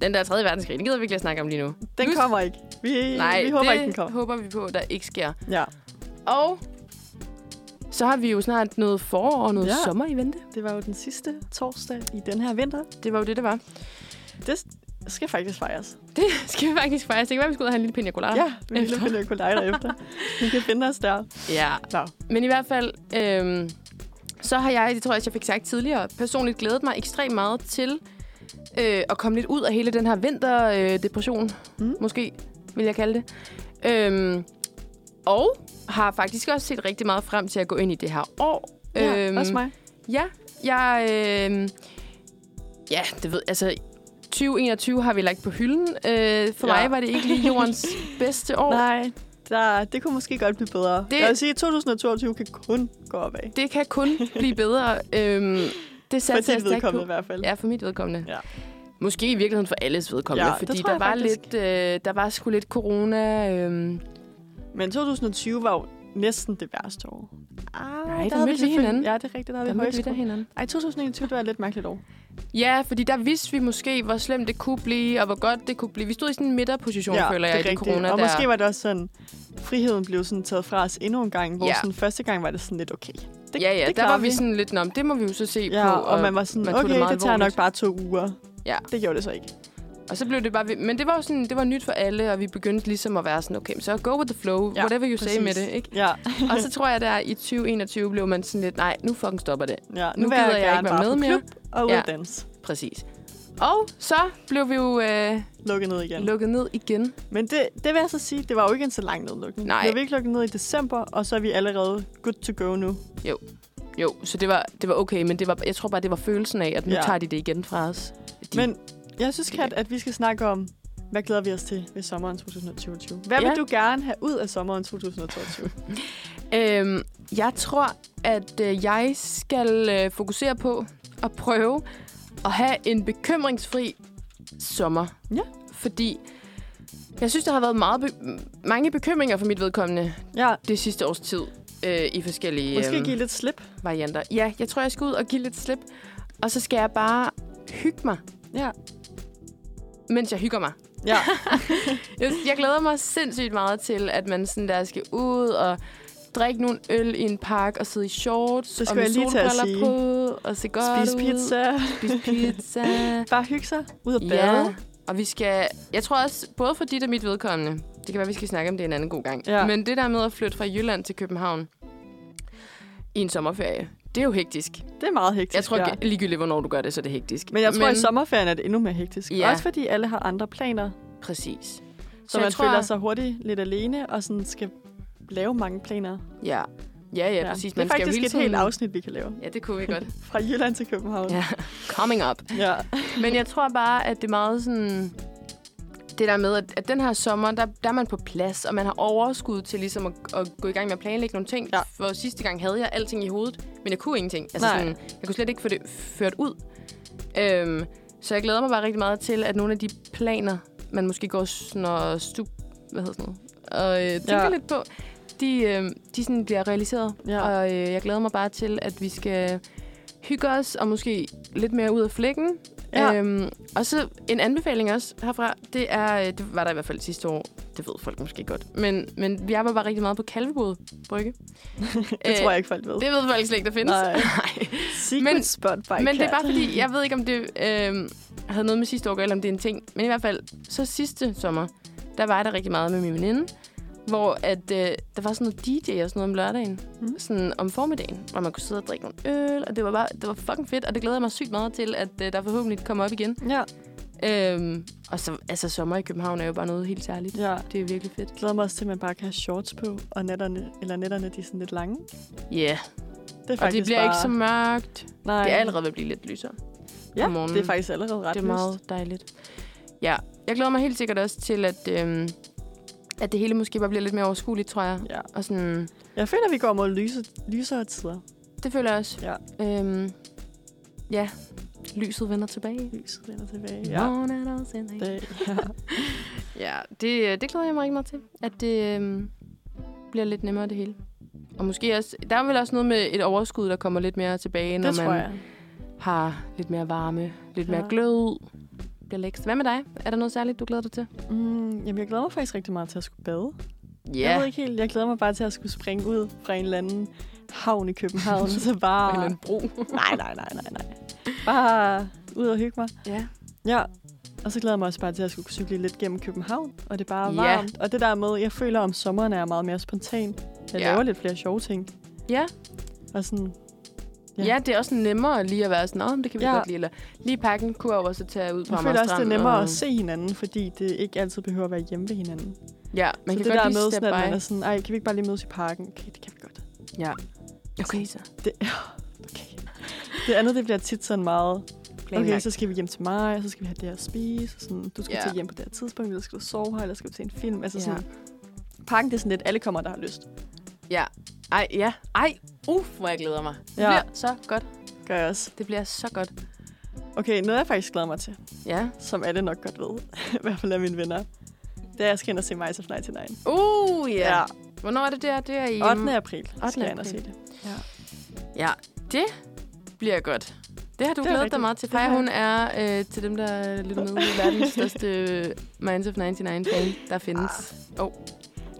[SPEAKER 2] Den der tredje verdenskrig, den gider vi ikke at snakke om lige nu.
[SPEAKER 3] Den
[SPEAKER 2] Lys-
[SPEAKER 3] kommer ikke. Vi, vi håber
[SPEAKER 2] det
[SPEAKER 3] ikke, den kommer.
[SPEAKER 2] håber vi på, der ikke sker.
[SPEAKER 3] Ja,
[SPEAKER 2] Og så har vi jo snart noget forår og noget
[SPEAKER 3] Ja.
[SPEAKER 2] ja. sommer i vente.
[SPEAKER 3] det var jo den sidste torsdag i den her vinter.
[SPEAKER 2] Det var jo det, det var.
[SPEAKER 3] Det skal faktisk fejres.
[SPEAKER 2] Det skal vi faktisk fejre. Det kan være, vi skal ud og have en lille pina colada.
[SPEAKER 3] Ja, vi vil
[SPEAKER 2] efter.
[SPEAKER 3] kunne lege derefter. Vi kan finde os der.
[SPEAKER 2] ja.
[SPEAKER 3] Nå.
[SPEAKER 2] Men i hvert fald, øhm, så har jeg, det tror jeg, også, jeg fik sagt tidligere, personligt glædet mig ekstremt meget til øh, at komme lidt ud af hele den her vinterdepression, øh, depression,
[SPEAKER 3] Mm.
[SPEAKER 2] måske vil jeg kalde det. Øhm, og har faktisk også set rigtig meget frem til at gå ind i det her år. Øhm,
[SPEAKER 3] Ja, også mig.
[SPEAKER 2] Ja, jeg... Øh, ja, det ved altså... 2021 har vi lagt på hylden. Øh, for
[SPEAKER 3] Ja.
[SPEAKER 2] ja. mig var det ikke lige jordens bedste år.
[SPEAKER 3] Nej, der, det kunne måske godt blive bedre. Det...
[SPEAKER 2] Det-
[SPEAKER 3] Jeg vil sige, at 2022 kan kun gå opad.
[SPEAKER 2] Det kan kun blive bedre. Øhm, det
[SPEAKER 3] For
[SPEAKER 2] satte jeg
[SPEAKER 3] dit
[SPEAKER 2] stærkt
[SPEAKER 3] vedkommende
[SPEAKER 2] på.
[SPEAKER 3] i hvert fald.
[SPEAKER 2] Ja, for mit vedkommende.
[SPEAKER 3] Ja.
[SPEAKER 2] Måske i virkeligheden for alles vedkommende,
[SPEAKER 3] Ja, det
[SPEAKER 2] fordi
[SPEAKER 3] tror
[SPEAKER 2] der
[SPEAKER 3] jeg
[SPEAKER 2] var
[SPEAKER 3] faktisk.
[SPEAKER 2] lidt, øh, der var sgu lidt corona. Øhm,
[SPEAKER 3] Men 2020 var jo næsten det værste år. Ah,
[SPEAKER 2] der mødte vi
[SPEAKER 3] selvfølgelig-
[SPEAKER 2] hinanden.
[SPEAKER 3] Ja, det er rigtigt, der
[SPEAKER 2] der
[SPEAKER 3] havde vi
[SPEAKER 2] mødte vi der
[SPEAKER 3] højskole.
[SPEAKER 2] hinanden.
[SPEAKER 3] Ej, 2021, det var et lidt mærkeligt år.
[SPEAKER 2] Ja, fordi der vidste vi måske, hvor slemt det kunne blive, og hvor godt det kunne blive. Vi stod i sådan en midterposition, føler jeg, i den corona
[SPEAKER 3] Og
[SPEAKER 2] der.
[SPEAKER 3] måske var det også sådan, friheden blev sådan taget fra os endnu en gang, hvor ja.
[SPEAKER 2] Ja,
[SPEAKER 3] sådan første gang var det sådan lidt okay. Det,
[SPEAKER 2] ja, ja,
[SPEAKER 3] det
[SPEAKER 2] der
[SPEAKER 3] klarer
[SPEAKER 2] var vi sådan lidt, om det må vi jo så se
[SPEAKER 3] Ja,
[SPEAKER 2] på.
[SPEAKER 3] og man var sådan,
[SPEAKER 2] man
[SPEAKER 3] man
[SPEAKER 2] tog det
[SPEAKER 3] okay, det,
[SPEAKER 2] meget
[SPEAKER 3] det tager nok
[SPEAKER 2] alvorligt.
[SPEAKER 3] bare to uger.
[SPEAKER 2] Ja.
[SPEAKER 3] Det gjorde det så ikke.
[SPEAKER 2] Og så blev det bare... ved- Men det var jo sådan, det var nyt for alle, og vi begyndte ligesom at være sådan, okay, så go with the flow,
[SPEAKER 3] Ja,
[SPEAKER 2] ja, whatever you præcis. say med
[SPEAKER 3] præcis.
[SPEAKER 2] det, ikke?
[SPEAKER 3] Ja,
[SPEAKER 2] Og så tror jeg, der i 2021 blev man sådan lidt, nej, nu fucking stopper det.
[SPEAKER 3] ja.
[SPEAKER 2] Nu
[SPEAKER 3] vil
[SPEAKER 2] gider jeg
[SPEAKER 3] gerne
[SPEAKER 2] ikke være
[SPEAKER 3] bare
[SPEAKER 2] med
[SPEAKER 3] på
[SPEAKER 2] mere.
[SPEAKER 3] klub og ud
[SPEAKER 2] Ja.
[SPEAKER 3] at danse.
[SPEAKER 2] Præcis. Og så blev vi jo øh,
[SPEAKER 3] Lukket ned igen.
[SPEAKER 2] lukket ned igen.
[SPEAKER 3] Men det, det vil jeg så sige, det var jo ikke en så lang nedlukning.
[SPEAKER 2] Nej.
[SPEAKER 3] Vi har virkelig lukket ned i december, og så er vi allerede good to go nu.
[SPEAKER 2] Jo, så det var, det var okay, men det var, jeg tror bare, det var følelsen af, at nu
[SPEAKER 3] Ja.
[SPEAKER 2] ja. tager de det igen fra os. De,
[SPEAKER 3] Men jeg synes,
[SPEAKER 2] de-
[SPEAKER 3] Kat, at vi skal snakke om, hvad glæder vi os til ved sommeren 2022? Hvad ja.
[SPEAKER 2] Ja.
[SPEAKER 3] vil du gerne have ud af sommeren 2022?
[SPEAKER 2] øhm, jeg tror, at øh, jeg skal øh, fokusere på at prøve at have en bekymringsfri sommer.
[SPEAKER 3] Ja.
[SPEAKER 2] Fordi jeg synes, der har været meget be- mange bekymringer for mit vedkommende
[SPEAKER 3] ja,
[SPEAKER 2] det sidste års tid øh, i forskellige
[SPEAKER 3] måske
[SPEAKER 2] øhm,
[SPEAKER 3] give lidt slip.
[SPEAKER 2] varianter. Ja, jeg tror, jeg skal ud og give lidt slip. Og så skal jeg bare hygge mig,
[SPEAKER 3] Ja.
[SPEAKER 2] mens jeg hygger mig.
[SPEAKER 3] Ja,
[SPEAKER 2] Jeg, jeg glæder mig sindssygt meget til, at man sådan der skal ud og drikke nogle øl i en park og sidde i shorts
[SPEAKER 3] Det
[SPEAKER 2] og
[SPEAKER 3] skulle
[SPEAKER 2] med
[SPEAKER 3] jeg lige til at
[SPEAKER 2] solbriller
[SPEAKER 3] sige.
[SPEAKER 2] på og se godt
[SPEAKER 3] spise
[SPEAKER 2] ud.
[SPEAKER 3] pizza,
[SPEAKER 2] Spise pizza.
[SPEAKER 3] bare hygge sig, ud og bade.
[SPEAKER 2] ja. Og vi skal, jeg tror også, både for dit og mit vedkommende, det kan være, vi skal snakke om det en anden god gang,
[SPEAKER 3] Ja.
[SPEAKER 2] men det der med at flytte fra Jylland til København i en sommerferie, det er jo hektisk.
[SPEAKER 3] Det er meget hektisk.
[SPEAKER 2] Jeg tror
[SPEAKER 3] ja.
[SPEAKER 2] ikke, ligegyldigt, hvornår du gør det, så er det hektisk.
[SPEAKER 3] Men jeg tror, men... i sommerferien er det endnu mere hektisk.
[SPEAKER 2] Ja.
[SPEAKER 3] Også fordi alle har andre planer,
[SPEAKER 2] Præcis. Så,
[SPEAKER 3] så, så man tror... føler sig hurtigt lidt alene og sådan skal lave mange planer.
[SPEAKER 2] Ja, ja, ja, præcis.
[SPEAKER 3] det er
[SPEAKER 2] jo
[SPEAKER 3] faktisk
[SPEAKER 2] hele
[SPEAKER 3] et helt
[SPEAKER 2] tiden-
[SPEAKER 3] afsnit, vi kan lave.
[SPEAKER 2] Ja, det kunne vi godt.
[SPEAKER 3] Fra Jylland til København.
[SPEAKER 2] Ja. Coming up.
[SPEAKER 3] ja.
[SPEAKER 2] Men jeg tror bare, at det er meget sådan... Det der med, at, at den her sommer, der, der er man på plads, og man har overskud til ligesom at, at gå i gang med at planlægge nogle ting.
[SPEAKER 3] Ja.
[SPEAKER 2] For sidste gang havde jeg alting i hovedet, men jeg kunne ingenting. Altså
[SPEAKER 3] Nej.
[SPEAKER 2] sådan, jeg kunne slet ikke få det ført ud. Øhm, så jeg glæder mig bare rigtig meget til, at nogle af de planer, man måske går sådan og stu... Hvad hedder sådan noget? Og øh, tænker
[SPEAKER 3] Ja.
[SPEAKER 2] ja. lidt på, de, øh, de sådan bliver realiseret.
[SPEAKER 3] Ja.
[SPEAKER 2] Og øh, jeg glæder mig bare til, at vi skal hygger os, og måske lidt mere ud af flækken.
[SPEAKER 3] Ja.
[SPEAKER 2] Øhm, og så en anbefaling også herfra, det er, øh, det var der i hvert fald sidste år, det ved folk måske godt, men, men vi arbejder bare rigtig meget på Kalvebod Brygge.
[SPEAKER 3] Det tror jeg ikke, folk ved.
[SPEAKER 2] øh, Det ved folk slet ikke, der findes.
[SPEAKER 3] Nej. Secret
[SPEAKER 2] men-
[SPEAKER 3] men, spot by
[SPEAKER 2] Men det er
[SPEAKER 3] cat.
[SPEAKER 2] bare fordi, jeg ved ikke, om det øh, havde noget med sidste år at gøre, eller om det er en ting. Men i hvert fald, så sidste sommer, der var der rigtig meget med min veninde. Hvor at, øh, der var sådan noget DJ og sådan noget om lørdagen. Mm.
[SPEAKER 3] Mhm.
[SPEAKER 2] Sådan om formiddagen, hvor man kunne sidde og drikke nogle øl. Og det var, bare, det var fucking fedt, og det glæder jeg mig sygt meget til, at øh, der forhåbentlig kommer op igen.
[SPEAKER 3] Ja,
[SPEAKER 2] Øhm, og så, altså sommer i København er jo bare noget helt særligt.
[SPEAKER 3] ja.
[SPEAKER 2] Det er virkelig fedt.
[SPEAKER 3] Jeg glæder mig også til, at man bare kan have shorts på, og netterne, eller netterne de er sådan lidt lange.
[SPEAKER 2] Ja, yeah.
[SPEAKER 3] Det er
[SPEAKER 2] og
[SPEAKER 3] faktisk
[SPEAKER 2] det bliver
[SPEAKER 3] bare...
[SPEAKER 2] ikke så mørkt.
[SPEAKER 3] Nej.
[SPEAKER 2] Det er allerede ved at blive lidt lysere.
[SPEAKER 3] ja,
[SPEAKER 2] om morgenen.
[SPEAKER 3] det er faktisk allerede ret
[SPEAKER 2] Det er meget dejligt. Ja, jeg glæder mig helt sikkert også til, at, øhm, at det hele måske bare bliver lidt mere overskueligt, tror jeg.
[SPEAKER 3] Ja.
[SPEAKER 2] Og sådan,
[SPEAKER 3] Jeg føler, at vi går mod lyse, lysere tider.
[SPEAKER 2] det føler jeg også.
[SPEAKER 3] Ja.
[SPEAKER 2] Øhm, ja, lyset vender tilbage.
[SPEAKER 3] Lyset vender tilbage. Ja.
[SPEAKER 2] Morgen er der også en dag.
[SPEAKER 3] Det, ja.
[SPEAKER 2] Ja, det, øh, det glæder jeg mig rigtig meget til. At det øhm, bliver lidt nemmere det hele. Og måske også, der er vel også noget med et overskud, der kommer lidt mere tilbage, når
[SPEAKER 3] det tror
[SPEAKER 2] man
[SPEAKER 3] jeg.
[SPEAKER 2] har lidt mere varme, lidt
[SPEAKER 3] Ja.
[SPEAKER 2] mere glød. Bliver lækkert. Hvad med dig? Er der noget særligt, du glæder dig til?
[SPEAKER 3] Mm, jamen, jeg glæder mig faktisk rigtig meget til at skulle bade.
[SPEAKER 2] Ja.
[SPEAKER 3] Jeg ved ikke helt. Jeg glæder mig bare til at skulle springe ud fra en eller anden havn i København. så bare...
[SPEAKER 2] Eller en bro.
[SPEAKER 3] Nej, nej, nej, nej, nej. Bare ud og hygge mig.
[SPEAKER 2] Ja.
[SPEAKER 3] Ja. Og så glæder jeg mig også bare til at skulle cykle lidt gennem København. Og det er bare
[SPEAKER 2] Ja.
[SPEAKER 3] varmt. Og det der med, jeg føler om sommeren er jeg meget mere spontan. Jeg
[SPEAKER 2] Ja.
[SPEAKER 3] laver lidt flere sjove ting.
[SPEAKER 2] Ja.
[SPEAKER 3] Og sådan...
[SPEAKER 2] Ja.
[SPEAKER 3] Ja.
[SPEAKER 2] ja, det er også nemmere lige at være sådan, om det kan vi ja.
[SPEAKER 3] Ja.
[SPEAKER 2] godt lide, eller lige pakke en kurv, og så tage ud på
[SPEAKER 3] Jeg
[SPEAKER 2] Amager
[SPEAKER 3] føler også, det er
[SPEAKER 2] Strand,
[SPEAKER 3] nemmere
[SPEAKER 2] og...
[SPEAKER 3] at se hinanden, fordi det ikke altid behøver at være hjemme ved hinanden. Man
[SPEAKER 2] Ja, man
[SPEAKER 3] så
[SPEAKER 2] kan godt
[SPEAKER 3] det der
[SPEAKER 2] lige
[SPEAKER 3] med,
[SPEAKER 2] step
[SPEAKER 3] sådan, at man
[SPEAKER 2] by.
[SPEAKER 3] er sådan, ej, kan vi ikke bare lige mødes i parken? Okay, det kan vi godt.
[SPEAKER 2] Ja. Okay, så.
[SPEAKER 3] Okay. Det andet, det bliver tit sådan meget, okay,
[SPEAKER 2] Planlagt.
[SPEAKER 3] så skal vi hjem til mig, og så skal vi have det her at spise, og sådan, du skal
[SPEAKER 2] Ja.
[SPEAKER 3] yeah. til hjem på det her tidspunkt, eller skal du sove her, eller skal du se en film? Altså
[SPEAKER 2] Ja.
[SPEAKER 3] sådan, parken, det er sådan lidt, alle kommer, der har lyst.
[SPEAKER 2] Ja. Ej, ja. Ej, uff, hvor jeg glæder mig. Det
[SPEAKER 3] Ja.
[SPEAKER 2] bliver så godt.
[SPEAKER 3] Gør jeg også.
[SPEAKER 2] Det bliver så godt.
[SPEAKER 3] Okay, noget jeg faktisk glæder mig til,
[SPEAKER 2] Ja.
[SPEAKER 3] som alle nok godt ved, i hvert fald af mine venner, det er, at jeg skal ind og se Mice of 99.
[SPEAKER 2] Uh, ja. Yeah. Hvornår er det der? Det er i...
[SPEAKER 3] 8. april 8.
[SPEAKER 2] 8.
[SPEAKER 3] skal jeg ind og se
[SPEAKER 2] april.
[SPEAKER 3] det.
[SPEAKER 2] Ja, det bliver godt. Det har du
[SPEAKER 3] Det er
[SPEAKER 2] glædet dig
[SPEAKER 3] rigtigt.
[SPEAKER 2] meget til.
[SPEAKER 3] Det har
[SPEAKER 2] Freja,
[SPEAKER 3] jeg.
[SPEAKER 2] hun er øh, til dem, der lytter med, verdens største øh, Minds of 99-fan, der findes. Åh, oh. det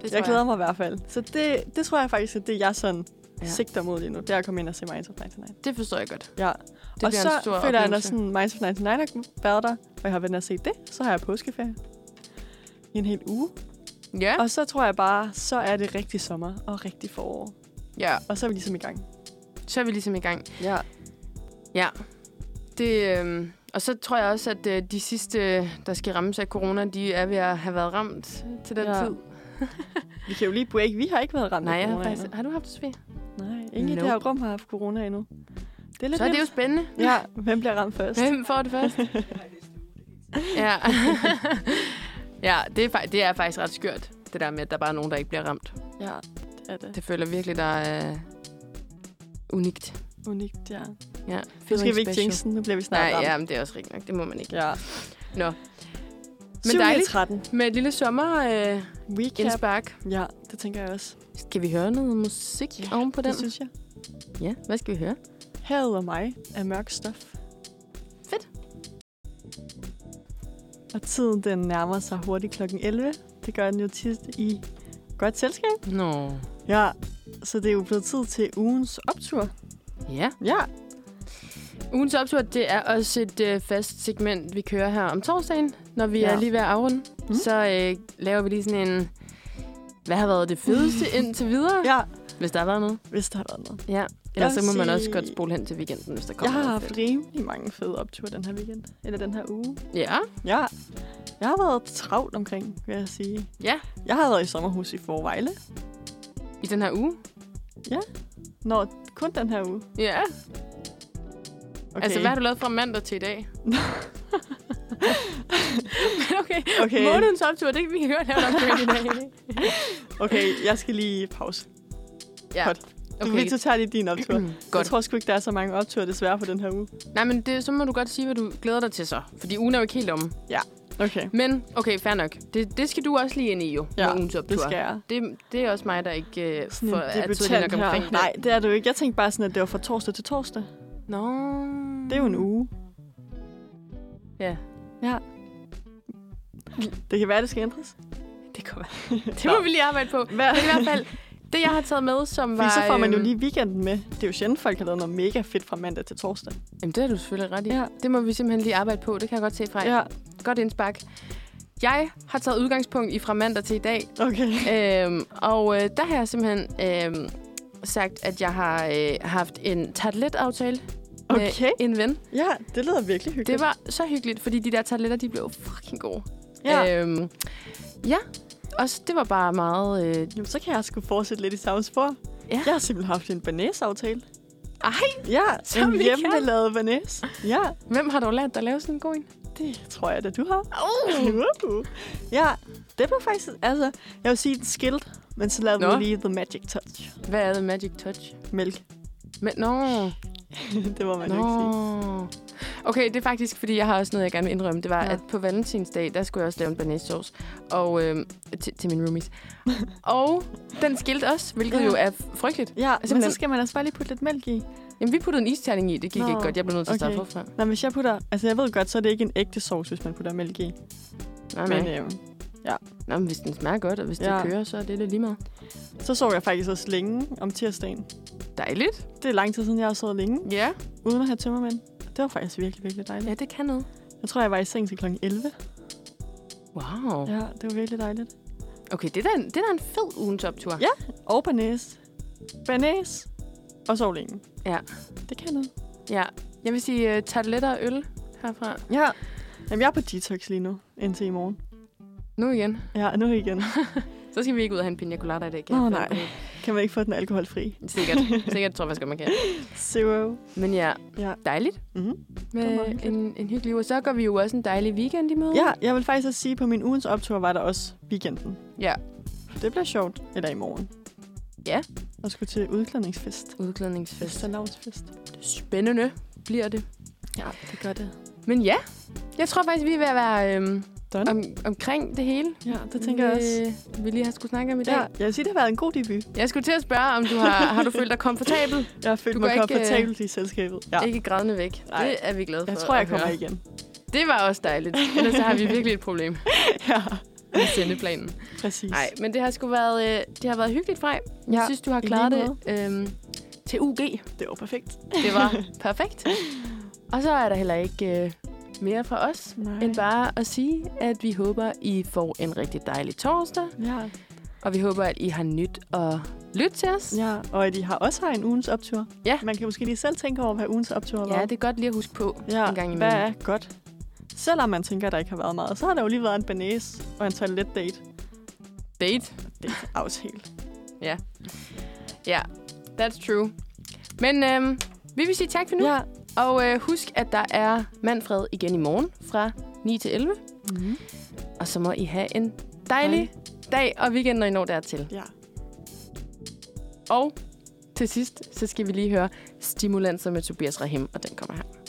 [SPEAKER 3] Ah. Jeg glæder mig i hvert fald. Så det, det tror jeg faktisk, at det jeg sådan
[SPEAKER 2] Ja.
[SPEAKER 3] ja. sigter mod lige nu, det er at komme ind og se Minds of 99.
[SPEAKER 2] Det forstår jeg godt.
[SPEAKER 3] Ja.
[SPEAKER 2] Det bliver
[SPEAKER 3] og så
[SPEAKER 2] en stor
[SPEAKER 3] føler jeg, når
[SPEAKER 2] oplevelse.
[SPEAKER 3] sådan Minds of 99 har været der, og jeg har været inde og set det, så har jeg påskeferie i en hel uge.
[SPEAKER 2] Ja,
[SPEAKER 3] Og så tror jeg bare, så er det rigtig sommer og rigtig forår.
[SPEAKER 2] ja.
[SPEAKER 3] Og så er vi ligesom i gang.
[SPEAKER 2] Så er vi ligesom i gang.
[SPEAKER 3] Ja.
[SPEAKER 2] Ja. Det, øh, og så tror jeg også, at øh, de sidste, der skal rammes af corona, de er ved at have været ramt til den ja.
[SPEAKER 3] Ja.
[SPEAKER 2] tid.
[SPEAKER 3] Vi kan jo lige break. Vi har ikke været ramt
[SPEAKER 2] Nej,
[SPEAKER 3] af
[SPEAKER 2] jeg har
[SPEAKER 3] corona
[SPEAKER 2] faktisk...
[SPEAKER 3] endnu.
[SPEAKER 2] Har du haft det, Sofie?
[SPEAKER 3] Nej, ingen i
[SPEAKER 2] Nope.
[SPEAKER 3] det her rum har haft corona endnu. Det er lidt
[SPEAKER 2] Så er det jo
[SPEAKER 3] nemt.
[SPEAKER 2] spændende.
[SPEAKER 3] Ja, hvem bliver ramt først?
[SPEAKER 2] Hvem får det først? ja. ja, det er, fak- det er faktisk ret skørt, det der med, at der bare er nogen, der ikke bliver ramt.
[SPEAKER 3] Ja, det er det.
[SPEAKER 2] Det føler virkelig, der er øh, unikt.
[SPEAKER 3] Unikt, ja.
[SPEAKER 2] Ja,
[SPEAKER 3] Nu skal
[SPEAKER 2] feeling
[SPEAKER 3] vi ikke
[SPEAKER 2] special.
[SPEAKER 3] tænke sådan, nu bliver vi snart
[SPEAKER 2] Nej,
[SPEAKER 3] ramt.
[SPEAKER 2] ja, men det er også rigtigt nok. Det må man ikke.
[SPEAKER 3] ja.
[SPEAKER 2] Nå. Men
[SPEAKER 3] Men dejligt.
[SPEAKER 2] dejligt.
[SPEAKER 3] 13.
[SPEAKER 2] Med et lille sommer øh,
[SPEAKER 3] Recap.
[SPEAKER 2] indspark.
[SPEAKER 3] Ja, det tænker jeg også.
[SPEAKER 2] Skal vi høre noget musik ja, oven på den?
[SPEAKER 3] Det synes jeg.
[SPEAKER 2] Ja, hvad skal vi høre?
[SPEAKER 3] Havet og mig er mørk stof.
[SPEAKER 2] Fedt.
[SPEAKER 3] Og tiden den nærmer sig hurtigt kl. 11. Det gør den jo tit i godt selskab.
[SPEAKER 2] Nå.
[SPEAKER 3] Ja, så det er jo blevet tid til ugens optur.
[SPEAKER 2] Ja.
[SPEAKER 3] Ja,
[SPEAKER 2] Ugens optur, det er også et øh, fast segment, vi kører her om torsdagen, når vi ja.
[SPEAKER 3] Ja.
[SPEAKER 2] er lige ved at afrunde. Mm.
[SPEAKER 3] Mhm.
[SPEAKER 2] Så øh, laver vi lige sådan en, hvad har været det fedeste indtil videre, ja.
[SPEAKER 3] ja,
[SPEAKER 2] hvis der har været noget.
[SPEAKER 3] hvis der har været noget.
[SPEAKER 2] Ja. Ellers så
[SPEAKER 3] vil
[SPEAKER 2] må man
[SPEAKER 3] sige-
[SPEAKER 2] også godt spole hen til weekenden, hvis der kommer
[SPEAKER 3] Jeg har
[SPEAKER 2] noget
[SPEAKER 3] haft rimelig mange fede opture den her weekend. Eller den her uge.
[SPEAKER 2] Ja,
[SPEAKER 3] Ja, jeg har været travlt omkring, vil jeg sige.
[SPEAKER 2] Ja.
[SPEAKER 3] Jeg har været i sommerhus i Forvejle.
[SPEAKER 2] i den her uge.
[SPEAKER 3] Nå, kun den her uge.
[SPEAKER 2] Ja, okay.
[SPEAKER 3] Okay.
[SPEAKER 2] altså hvad har du lavet fra mandag til i dag? okay. okay,
[SPEAKER 3] Okay.
[SPEAKER 2] månedens optur, det vi kan høre lave nok i dag.
[SPEAKER 3] Okay, jeg skal lige pause.
[SPEAKER 2] Ja. Mm.
[SPEAKER 3] Godt. Du, okay. du tager lige din optur. Jeg
[SPEAKER 2] Godt.
[SPEAKER 3] tror sgu ikke, der er så mange opture desværre på den her uge.
[SPEAKER 2] Nej, men det, så må du godt sige, hvad du glæder dig til så. Fordi ugen er jo ikke helt om.
[SPEAKER 3] Okay,
[SPEAKER 2] Men, okay, fair nok. Det, det skal du også lige ind i, jo.
[SPEAKER 3] Ja,
[SPEAKER 2] med ugens optur.
[SPEAKER 3] det skal jeg.
[SPEAKER 2] Det, det er også mig, der ikke øh,
[SPEAKER 3] Sådan
[SPEAKER 2] får
[SPEAKER 3] en
[SPEAKER 2] altid
[SPEAKER 3] debutant
[SPEAKER 2] lige nok omkring
[SPEAKER 3] her.
[SPEAKER 2] det.
[SPEAKER 3] Nej, det er du ikke. Jeg tænkte bare sådan, at det var fra torsdag til torsdag.
[SPEAKER 2] Nå.
[SPEAKER 3] Det er jo en uge.
[SPEAKER 2] Ja.
[SPEAKER 3] Ja. Det kan være, det skal ændres.
[SPEAKER 2] Det kommer. Det må vi lige arbejde på.
[SPEAKER 3] Hvad?
[SPEAKER 2] Men i hvert fald, det jeg har taget med, som var...
[SPEAKER 3] Fordi så får man jo
[SPEAKER 2] øhm,
[SPEAKER 3] lige weekenden med. Det er jo sjældent, folk har lavet noget mega fedt fra mandag til torsdag.
[SPEAKER 2] Jamen, det har du selvfølgelig ret i. Ja. Det må vi simpelthen lige arbejde på. Det kan jeg godt se fra. Ja.
[SPEAKER 3] Ja,
[SPEAKER 2] Godt indspark. Jeg har taget udgangspunkt i fra mandag til i dag,
[SPEAKER 3] okay.
[SPEAKER 2] øhm, og øh, der har jeg simpelthen øhm, sagt, at jeg har øh, haft en tartlet-aftale
[SPEAKER 3] Okay.
[SPEAKER 2] med en ven.
[SPEAKER 3] Ja, det lyder virkelig hyggeligt.
[SPEAKER 2] Det var så hyggeligt, fordi de der tartletter, de blev fucking gode.
[SPEAKER 3] Ja.
[SPEAKER 2] Øhm, ja. Også, det var bare meget... Øh,
[SPEAKER 3] Jamen, så kan jeg sgu fortsætte lidt i samme spor.
[SPEAKER 2] Ja.
[SPEAKER 3] Jeg har simpelthen haft en banæs-aftale.
[SPEAKER 2] ej,
[SPEAKER 3] Ja,
[SPEAKER 2] Som
[SPEAKER 3] en
[SPEAKER 2] vi kan.
[SPEAKER 3] hjemmelavet banæs. Ja,
[SPEAKER 2] hvem har dog lært dig at lave sådan en god en?
[SPEAKER 3] det tror jeg da, du har.
[SPEAKER 2] Oh.
[SPEAKER 3] Uh. Ja, det blev faktisk... Altså, jeg vil sige den skilt, men så lavede
[SPEAKER 2] Nå.
[SPEAKER 3] vi lige The Magic Touch.
[SPEAKER 2] Hvad er The Magic Touch?
[SPEAKER 3] Mælk.
[SPEAKER 2] Men, nå,
[SPEAKER 3] det må man jo ikke sige.
[SPEAKER 2] nå. Okay, det er faktisk, fordi jeg har også noget, jeg gerne vil indrømme. Det var, ja.
[SPEAKER 3] Nå.
[SPEAKER 2] at på valentinsdag, der skulle jeg også lave en banæssauce. Og øh, til, til min roomies. og den skilte også, hvilket ja.
[SPEAKER 3] Ja.
[SPEAKER 2] jo er frygteligt.
[SPEAKER 3] Ja, men
[SPEAKER 2] simpelthen-
[SPEAKER 3] så skal man altså bare lige putte lidt mælk i.
[SPEAKER 2] Jamen, vi puttede en isterning i. Det gik
[SPEAKER 3] Nå,
[SPEAKER 2] ikke godt. Jeg blev nødt til at starte
[SPEAKER 3] okay.
[SPEAKER 2] forfra.
[SPEAKER 3] Nå, hvis jeg putter... Altså, jeg ved godt, så er det ikke en ægte sovs, hvis man putter mælk i.
[SPEAKER 2] Nej,
[SPEAKER 3] Men
[SPEAKER 2] nej.
[SPEAKER 3] øhm,
[SPEAKER 2] Nå, men hvis den smager godt, og hvis ja.
[SPEAKER 3] Ja.
[SPEAKER 2] det kører, så er det da lige meget.
[SPEAKER 3] så sov jeg faktisk også længe om tirsdagen.
[SPEAKER 2] Dejligt.
[SPEAKER 3] Det er lang tid siden, jeg har sovet længe,
[SPEAKER 2] Ja.
[SPEAKER 3] uden at have tømmermænd. Det var faktisk virkelig, virkelig dejligt.
[SPEAKER 2] Ja, det kan noget.
[SPEAKER 3] Jeg tror, jeg var i seng til kl. 11.
[SPEAKER 2] Wow.
[SPEAKER 3] Ja, det var virkelig dejligt.
[SPEAKER 2] Okay, det er da en, det er da en fed ugens optur.
[SPEAKER 3] Ja. Og banæs. Banæs. Og sov længe.
[SPEAKER 2] Ja.
[SPEAKER 3] Det kan noget.
[SPEAKER 2] ja. Jeg vil sige uh, tarteletter og øl herfra.
[SPEAKER 3] Ja. Jamen, jeg er på detox lige nu, indtil i morgen.
[SPEAKER 2] Nu igen.
[SPEAKER 3] Ja, nu igen.
[SPEAKER 2] Så skal vi ikke ud og have en pina colada i dag.
[SPEAKER 3] Nå,
[SPEAKER 2] jeg
[SPEAKER 3] nej. Kan man ikke få den alkoholfri?
[SPEAKER 2] finde på. Sikkert. Sikkert tror jeg, godt, man kan.
[SPEAKER 3] Zero.
[SPEAKER 2] Men ja,
[SPEAKER 3] Ja.
[SPEAKER 2] dejligt.
[SPEAKER 3] Mhm. Det var
[SPEAKER 2] Med
[SPEAKER 3] hyggeligt.
[SPEAKER 2] en, en hyggelig uge. Så går vi jo også en dejlig weekend i møde.
[SPEAKER 3] Ja, jeg vil faktisk også sige, at på min ugens optur var der også weekenden.
[SPEAKER 2] ja.
[SPEAKER 3] Det bliver sjovt i dag i morgen.
[SPEAKER 2] Ja.
[SPEAKER 3] Og skulle til udklædningsfest.
[SPEAKER 2] Udklædningsfest.
[SPEAKER 3] Fastelavnsfest.
[SPEAKER 2] Spændende bliver det.
[SPEAKER 3] Ja, det gør det.
[SPEAKER 2] Men ja, jeg tror faktisk, vi er ved at være øhm,
[SPEAKER 3] Done.
[SPEAKER 2] om, omkring det hele.
[SPEAKER 3] Ja, det tænker jeg også.
[SPEAKER 2] Vi, vi lige har skulle snakke om i dag.
[SPEAKER 3] Ja, jeg vil sige, det har været en god debut.
[SPEAKER 2] Jeg skulle til at spørge, om du har, har du følt dig komfortabel?
[SPEAKER 3] Jeg har følt
[SPEAKER 2] Du
[SPEAKER 3] mig
[SPEAKER 2] går ikke, øh,
[SPEAKER 3] komfortabelt i selskabet. Ja.
[SPEAKER 2] Ja. Ikke grædende væk.
[SPEAKER 3] Nej.
[SPEAKER 2] Det er vi glade for.
[SPEAKER 3] Jeg tror, jeg
[SPEAKER 2] at
[SPEAKER 3] kommer
[SPEAKER 2] høre.
[SPEAKER 3] igen.
[SPEAKER 2] Det var også dejligt. Ellers så har vi virkelig et problem
[SPEAKER 3] Ja,
[SPEAKER 2] med sendeplanen.
[SPEAKER 3] præcis.
[SPEAKER 2] Nej, men det har sgu været, øh, det har været hyggeligt, Frej. Jeg
[SPEAKER 3] Ja,
[SPEAKER 2] synes, du har
[SPEAKER 3] i
[SPEAKER 2] klaret
[SPEAKER 3] lige
[SPEAKER 2] det øhm, til UG.
[SPEAKER 3] Det var perfekt.
[SPEAKER 2] Det var perfekt. Og så er der heller ikke øh, mere fra os,
[SPEAKER 3] Nej.
[SPEAKER 2] end bare at sige, at vi håber, I får en rigtig dejlig torsdag.
[SPEAKER 3] Ja,
[SPEAKER 2] Og vi håber, at I har nyt at lytte til os.
[SPEAKER 3] ja. og at I har også har en ugens optur.
[SPEAKER 2] Ja.
[SPEAKER 3] Man kan måske lige selv tænke over, hvad ugens optur var.
[SPEAKER 2] Ja, det er godt lige at huske på
[SPEAKER 3] ja.
[SPEAKER 2] en gang imellem.
[SPEAKER 3] Hvad er godt? Selvom man tænker, at der ikke har været meget, så har der jo lige været en banæs og en toiletdate.
[SPEAKER 2] Date.
[SPEAKER 3] Date aftale.
[SPEAKER 2] Ja, that's true. Men øhm, vi vil sige tak for nu.
[SPEAKER 3] Ja.
[SPEAKER 2] Og øh, husk, at der er Manfred igen i morgen fra 9 til 11. Mhm.
[SPEAKER 3] Mm.
[SPEAKER 2] Og så må I have en dejlig dag og weekend, når I når dertil.
[SPEAKER 3] Ja.
[SPEAKER 2] Og til sidst, så skal vi lige høre Stimulanser med Tobias Rahim, og den kommer her.